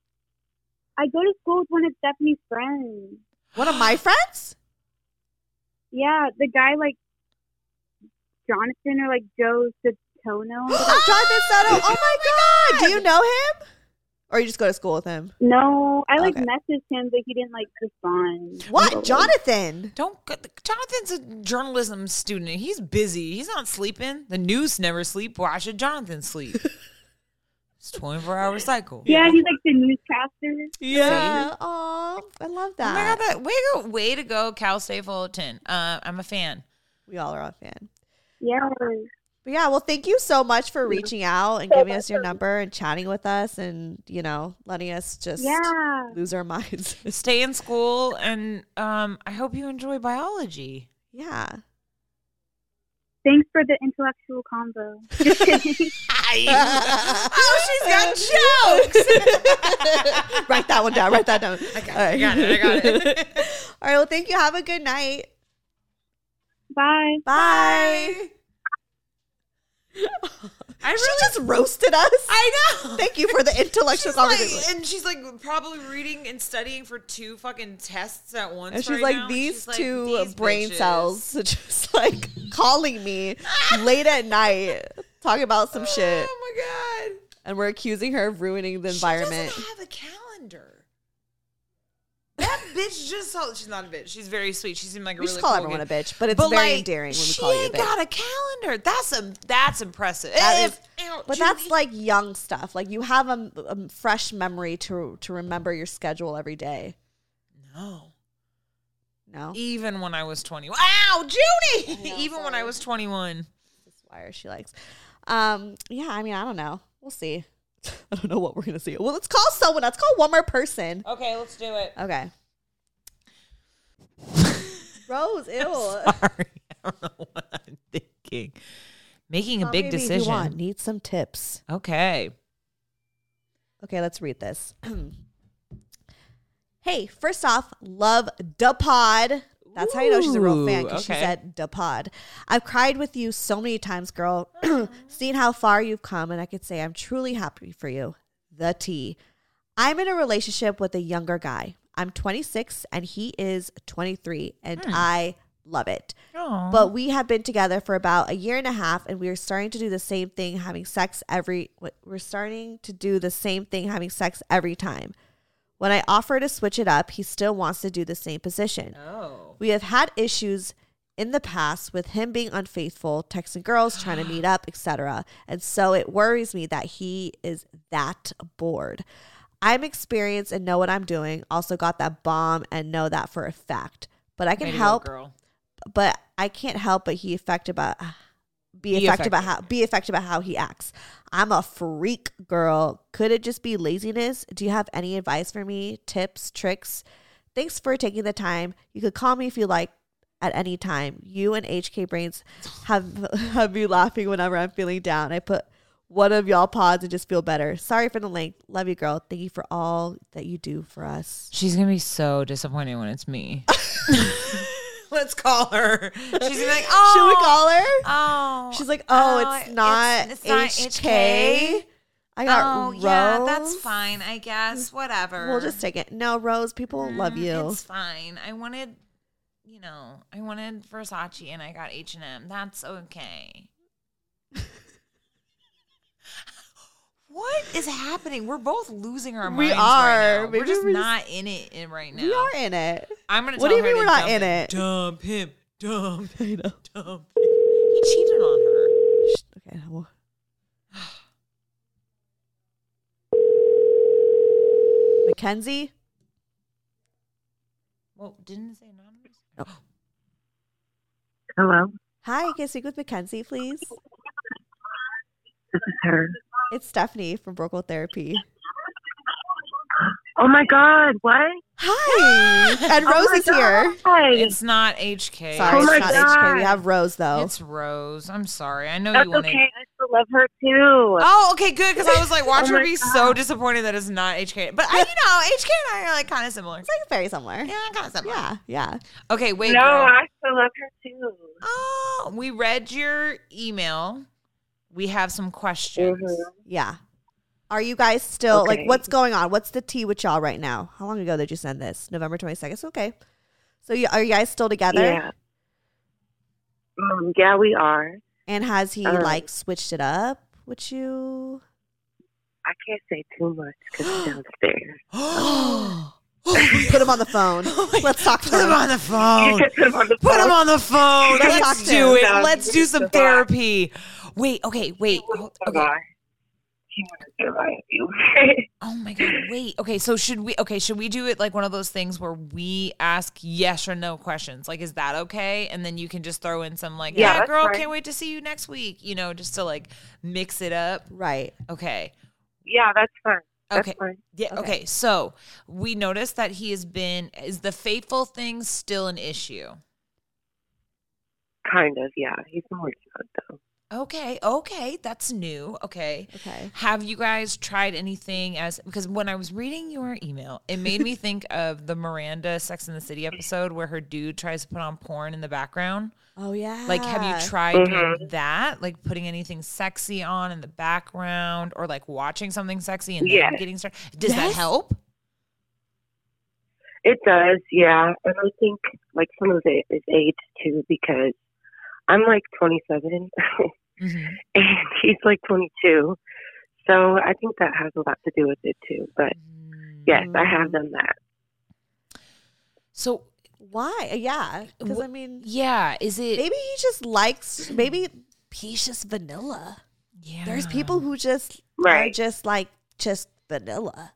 Speaker 5: I go to school with one of Stephanie's friends.
Speaker 3: One of my friends?
Speaker 5: Yeah, the guy like Jonathan or like Joe Satono.
Speaker 3: Jonathan Soto. Oh my God. Do you know him? Or you just go to school with him?
Speaker 5: no, I like
Speaker 3: Okay.
Speaker 5: messaged him, but he didn't like respond.
Speaker 3: What? Jonathan?
Speaker 2: Don't go- Jonathan's a journalism student. He's busy. He's not sleeping. The news never sleep. Why should Jonathan sleep? it's a 24 hour cycle.
Speaker 5: Yeah, he's like the newscaster.
Speaker 3: Yeah. Oh, I love
Speaker 2: Oh my
Speaker 3: that.
Speaker 2: god, that way to go, way to go, Cal State Fullerton. Uh, I'm a fan.
Speaker 3: We all are a fan.
Speaker 5: Yeah,
Speaker 3: But yeah, well, thank you so much for reaching out and giving us your number and chatting with us and, you know, letting us just
Speaker 5: yeah.
Speaker 3: lose our minds.
Speaker 2: Stay in school, and um, I hope you enjoy biology.
Speaker 3: yeah.
Speaker 5: Thanks for the intellectual convo. Just kidding.
Speaker 2: oh, she's got jokes.
Speaker 3: write that one down. Write that down. I got,
Speaker 2: I got it. I got it.
Speaker 3: All right. Well, thank you. Have a good night.
Speaker 5: Bye.
Speaker 3: Bye.
Speaker 2: I
Speaker 3: She
Speaker 2: really,
Speaker 3: just roasted us.
Speaker 2: I know.
Speaker 3: Thank you for the intellectual
Speaker 2: She's
Speaker 3: conversation.
Speaker 2: like, and she's like probably reading and studying for two fucking tests at once.
Speaker 3: and she's
Speaker 2: right
Speaker 3: like,
Speaker 2: now.
Speaker 3: these
Speaker 2: She's like,
Speaker 3: two
Speaker 2: "These
Speaker 3: brain
Speaker 2: bitches."
Speaker 3: cells just like calling me late at night, talking about some shit,
Speaker 2: Oh my god!
Speaker 3: and we're accusing her of ruining the
Speaker 2: She
Speaker 3: environment.
Speaker 2: doesn't have a calendar. That bitch just told. She's not a bitch. She's very sweet. She seemed like a
Speaker 3: We
Speaker 2: really
Speaker 3: just call
Speaker 2: cool
Speaker 3: everyone
Speaker 2: kid.
Speaker 3: a bitch, but it's
Speaker 2: But,
Speaker 3: very
Speaker 2: like,
Speaker 3: endearing when we
Speaker 2: she
Speaker 3: call you a
Speaker 2: ain't
Speaker 3: bitch.
Speaker 2: got a calendar. That's a that's impressive.
Speaker 3: That
Speaker 2: If-
Speaker 3: is-
Speaker 2: Ow,
Speaker 3: but that's
Speaker 2: Julie.
Speaker 3: like young stuff. Like you have a, a fresh memory to to remember your schedule every day.
Speaker 2: no.
Speaker 3: No,
Speaker 2: Even when I was twenty. Wow,
Speaker 3: Oh,
Speaker 2: Judy. Even when I was twenty-one.
Speaker 3: that's why she likes. Um, yeah, I mean, I don't know. We'll see. I don't know what we're gonna see. Well, let's call someone. Let's call one more person.
Speaker 2: Okay, let's do it.
Speaker 3: Okay. Rose, ew.
Speaker 2: Sorry, I don't know what I'm thinking. Making a
Speaker 3: Call
Speaker 2: big
Speaker 3: me if you want.
Speaker 2: decision.
Speaker 3: Need some tips.
Speaker 2: Okay.
Speaker 3: Okay, let's read this. hey, first off, love da pod. That's how you know she's a real fan
Speaker 2: Ooh,
Speaker 3: because she
Speaker 2: okay.
Speaker 3: said da pod. I've cried with you so many times, girl. Seen how far you've come, and I could say I'm truly happy for you. The T. I'm in a relationship with a younger guy. I'm 26 and he is 23, and I love it. But we have been together for about a year and a half, and we are starting to do the same thing, having sex every. what- We're starting to do the same thing, having sex every time. When I offer to switch it up, he still wants to do the same position.
Speaker 2: Oh.
Speaker 3: We have had issues in the past with him being unfaithful, texting girls, trying to meet up, etc. And so it worries me that he is that bored. I'm experienced and know what I'm doing. Also got that bomb and know that for a fact. But I can
Speaker 2: Way to go,
Speaker 3: help
Speaker 2: girl.
Speaker 3: but I can't help but he affected about uh, be,
Speaker 2: Be
Speaker 3: affected about how
Speaker 2: affected.
Speaker 3: be affected about how he acts. I'm a freak girl. Could it just be laziness? Do you have any advice for me? Tips, tricks? Thanks for taking the time. You could call me if you like at any time. You and HK Brains have have me laughing whenever I'm feeling down. I put one of y'all pods and just feel better. Sorry for the length. Love you, girl. Thank you for all that you do for us.
Speaker 2: She's gonna be so disappointed when it's me. Let's call her. She's gonna be like, oh,
Speaker 3: Should we call her?
Speaker 2: Oh,
Speaker 3: She's like, oh,
Speaker 2: oh,
Speaker 3: it's not
Speaker 2: it's- it's not
Speaker 3: HK.
Speaker 2: HK.
Speaker 3: I got
Speaker 2: oh
Speaker 3: Rose.
Speaker 2: yeah, that's fine. I guess whatever.
Speaker 3: We'll just take it. No, Rose, people love
Speaker 2: Mm,
Speaker 3: you.
Speaker 2: It's fine. I wanted, you know, I wanted Versace and I got H and M. That's okay. what is happening? We're both losing our
Speaker 3: We
Speaker 2: minds. right
Speaker 3: are.
Speaker 2: now.
Speaker 3: Maybe
Speaker 2: We're just
Speaker 3: we're just-
Speaker 2: not in it in- right now.
Speaker 3: We are in it.
Speaker 2: I'm gonna.
Speaker 3: What do
Speaker 2: tell
Speaker 3: you
Speaker 2: her
Speaker 3: mean
Speaker 2: to
Speaker 3: we're not
Speaker 2: dump
Speaker 3: in
Speaker 2: him.
Speaker 3: it?
Speaker 2: Dump him. Dump.
Speaker 3: I know.
Speaker 2: Dump. him. He cheated on her.
Speaker 3: Shh, Okay. well, Mackenzie?
Speaker 2: Well, didn't it say anonymous?
Speaker 4: Hello,
Speaker 3: Hi, can I speak with Mackenzie, please?
Speaker 4: this is her.
Speaker 3: It's Stephanie from Brocal Therapy.
Speaker 4: Oh my God, what?
Speaker 3: Hi! and Rose
Speaker 4: oh my
Speaker 3: is here.
Speaker 4: God.
Speaker 2: Ah! It's not HK.
Speaker 3: Sorry,
Speaker 4: Oh
Speaker 3: it's
Speaker 4: my
Speaker 3: not HK. We
Speaker 4: God.
Speaker 3: have Rose, though.
Speaker 2: It's Rose. I'm sorry. I know
Speaker 4: That's
Speaker 2: you wanted.
Speaker 4: okay. I still love her too.
Speaker 2: Oh, okay, good. Because I was like, watch
Speaker 4: Oh
Speaker 2: her
Speaker 4: my
Speaker 2: be so disappointed that it's not HK. But I, you know, HK and I are like kind of similar.
Speaker 3: it's like very similar.
Speaker 2: Yeah, kind of similar.
Speaker 3: Yeah, yeah.
Speaker 2: Okay, wait.
Speaker 4: no,
Speaker 2: girl.
Speaker 4: I still love her too.
Speaker 2: oh, we read your email. We have some questions.
Speaker 4: Mhm.
Speaker 3: Yeah. Are you guys still like
Speaker 4: Okay.
Speaker 3: what's going on? What's the tea with y'all right now? How long ago did you send this? November 22nd. Okay. So you, are you guys still together?
Speaker 4: Yeah. Um, yeah, we are.
Speaker 3: And has he
Speaker 4: Uh.
Speaker 3: like switched it up with you?
Speaker 4: I can't say too much because he's downstairs. Mm-hmm.
Speaker 3: Put him on the phone. Let's talk to
Speaker 2: Put him
Speaker 3: him.
Speaker 2: on the phone.
Speaker 4: Put him on the
Speaker 2: Oh. Put him
Speaker 4: phone.
Speaker 2: on the phone.
Speaker 3: Let's talk
Speaker 2: Let's
Speaker 3: to
Speaker 2: do
Speaker 3: him.
Speaker 2: it.
Speaker 4: No,
Speaker 2: Let's do
Speaker 4: he's
Speaker 2: some
Speaker 4: a bot.
Speaker 2: therapy. Wait. Okay. Wait.
Speaker 4: He wouldn't
Speaker 2: Okay.
Speaker 4: survive. He wouldn't survive you.
Speaker 2: Oh my god, wait. Okay, so should we okay, should we do it like one of those things where we ask yes or no questions? Like is that okay? And then you can just throw in some like,
Speaker 4: Yeah,
Speaker 2: yeah,
Speaker 4: that's
Speaker 2: girl,
Speaker 4: fine.
Speaker 2: can't wait to see you next week, you know, just to like mix it up.
Speaker 3: Right.
Speaker 2: Okay.
Speaker 4: yeah, that's fine. That's
Speaker 2: Okay.
Speaker 4: fine.
Speaker 2: Yeah,
Speaker 3: Okay.
Speaker 2: okay. So, we noticed that he has been is the faithful thing still an issue?
Speaker 6: Kind of, yeah. He's been working on it though.
Speaker 2: Okay, okay, that's new. Okay.
Speaker 3: Okay.
Speaker 2: Have you guys tried anything as because when I was reading your email, it made me think of the Miranda Sex in the City episode where her dude tries to put on porn in the background.
Speaker 3: Oh yeah.
Speaker 2: Like have you tried
Speaker 6: Mm-hmm.
Speaker 2: doing that? Like putting anything sexy on in the background or like watching something sexy and then
Speaker 6: Yes.
Speaker 2: getting started? Does that
Speaker 3: Yes.
Speaker 2: help?
Speaker 6: It does, yeah. And I think like some of it is age too because I'm like 27
Speaker 2: Mhm.
Speaker 6: and he's like 22. So I think that has a lot to do with it too. But yes, I have done that.
Speaker 2: So,
Speaker 3: Why? Yeah. Because
Speaker 2: Wh-
Speaker 3: I mean,
Speaker 2: yeah, is it
Speaker 3: maybe he just likes. Maybe he's just vanilla.
Speaker 2: yeah.
Speaker 3: There's people who just are
Speaker 6: Right.
Speaker 3: just like just vanilla.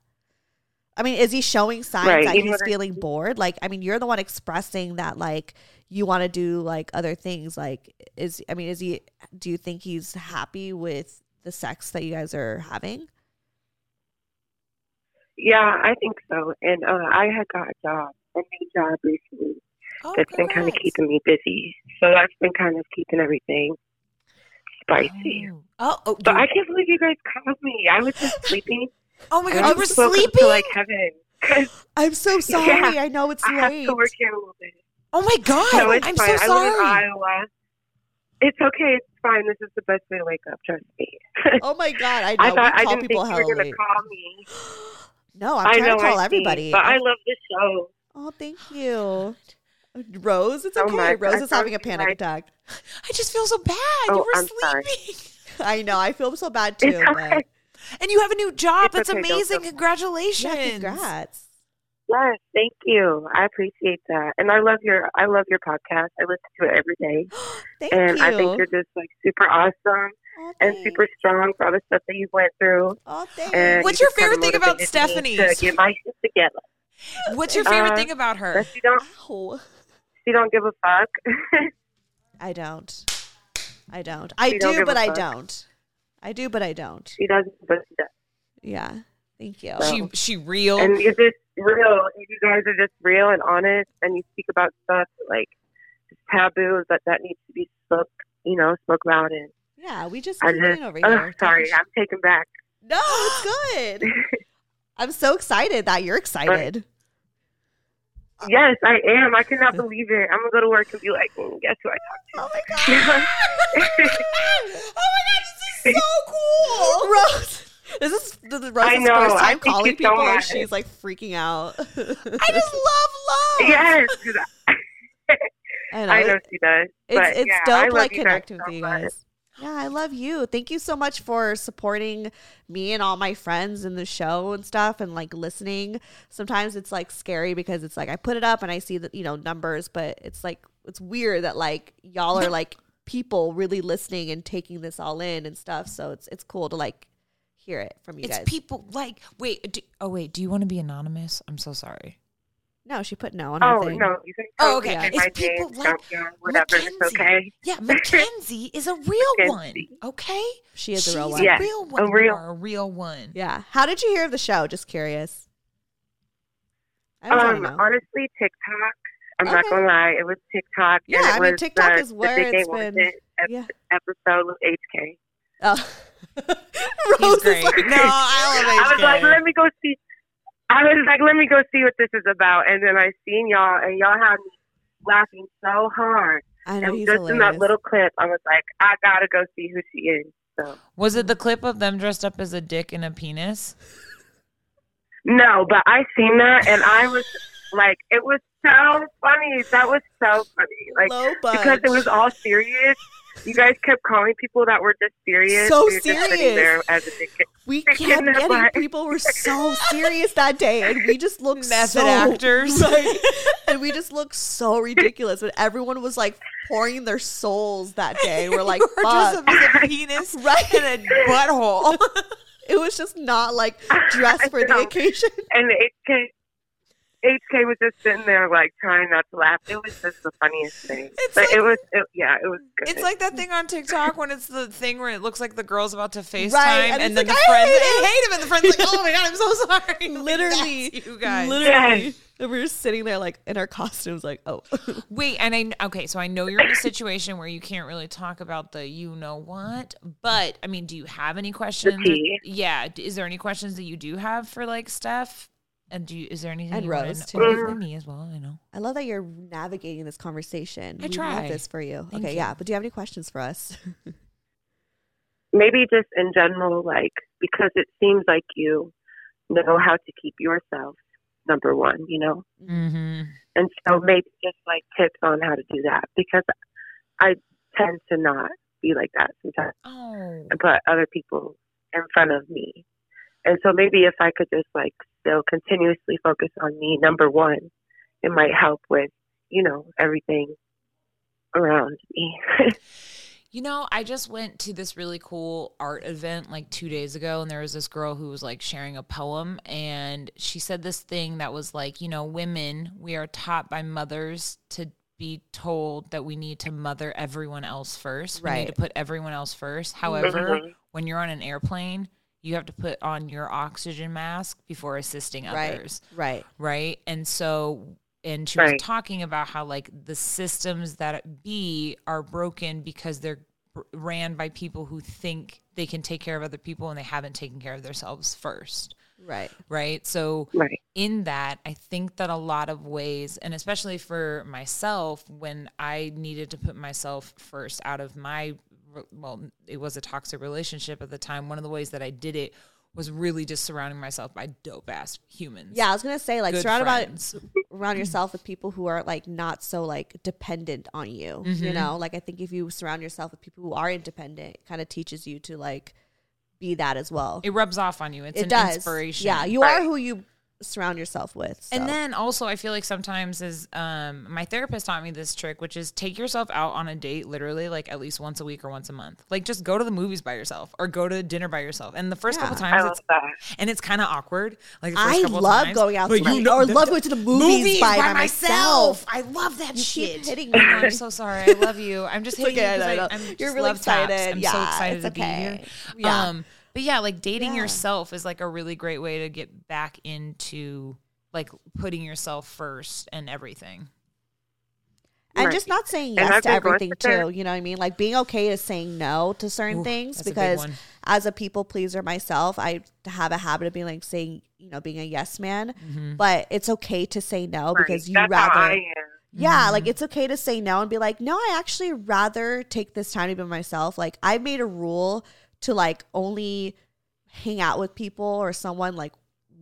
Speaker 3: I mean, is he showing signs
Speaker 6: Right,
Speaker 3: that
Speaker 6: you know
Speaker 3: he's
Speaker 6: what I-
Speaker 3: feeling bored? Like, I mean, you're the one expressing that, like, you want to do like other things. Like, is I mean, is he? Do you think he's happy with the sex that you guys are having?
Speaker 6: Yeah, I think so. And uh, I had got a job, a new job recently
Speaker 2: Oh,
Speaker 6: that's been kind of
Speaker 2: congrats.
Speaker 6: keeping me busy. So that's been kind of keeping everything spicy.
Speaker 2: Oh, oh,
Speaker 6: But
Speaker 2: you-
Speaker 6: I can't believe you guys called me. I was just sleeping.
Speaker 2: oh my
Speaker 6: I
Speaker 2: god, you
Speaker 6: was
Speaker 2: were
Speaker 6: just woke up
Speaker 2: sleeping.
Speaker 6: to like heaven. 'Cause
Speaker 3: I'm so sorry.
Speaker 6: Yeah.
Speaker 3: I know it's
Speaker 6: I have
Speaker 3: late.
Speaker 6: to work here a little bit.
Speaker 2: oh my god,
Speaker 6: No, it's
Speaker 2: I'm
Speaker 6: fine.
Speaker 2: so
Speaker 6: I live in
Speaker 2: sorry.
Speaker 6: Iowa. It's okay. It's fine. This is the best way to wake up. Trust me.
Speaker 3: Oh my god! I know.
Speaker 6: I thought
Speaker 3: we
Speaker 6: I
Speaker 3: call
Speaker 6: didn't
Speaker 3: people
Speaker 6: think you
Speaker 3: hell
Speaker 6: were gonna
Speaker 3: late.
Speaker 6: call me.
Speaker 3: No, I'm
Speaker 6: I
Speaker 3: trying
Speaker 6: know.
Speaker 3: to call
Speaker 6: I see,
Speaker 3: everybody.
Speaker 6: but I love the show.
Speaker 3: Oh, thank you. Rose, it's
Speaker 6: So
Speaker 3: okay.
Speaker 6: much.
Speaker 3: Rose
Speaker 6: I
Speaker 3: is having a
Speaker 6: promise you
Speaker 3: panic
Speaker 6: I-
Speaker 3: attack.
Speaker 2: I just feel so bad. you
Speaker 6: Oh,
Speaker 2: were
Speaker 6: I'm sorry.
Speaker 2: sleeping,
Speaker 3: I know. I feel so bad too.
Speaker 6: It's okay.
Speaker 3: But
Speaker 2: and you have a new job.
Speaker 6: It's
Speaker 2: That's
Speaker 6: okay, don't feel
Speaker 2: amazing.
Speaker 6: bad.
Speaker 2: Congratulations.
Speaker 3: yeah, congrats.
Speaker 6: Yes, thank you. I appreciate that, and I love your I love your podcast. I listen to it every day,
Speaker 3: Thank
Speaker 6: and
Speaker 3: you.
Speaker 6: I think you're just like super awesome
Speaker 3: oh,
Speaker 6: and
Speaker 3: thanks.
Speaker 6: super strong for all the stuff that you went through.
Speaker 3: Oh, thanks.
Speaker 6: And
Speaker 2: What's
Speaker 6: you
Speaker 2: your
Speaker 6: just kinda
Speaker 2: favorite thing about
Speaker 6: motivated me
Speaker 2: Stephanie's?
Speaker 6: To get my shit together.
Speaker 2: What's your favorite
Speaker 6: Uh,
Speaker 2: thing about her?
Speaker 6: That she don't
Speaker 3: Ow.
Speaker 6: she don't give a fuck.
Speaker 3: I don't. I don't. I
Speaker 6: You don't
Speaker 3: do,
Speaker 6: give
Speaker 3: but
Speaker 6: a
Speaker 3: I
Speaker 6: fuck.
Speaker 3: don't. I do, but I don't.
Speaker 6: she doesn't, but she does.
Speaker 3: Yeah. Thank you.
Speaker 2: She she real.
Speaker 6: and you're just real. and You guys are just real and honest, and you speak about stuff like taboos that that needs to be spoke, you know, spoke about. And
Speaker 3: yeah, we just
Speaker 6: I
Speaker 3: keep being
Speaker 6: just,
Speaker 3: over
Speaker 6: oh,
Speaker 3: here. talking
Speaker 6: sorry,
Speaker 3: shit.
Speaker 6: I'm taken back.
Speaker 3: No, it's good. I'm so excited that you're excited.
Speaker 6: Yes, I am. I cannot believe it. I'm gonna go to work and be like, mm, guess who I talked
Speaker 3: Oh
Speaker 6: to?
Speaker 3: my god.
Speaker 2: oh my god, this is so cool.
Speaker 3: Rose. This is this is Rose's
Speaker 6: I know,
Speaker 3: first
Speaker 6: I
Speaker 3: time
Speaker 6: think
Speaker 3: calling
Speaker 6: it's so
Speaker 3: people, and
Speaker 6: much.
Speaker 3: she's like freaking out.
Speaker 2: I just love
Speaker 3: Oh.
Speaker 2: love.
Speaker 6: yes, 'cause I-
Speaker 3: I know.
Speaker 6: I know she does.
Speaker 3: It's
Speaker 6: but
Speaker 3: it's
Speaker 6: yeah, I
Speaker 3: dope,
Speaker 6: love
Speaker 3: like
Speaker 6: you guys
Speaker 3: connecting
Speaker 6: so
Speaker 3: with you
Speaker 6: much.
Speaker 3: guys. Yeah, I love you. Thank you so much for supporting me and all my friends in the show and stuff, and like listening. Sometimes it's like scary because it's like I put it up and I see the you know numbers, but it's like it's weird that like y'all are like people really listening and taking this all in and stuff. So it's it's cool to like hear it from you
Speaker 2: It's
Speaker 3: guys.
Speaker 2: people like wait. Do, oh wait, do you want to be anonymous? I'm so sorry.
Speaker 3: no, she put no on her
Speaker 6: Oh
Speaker 3: thing.
Speaker 6: no, you can
Speaker 2: Oh,
Speaker 6: totally
Speaker 2: okay.
Speaker 6: say
Speaker 2: It's
Speaker 6: my
Speaker 2: people
Speaker 6: name,
Speaker 2: like
Speaker 6: Junkyard, whatever. It's
Speaker 2: Mackenzie.
Speaker 6: okay.
Speaker 2: Yeah, Mackenzie is a real
Speaker 6: Mackenzie.
Speaker 2: one. Okay,
Speaker 3: She is a real
Speaker 2: She's
Speaker 3: one.
Speaker 6: Yes,
Speaker 2: real
Speaker 6: a
Speaker 2: one. You
Speaker 6: real-
Speaker 2: are a real one.
Speaker 3: Yeah. How did you hear of the show? Just curious. I just wanna
Speaker 6: Um,
Speaker 3: know.
Speaker 6: honestly, TikTok. I'm not
Speaker 3: Okay.
Speaker 6: gonna lie, it was TikTok.
Speaker 3: Yeah,
Speaker 6: and it
Speaker 3: I mean,
Speaker 6: was
Speaker 3: TikTok
Speaker 6: the,
Speaker 3: is where
Speaker 6: the Big Gay
Speaker 3: it's been-
Speaker 6: Wanted ep-
Speaker 3: yeah.
Speaker 6: episode with HK.
Speaker 3: Oh.
Speaker 2: He's
Speaker 3: Rose is
Speaker 2: great.
Speaker 3: like,
Speaker 2: no, I love
Speaker 6: I was
Speaker 2: HK.
Speaker 6: like, let me go see. I was like, let me go see what this is about, and then I seen y'all, and y'all had me laughing so hard.
Speaker 3: I know
Speaker 6: And
Speaker 3: he's
Speaker 6: just in that
Speaker 3: hilarious.
Speaker 6: little clip, I was like, I gotta go see who she is. So
Speaker 2: Was it the clip of them dressed up as a dick and a penis?
Speaker 6: no, but I seen that, and I was like, it was so funny. That was so funny. Like
Speaker 3: low
Speaker 6: because it
Speaker 3: budge.
Speaker 6: was all serious. You guys kept calling people that were just serious.
Speaker 3: So
Speaker 6: We were Just
Speaker 3: serious.
Speaker 6: sitting there as a dick.
Speaker 3: we
Speaker 6: freaking
Speaker 3: kept
Speaker 6: that
Speaker 3: getting
Speaker 6: part.
Speaker 3: people were so serious that day, and we just looked
Speaker 2: Method
Speaker 3: so,
Speaker 2: actors.
Speaker 3: right? and we just looked so ridiculous. But everyone was like pouring their souls that day. We're like,
Speaker 2: You were dressed
Speaker 3: fuck.
Speaker 2: up as a penis
Speaker 3: Right.
Speaker 2: and a butthole.
Speaker 3: It was just not like dressed for the
Speaker 6: No.
Speaker 3: occasion.
Speaker 6: And HK, HK was just sitting there like trying not to laugh. It was just the funniest thing.
Speaker 2: It's
Speaker 6: but
Speaker 2: like-
Speaker 6: it was, it, yeah, it was good.
Speaker 2: It's like that thing on TikTok when it's the thing where it looks like the girl's about to FaceTime
Speaker 3: and
Speaker 2: and,
Speaker 3: it's like,
Speaker 2: then the
Speaker 3: "I
Speaker 2: friends
Speaker 3: hate
Speaker 2: hate him. and the friend's like, oh my god, I'm so sorry. Like,
Speaker 3: Literally,
Speaker 2: that's you guys.
Speaker 3: literally,
Speaker 6: Yes.
Speaker 3: And we were sitting there like in our costumes, like, oh,
Speaker 2: Wait, and I okay, so I know you're in a situation where you can't really talk about the you know what, but I mean, do you have any questions?
Speaker 6: tea.
Speaker 2: Yeah, d- is there any questions that you do have for like Steph? And do you, is there anything
Speaker 3: And
Speaker 2: you wanna
Speaker 3: Rose,
Speaker 2: know-
Speaker 3: too.
Speaker 2: well, and me as well? I know.
Speaker 3: I love that you're navigating this conversation.
Speaker 2: I
Speaker 3: We love
Speaker 2: try.
Speaker 3: this for you.
Speaker 2: Thank
Speaker 3: okay,
Speaker 2: you.
Speaker 3: yeah. But do you have any questions for us?
Speaker 6: maybe just in general, like because it seems like you know how to keep yourself number one, you know,
Speaker 2: Mm-hmm.
Speaker 6: and so maybe just like tips on how to do that because I tend to not be like that sometimes,
Speaker 2: Oh,
Speaker 6: but other people in front of me, and so maybe if I could just like still continuously focus on me number one, it might help with you know everything around me.
Speaker 2: You know, I just went to this really cool art event like two days ago, and there was this girl who was like sharing a poem, and she said this thing that was like, you know, women, we are taught by mothers to be told that we need to mother everyone else first. We need to
Speaker 3: Right. Mm-hmm.
Speaker 2: put everyone else first. However, when you're on an airplane, you have to put on your oxygen mask before assisting
Speaker 3: Right.
Speaker 2: others
Speaker 3: right.
Speaker 2: right? And so, and she was
Speaker 6: Right.
Speaker 2: talking about how like the systems that be are broken because they're r- ran by people who think they can take care of other people and they haven't taken care of themselves first,
Speaker 3: Right.
Speaker 2: right? So,
Speaker 6: right.
Speaker 2: in that, I think that a lot of ways, and especially for myself, when I needed to put myself first out of my, well, it was a toxic relationship at the time. One of the ways that I did it was really just surrounding myself by dope ass humans.
Speaker 3: Yeah, I was gonna say like
Speaker 2: Good
Speaker 3: surround about
Speaker 2: friends.
Speaker 3: around yourself with people who are like not so like dependent on you.
Speaker 2: Mm-hmm.
Speaker 3: You know, like I think if you surround yourself with people who are independent, it kind of teaches you to like be that as well.
Speaker 2: it rubs off on you. It's an inspiration.
Speaker 3: Yeah, you
Speaker 6: Right.
Speaker 3: are who you surround yourself with. so.
Speaker 2: And then also, I feel like sometimes is um, my therapist taught me this trick, which is take yourself out on a date, literally like at least once a week or once a month. Like just go to the movies by yourself or go to dinner by yourself. And the first couple times,
Speaker 6: I love
Speaker 2: it's
Speaker 6: that.
Speaker 2: and it's kind of awkward. Like the first
Speaker 3: I
Speaker 2: couple
Speaker 3: love
Speaker 2: times,
Speaker 3: going out
Speaker 2: but
Speaker 3: to
Speaker 2: you
Speaker 3: eat
Speaker 2: know-
Speaker 3: or love going to the movies by- by myself.
Speaker 2: I love that
Speaker 3: you
Speaker 2: shit.
Speaker 3: keep hitting
Speaker 2: I
Speaker 3: me.
Speaker 2: know, Oh I'm so sorry. I love you. I'm just
Speaker 3: It's
Speaker 2: hitting
Speaker 3: okay,
Speaker 2: you
Speaker 3: I
Speaker 2: because
Speaker 3: know,
Speaker 2: I,
Speaker 3: I know.
Speaker 2: am
Speaker 3: You're
Speaker 2: just
Speaker 3: really
Speaker 2: love taps.
Speaker 3: excited.
Speaker 2: I'm so
Speaker 3: Yeah, it's
Speaker 2: excited to
Speaker 3: okay.
Speaker 2: be here.
Speaker 3: Yeah.
Speaker 2: Um, but yeah, like dating
Speaker 3: Yeah.
Speaker 2: yourself is like a really great way to get back into like putting yourself first and everything.
Speaker 3: and
Speaker 6: Right.
Speaker 3: just not saying yes
Speaker 6: And I've
Speaker 3: to
Speaker 6: been going
Speaker 3: everything
Speaker 6: to
Speaker 3: too.
Speaker 6: therapy.
Speaker 3: You know what I mean? Like being okay to saying no to certain
Speaker 2: Ooh,
Speaker 3: things
Speaker 2: that's a big
Speaker 3: because
Speaker 2: one.
Speaker 3: as a people pleaser myself, I have a habit of being like saying, you know, being a yes man.
Speaker 2: Mm-hmm.
Speaker 3: But it's okay to say no
Speaker 6: Mm-hmm. Right.
Speaker 3: because you
Speaker 6: That's
Speaker 3: rather
Speaker 6: how I Mm-hmm. am.
Speaker 3: Yeah, like it's okay to say no and be like, no, I actually rather take this time to be myself. Like I made a rule to like only hang out with people or someone like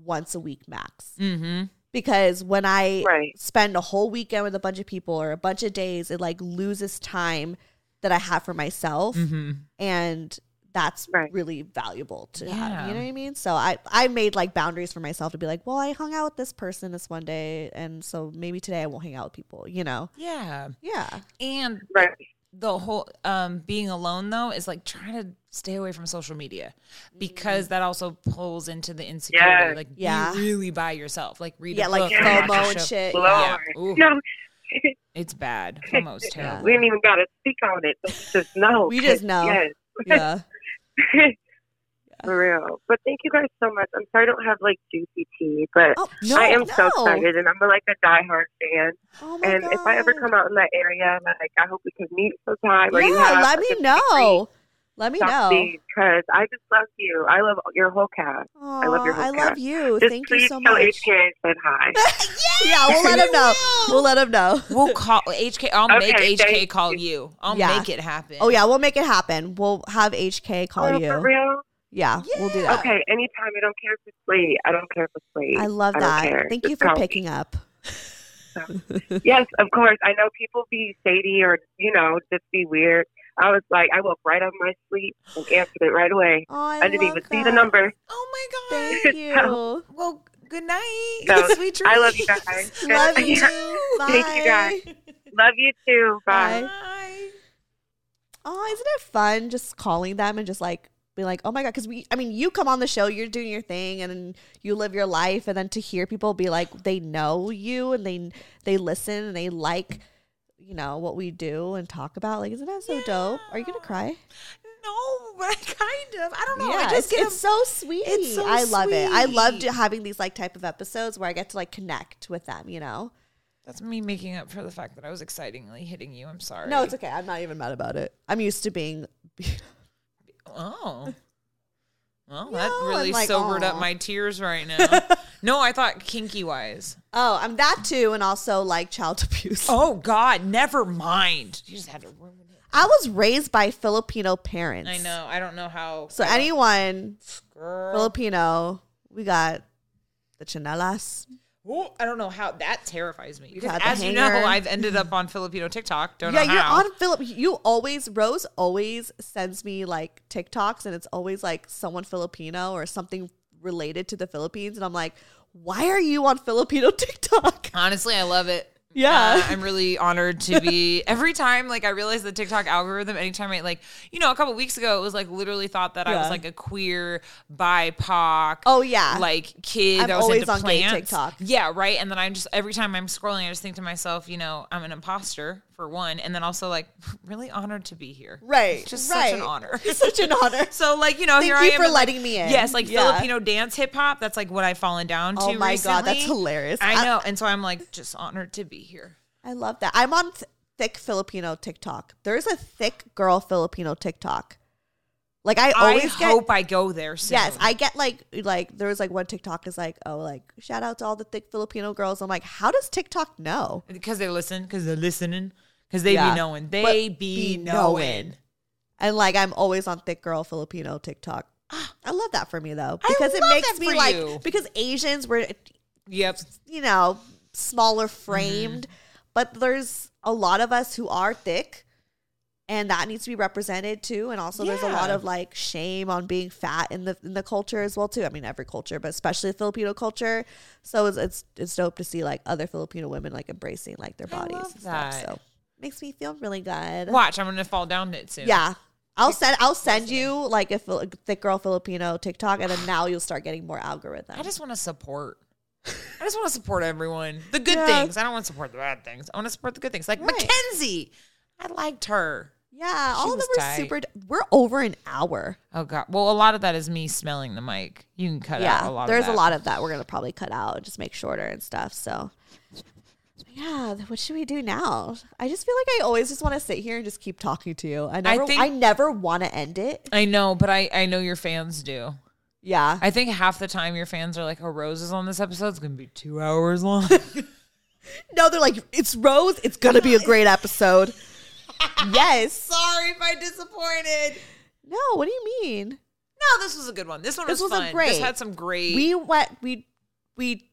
Speaker 3: once a week max.
Speaker 2: Mm-hmm.
Speaker 3: Because when I
Speaker 6: Right.
Speaker 3: spend a whole weekend with a bunch of people or a bunch of days, it like loses time that I have for myself.
Speaker 2: Mm-hmm.
Speaker 3: And that's
Speaker 6: Right.
Speaker 3: really valuable to
Speaker 2: Yeah.
Speaker 3: have. You know what I mean? So I, I made like boundaries for myself to be like, well, I hung out with this person this one day. And so maybe today I won't hang out with people, you know?
Speaker 2: Yeah.
Speaker 3: Yeah.
Speaker 2: And
Speaker 6: Right.
Speaker 2: the whole um being alone though is like trying to stay away from social media because that also pulls into the insecurity
Speaker 6: Yes.
Speaker 2: like
Speaker 3: Mm-hmm.
Speaker 2: be
Speaker 3: Yeah.
Speaker 2: really by yourself like read
Speaker 3: yeah,
Speaker 2: a
Speaker 3: like
Speaker 2: book and watch a
Speaker 3: FOMO and
Speaker 2: show.
Speaker 3: shit.
Speaker 6: Lord.
Speaker 2: yeah Ooh,
Speaker 6: No,
Speaker 2: it's bad FOMO's terrible
Speaker 6: we didn't even got to speak on it. But we just know.
Speaker 3: We just know.
Speaker 6: Yes.
Speaker 3: Yeah.
Speaker 6: For real. But thank you guys so much. I'm sorry I don't have like juicy tea, but
Speaker 3: Oh,
Speaker 6: I am so
Speaker 3: no.
Speaker 6: excited and I'm like a diehard fan.
Speaker 3: Oh my
Speaker 6: and if I ever
Speaker 3: God.
Speaker 6: come out in that area, like I hope we can meet sometime. or you
Speaker 3: yeah,
Speaker 6: have
Speaker 3: let
Speaker 6: like,
Speaker 3: me
Speaker 6: a
Speaker 3: know. Let me know.
Speaker 6: Because I just love you. I love your whole cast.
Speaker 3: Aw,
Speaker 6: I love your
Speaker 3: I
Speaker 6: whole
Speaker 3: love
Speaker 6: cast.
Speaker 3: you.
Speaker 6: Just
Speaker 3: Thank you
Speaker 6: please
Speaker 3: so
Speaker 6: tell
Speaker 3: much.
Speaker 6: HK I said hi.
Speaker 3: Yeah, we'll let him know. We'll let him know.
Speaker 2: we'll call HK I'll
Speaker 6: Okay,
Speaker 2: make HK
Speaker 6: thank
Speaker 2: call you I'll
Speaker 3: Yeah.
Speaker 2: make it happen
Speaker 3: Oh yeah, we'll make it happen. We'll have HK call
Speaker 6: Oh,
Speaker 3: you.
Speaker 6: For real?
Speaker 3: Yeah, we'll do that.
Speaker 6: Okay, anytime. I don't care if it's late. I don't care if it's late.
Speaker 3: I love
Speaker 6: don't
Speaker 3: that.
Speaker 6: care.
Speaker 3: Thank you
Speaker 6: Just
Speaker 3: for
Speaker 6: call me.
Speaker 3: picking up.
Speaker 6: Yes, of course. I know people be shady or, you know, just be weird. I was like, I woke right up my sleep and answered it right away.
Speaker 3: Oh, I,
Speaker 6: I, didn't
Speaker 3: love
Speaker 6: even see the
Speaker 3: that.
Speaker 6: number.
Speaker 2: oh my god
Speaker 3: Thank you.
Speaker 2: well good night
Speaker 6: So,
Speaker 2: sweet dreams
Speaker 6: I love you guys.
Speaker 3: love you. Bye.
Speaker 6: Thank you guys. Love you too. Bye.
Speaker 3: Bye.
Speaker 2: Bye.
Speaker 3: Oh, isn't it fun just calling them and just like be like, oh my god, because we, I mean, you come on the show, you're doing your thing, and then you live your life, and then to hear people be like, they know you and they they listen and they like, you know, what we do and talk about, like, isn't that so dope? Are you gonna cry?
Speaker 2: know, but I kind of. I don't know.
Speaker 3: yeah,
Speaker 2: I
Speaker 3: it's,
Speaker 2: just get
Speaker 3: it's so sweet.
Speaker 2: it's so
Speaker 3: I love it. I love
Speaker 2: sweet.
Speaker 3: do- having these like type of episodes where I get to like connect with them. You know?
Speaker 2: That's me making up for the fact that I was excitingly hitting you. I'm sorry.
Speaker 3: No, it's okay. I'm not even mad about it. I'm used to being.
Speaker 2: Oh. Well,
Speaker 3: No,
Speaker 2: that really
Speaker 3: I'm like,
Speaker 2: sobered
Speaker 3: aw.
Speaker 2: up my tears right now. no, I thought kinky wise.
Speaker 3: Oh, I'm that too, and also like child abuse.
Speaker 2: Oh God, never mind. You just had to ruin it.
Speaker 3: I was raised by Filipino parents.
Speaker 2: I know. I don't know how.
Speaker 3: So
Speaker 2: I don't-
Speaker 3: anyone
Speaker 2: girl,
Speaker 3: Filipino, we got the chanelas.
Speaker 2: Ooh, I don't know how that terrifies me. Because
Speaker 3: had the
Speaker 2: as you
Speaker 3: hanger.
Speaker 2: know, I've ended up on Filipino TikTok. Don't
Speaker 3: Yeah,
Speaker 2: know
Speaker 3: you're
Speaker 2: how.
Speaker 3: on Philip. You always Rose always sends me like TikToks, and it's always like someone Filipino or something related to the Philippines, and I'm like, why are you on Filipino TikTok?
Speaker 2: Honestly, I love it.
Speaker 3: Yeah.
Speaker 2: Uh, I'm really honored to be every time like I realize the TikTok algorithm anytime I like you know a couple weeks ago it was like literally thought that I
Speaker 3: Yeah.
Speaker 2: was like a queer BIPOC
Speaker 3: Oh yeah,
Speaker 2: like kid
Speaker 3: I'm
Speaker 2: that was
Speaker 3: always
Speaker 2: into
Speaker 3: on gay
Speaker 2: plants.
Speaker 3: TikTok.
Speaker 2: Yeah, right. And then I'm just every time I'm scrolling, I just think to myself, you know, I'm an imposter for one, and then also like really honored to be here.
Speaker 3: right,
Speaker 2: Just
Speaker 3: right.
Speaker 2: such an honor.
Speaker 3: such an honor.
Speaker 2: So like you know,
Speaker 3: Thank
Speaker 2: here
Speaker 3: you
Speaker 2: I am
Speaker 3: for
Speaker 2: in, like-
Speaker 3: letting me in.
Speaker 2: Yes, like
Speaker 3: Yeah.
Speaker 2: Filipino dance hip hop. That's like what I've fallen down to.
Speaker 3: Oh my god, that's
Speaker 2: recently.
Speaker 3: hilarious.
Speaker 2: I know, and so I'm like just honored to be here.
Speaker 3: I love that. I'm on th- thick Filipino TikTok. There's a thick girl Filipino TikTok. Like I
Speaker 2: I
Speaker 3: always get
Speaker 2: hope I go there soon.
Speaker 3: Yes, I get like like there was like one TikTok is like, oh, like shout out to all the thick Filipino girls. I'm like, how does TikTok know?
Speaker 2: because they listen, because they're listening, because they
Speaker 3: Yeah.
Speaker 2: be knowing, they
Speaker 3: But be
Speaker 2: be,
Speaker 3: knowing.
Speaker 2: knowing.
Speaker 3: And like I'm always on thick girl Filipino TikTok. I love that for me though
Speaker 2: I
Speaker 3: because it
Speaker 2: love
Speaker 3: makes
Speaker 2: that
Speaker 3: me
Speaker 2: for
Speaker 3: like
Speaker 2: you.
Speaker 3: because Asians were
Speaker 2: Yep.
Speaker 3: you know smaller
Speaker 2: Mm-hmm.
Speaker 3: framed, but there's a lot of us who are thick. And that needs to be represented too. And also, there's a lot
Speaker 2: Yeah.
Speaker 3: of like shame on being fat in the in the culture as well too. I mean, every culture, but especially the Filipino culture. So it's it's, it's dope to see like other Filipino women like embracing like their
Speaker 2: I
Speaker 3: bodies.
Speaker 2: love
Speaker 3: and stuff.
Speaker 2: that.
Speaker 3: So makes me feel really good.
Speaker 2: Watch, I'm gonna fall down it soon.
Speaker 3: Yeah. I'll send I'll send you like a Fil- thick girl Filipino TikTok, and then now you'll start getting more algorithms.
Speaker 2: I just want to support. I just want to support everyone. The good
Speaker 3: Yeah.
Speaker 2: things. I don't want to support the bad things. I want to support the good things. Like
Speaker 3: Right.
Speaker 2: Mackenzie. I liked her.
Speaker 3: yeah, all of them
Speaker 2: was
Speaker 3: are
Speaker 2: tight.
Speaker 3: super. We're over an hour.
Speaker 2: Oh god. Well, a lot of that is me smelling the mic. You can cut out
Speaker 3: yeah,
Speaker 2: a lot
Speaker 3: there's
Speaker 2: of that.
Speaker 3: a lot of that. We're gonna probably cut out and just make shorter and stuff. So, yeah, th- what should we do now? I just feel like I always just want to sit here and just keep talking to you. I never, I,
Speaker 2: think-
Speaker 3: never want to end it.
Speaker 2: I know, but I, I know your fans do.
Speaker 3: Yeah,
Speaker 2: I think half the time your fans are like, "Oh, Rose is on this episode. It's gonna be two hours long."
Speaker 3: no, they're like, it's Rose. It's gonna be a great episode. yes.
Speaker 2: Sorry if I disappointed.
Speaker 3: No. What do you mean?
Speaker 2: No, this was a good one. This one
Speaker 3: This
Speaker 2: was,
Speaker 3: was a
Speaker 2: fun.
Speaker 3: great-
Speaker 2: This had some great.
Speaker 3: we went we we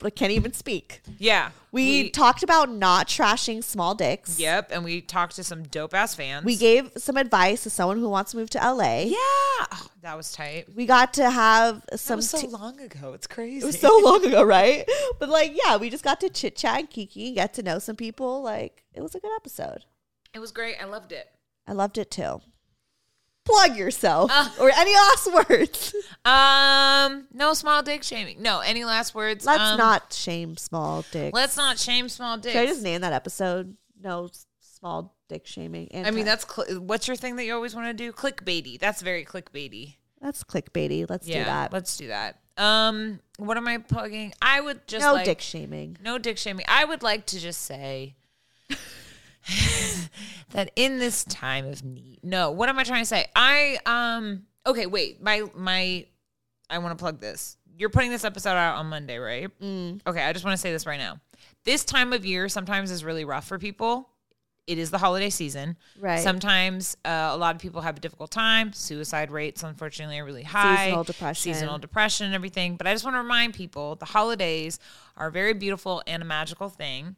Speaker 3: I can't even speak
Speaker 2: yeah,
Speaker 3: we, talked about not trashing small dicks
Speaker 2: Yep, and we talked to some dope ass fans.
Speaker 3: we gave some advice to someone who wants to move to la
Speaker 2: Yeah, oh, that was tight.
Speaker 3: we got to have
Speaker 2: That
Speaker 3: some
Speaker 2: was so
Speaker 3: t-
Speaker 2: long ago. It's crazy.
Speaker 3: it was so long ago right but like yeah we just got to chit chat and kiki and get to know some people like it was a good episode
Speaker 2: It was great. I loved it.
Speaker 3: i loved it too plug yourself
Speaker 2: Ah.
Speaker 3: or any last words
Speaker 2: Um, no small dick shaming. No, any last words?
Speaker 3: let's
Speaker 2: Um,
Speaker 3: not shame small dicks
Speaker 2: Let's not shame small dicks.
Speaker 3: should i just name that episode no s- small dick shaming
Speaker 2: I mean,
Speaker 3: Anti-
Speaker 2: that's cl- what's your thing that you always want to do? Clickbaity. That's very clickbaity.
Speaker 3: That's clickbaity. Let's do that.
Speaker 2: Let's do that. Um, what am I plugging? I would just
Speaker 3: no
Speaker 2: like,
Speaker 3: dick shaming.
Speaker 2: no dick shaming. I would like to just say that in this time of need. No, what am I trying to say? I um okay, wait. My my I want to plug this. You're putting this episode out on Monday, right?
Speaker 3: Mm.
Speaker 2: Okay, I just want to say this right now. This time of year sometimes is really rough for people. It is the holiday season.
Speaker 3: Right.
Speaker 2: Sometimes uh, a lot of people have a difficult time. Suicide rates, unfortunately, are really high.
Speaker 3: Seasonal depression.
Speaker 2: Seasonal depression and everything. But I just want to remind people the holidays are a very beautiful and a magical thing.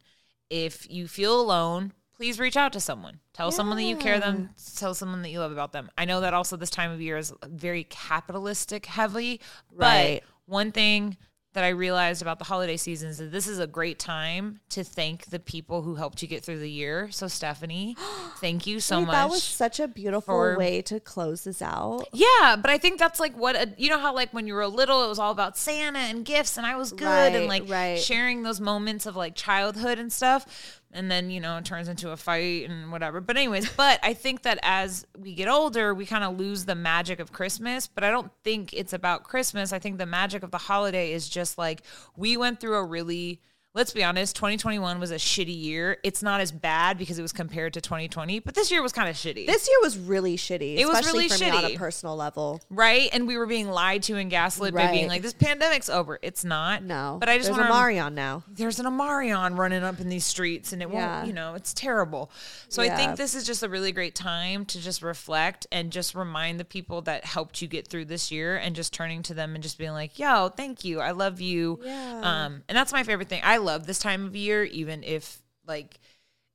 Speaker 2: If you feel alone, please reach out to someone. Tell someone that you care them. Tell someone that you love about them. I know that also this time of year is very capitalistic heavy,
Speaker 3: Right.
Speaker 2: but one thing that I realized about the holiday season is that this is a great time to thank the people who helped you get through the year. So Stephanie, thank you so
Speaker 3: Wait,
Speaker 2: much.
Speaker 3: That was such a beautiful
Speaker 2: for-
Speaker 3: way to close this out.
Speaker 2: Yeah, but I think that's like what a, you know how like when you were little, it was all about Santa and gifts, and I was good
Speaker 3: Right,
Speaker 2: and like
Speaker 3: right.
Speaker 2: sharing those moments of like childhood and stuff. and then you know it turns into a fight and whatever but anyways but i think that as we get older we kind of lose the magic of christmas but i don't think it's about christmas i think the magic of the holiday is just like we went through a really let's be honest 2021 was a shitty year it's not as bad because it was compared to 2020 but this year was kind of shitty
Speaker 3: This year was really shitty.
Speaker 2: It was
Speaker 3: especially
Speaker 2: really
Speaker 3: for me on a
Speaker 2: shitty.
Speaker 3: personal level.
Speaker 2: right and we were being lied to and gaslit by being
Speaker 3: Right.
Speaker 2: like this pandemic's over it's not
Speaker 3: No,
Speaker 2: but i just
Speaker 3: there's
Speaker 2: want
Speaker 3: a
Speaker 2: to
Speaker 3: Marion now.
Speaker 2: there's an Amarion running up in these streets and it
Speaker 3: Yeah.
Speaker 2: won't, you know, it's terrible. So I
Speaker 3: Yeah.
Speaker 2: think this is just a really great time to just reflect and just remind the people that helped you get through this year and just turning to them and just being like, yo, thank you. I love you. Um, and that's my favorite thing. I love this time of year, even if like,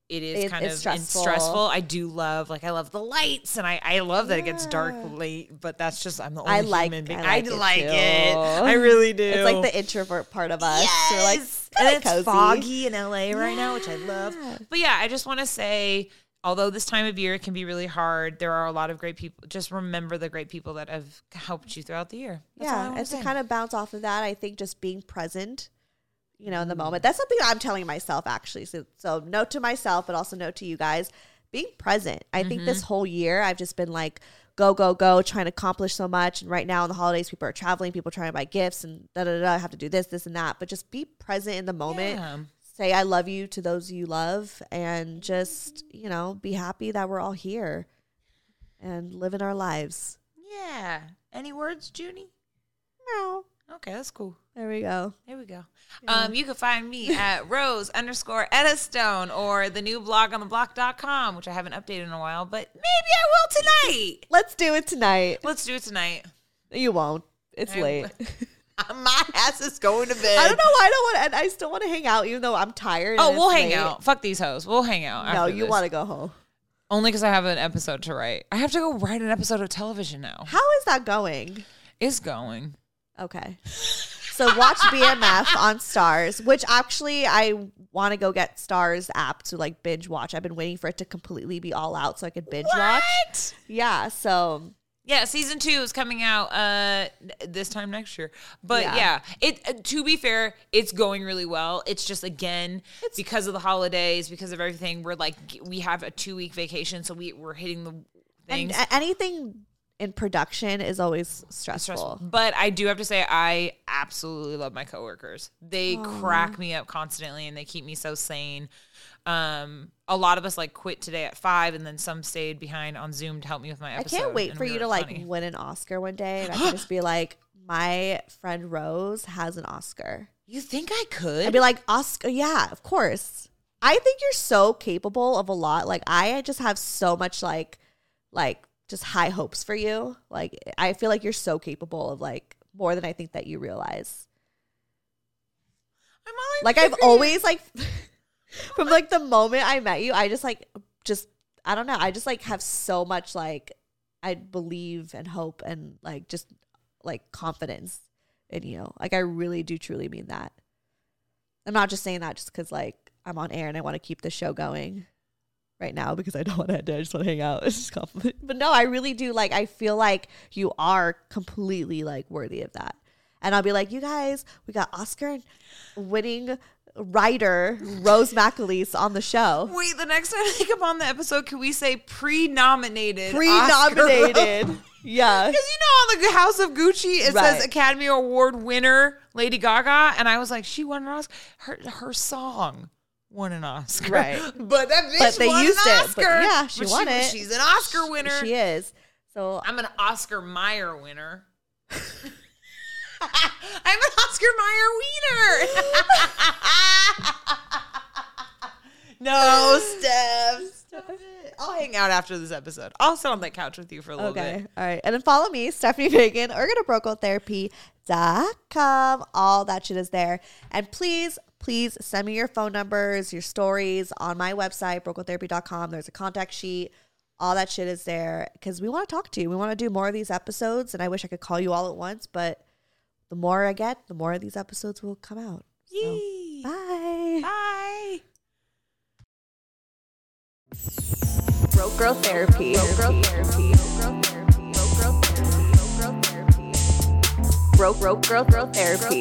Speaker 2: it is
Speaker 3: It-
Speaker 2: kind
Speaker 3: it's
Speaker 2: of
Speaker 3: stressful.
Speaker 2: stressful. stressful. I do love, like, I love the lights, and I, I love that it gets dark late. But that's just I'm the only
Speaker 3: I like.
Speaker 2: human being.
Speaker 3: I like, it,
Speaker 2: it.
Speaker 3: too.
Speaker 2: I really do.
Speaker 3: It's like the introvert part of us. We're like,
Speaker 2: and
Speaker 3: kinda
Speaker 2: it's
Speaker 3: cozy.
Speaker 2: foggy in LA right now, which I love. But yeah, I just want to say, although this time of year can be really hard, there are a lot of great people. Just remember the great people that have helped you throughout the year. That's all I
Speaker 3: yeah,
Speaker 2: wanna
Speaker 3: and to
Speaker 2: say.
Speaker 3: kind of bounce off of that, I think just being present, you know, in the
Speaker 2: Mm.
Speaker 3: moment. That's something I'm telling myself actually. So, so note to myself, but also note to you guys, being present. I think
Speaker 2: Mm-hmm.
Speaker 3: this whole year I've just been like go go go, trying to accomplish so much. And right now in the holidays, people are traveling, people are trying to buy gifts, and da da da. da, I have to do this, this, and that. But just be present in the moment.
Speaker 2: Yeah.
Speaker 3: Say I love you to those you love, and just you know, be happy that we're all here and living our lives.
Speaker 2: Yeah. Any words, Junie?
Speaker 3: No,
Speaker 2: Okay, that's cool.
Speaker 3: there we go.
Speaker 2: There we go. Um, you can find me at rose underscore Stone or the new blog on the block.com, which I haven't updated in a while, but maybe I will tonight.
Speaker 3: Let's do it tonight.
Speaker 2: Let's do it tonight.
Speaker 3: You won't. It's
Speaker 2: I-
Speaker 3: late.
Speaker 2: My ass is going to bed.
Speaker 3: I don't know why I don't want to, and I still want to hang out, even though I'm tired.
Speaker 2: Oh,
Speaker 3: and
Speaker 2: we'll
Speaker 3: it's
Speaker 2: hang
Speaker 3: late.
Speaker 2: out. Fuck these hoes. We'll hang out.
Speaker 3: No,
Speaker 2: after
Speaker 3: you
Speaker 2: this.
Speaker 3: want to go home.
Speaker 2: only because I have an episode to write. I have to go write an episode of television now.
Speaker 3: How is that going?
Speaker 2: It's going.
Speaker 3: Okay. So watch BMF on Stars, which actually I want to go get Stars app to like binge watch. I've been waiting for it to completely be all out so I could binge watch.
Speaker 2: What?
Speaker 3: Yeah. So
Speaker 2: Yeah, season two is coming out uh n- this time next year. But
Speaker 3: Yeah.
Speaker 2: yeah, it uh, to be fair, it's going really well. It's just again because of the holidays, because of everything. We're like g- we have a two week vacation, so we we're hitting the
Speaker 3: and
Speaker 2: things.
Speaker 3: a- anything in production is always
Speaker 2: stressful.
Speaker 3: stressful.
Speaker 2: But I do have to say, I absolutely love my coworkers. They crack me up constantly, and they keep me so sane. Um, a lot of us like quit today at five, and then some stayed behind on Zoom to help me with my
Speaker 3: I
Speaker 2: episode.
Speaker 3: can't wait
Speaker 2: and
Speaker 3: for
Speaker 2: we
Speaker 3: you
Speaker 2: were
Speaker 3: to like
Speaker 2: funny.
Speaker 3: win an Oscar one day, and I can just be like, my friend Rose has an Oscar.
Speaker 2: You think I could?
Speaker 3: I'd be like, Oscar, yeah, of course. I think you're so capable of a lot. Like I just have so much like like just high hopes for you. Like I feel like you're so capable of like more than I think that you realize.
Speaker 2: I'm all
Speaker 3: Like I've always like from like the moment I met you, I just like just I don't know, I just like have so much like I believe and hope and like just like confidence in you. Like I really do truly mean that. I'm not just saying that just cuz like I'm on air and I want to keep the show going right now because I don't want to end it. I just want to hang out. It's just compliment. But no, I really do like I feel like you are completely like worthy of that. And I'll be like, you guys, we got Oscar winning writer Rose McAleese on the show.
Speaker 2: Wait, the next time they come on the episode, can we say pre-nominated?
Speaker 3: Pre-nominated. Yeah.
Speaker 2: Because you know on the House of Gucci, it
Speaker 3: Right.
Speaker 2: says Academy Award winner Lady Gaga, and I was like, she won an Oscar. Her her song won an Oscar,
Speaker 3: Right.
Speaker 2: But that bitch
Speaker 3: But they
Speaker 2: won
Speaker 3: used
Speaker 2: an
Speaker 3: it.
Speaker 2: Oscar.
Speaker 3: But yeah, she won it.
Speaker 2: She's an Oscar winner.
Speaker 3: She is. So
Speaker 2: I'm an Oscar Meyer winner. I'm an Oscar Meyer wiener. no, Steph. Stop it. I'll hang out after this episode. I'll sit on that couch with you for a little bit.
Speaker 3: Okay. All right. And then follow me, Stephanie Fagan, or go to brocotherapy.com. All that shit is there. And please, please send me your phone numbers, your stories on my website, brocotherapy.com. There's a contact sheet. All that shit is there because we want to talk to you. We want to do more of these episodes. And I wish I could call you all at once, but the more I get, the more of these episodes will come out. So, Bye.
Speaker 2: Bye.
Speaker 1: Broke girl therapy. Broke girl therapy. Broke girl therapy. Broke girl therapy. Broke girl therapy. Broke broke girl girl therapy.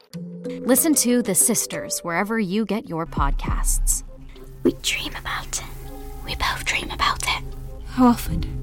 Speaker 7: Listen to The Sisters wherever you get your podcasts.
Speaker 8: We dream about it. We both dream about it. How often?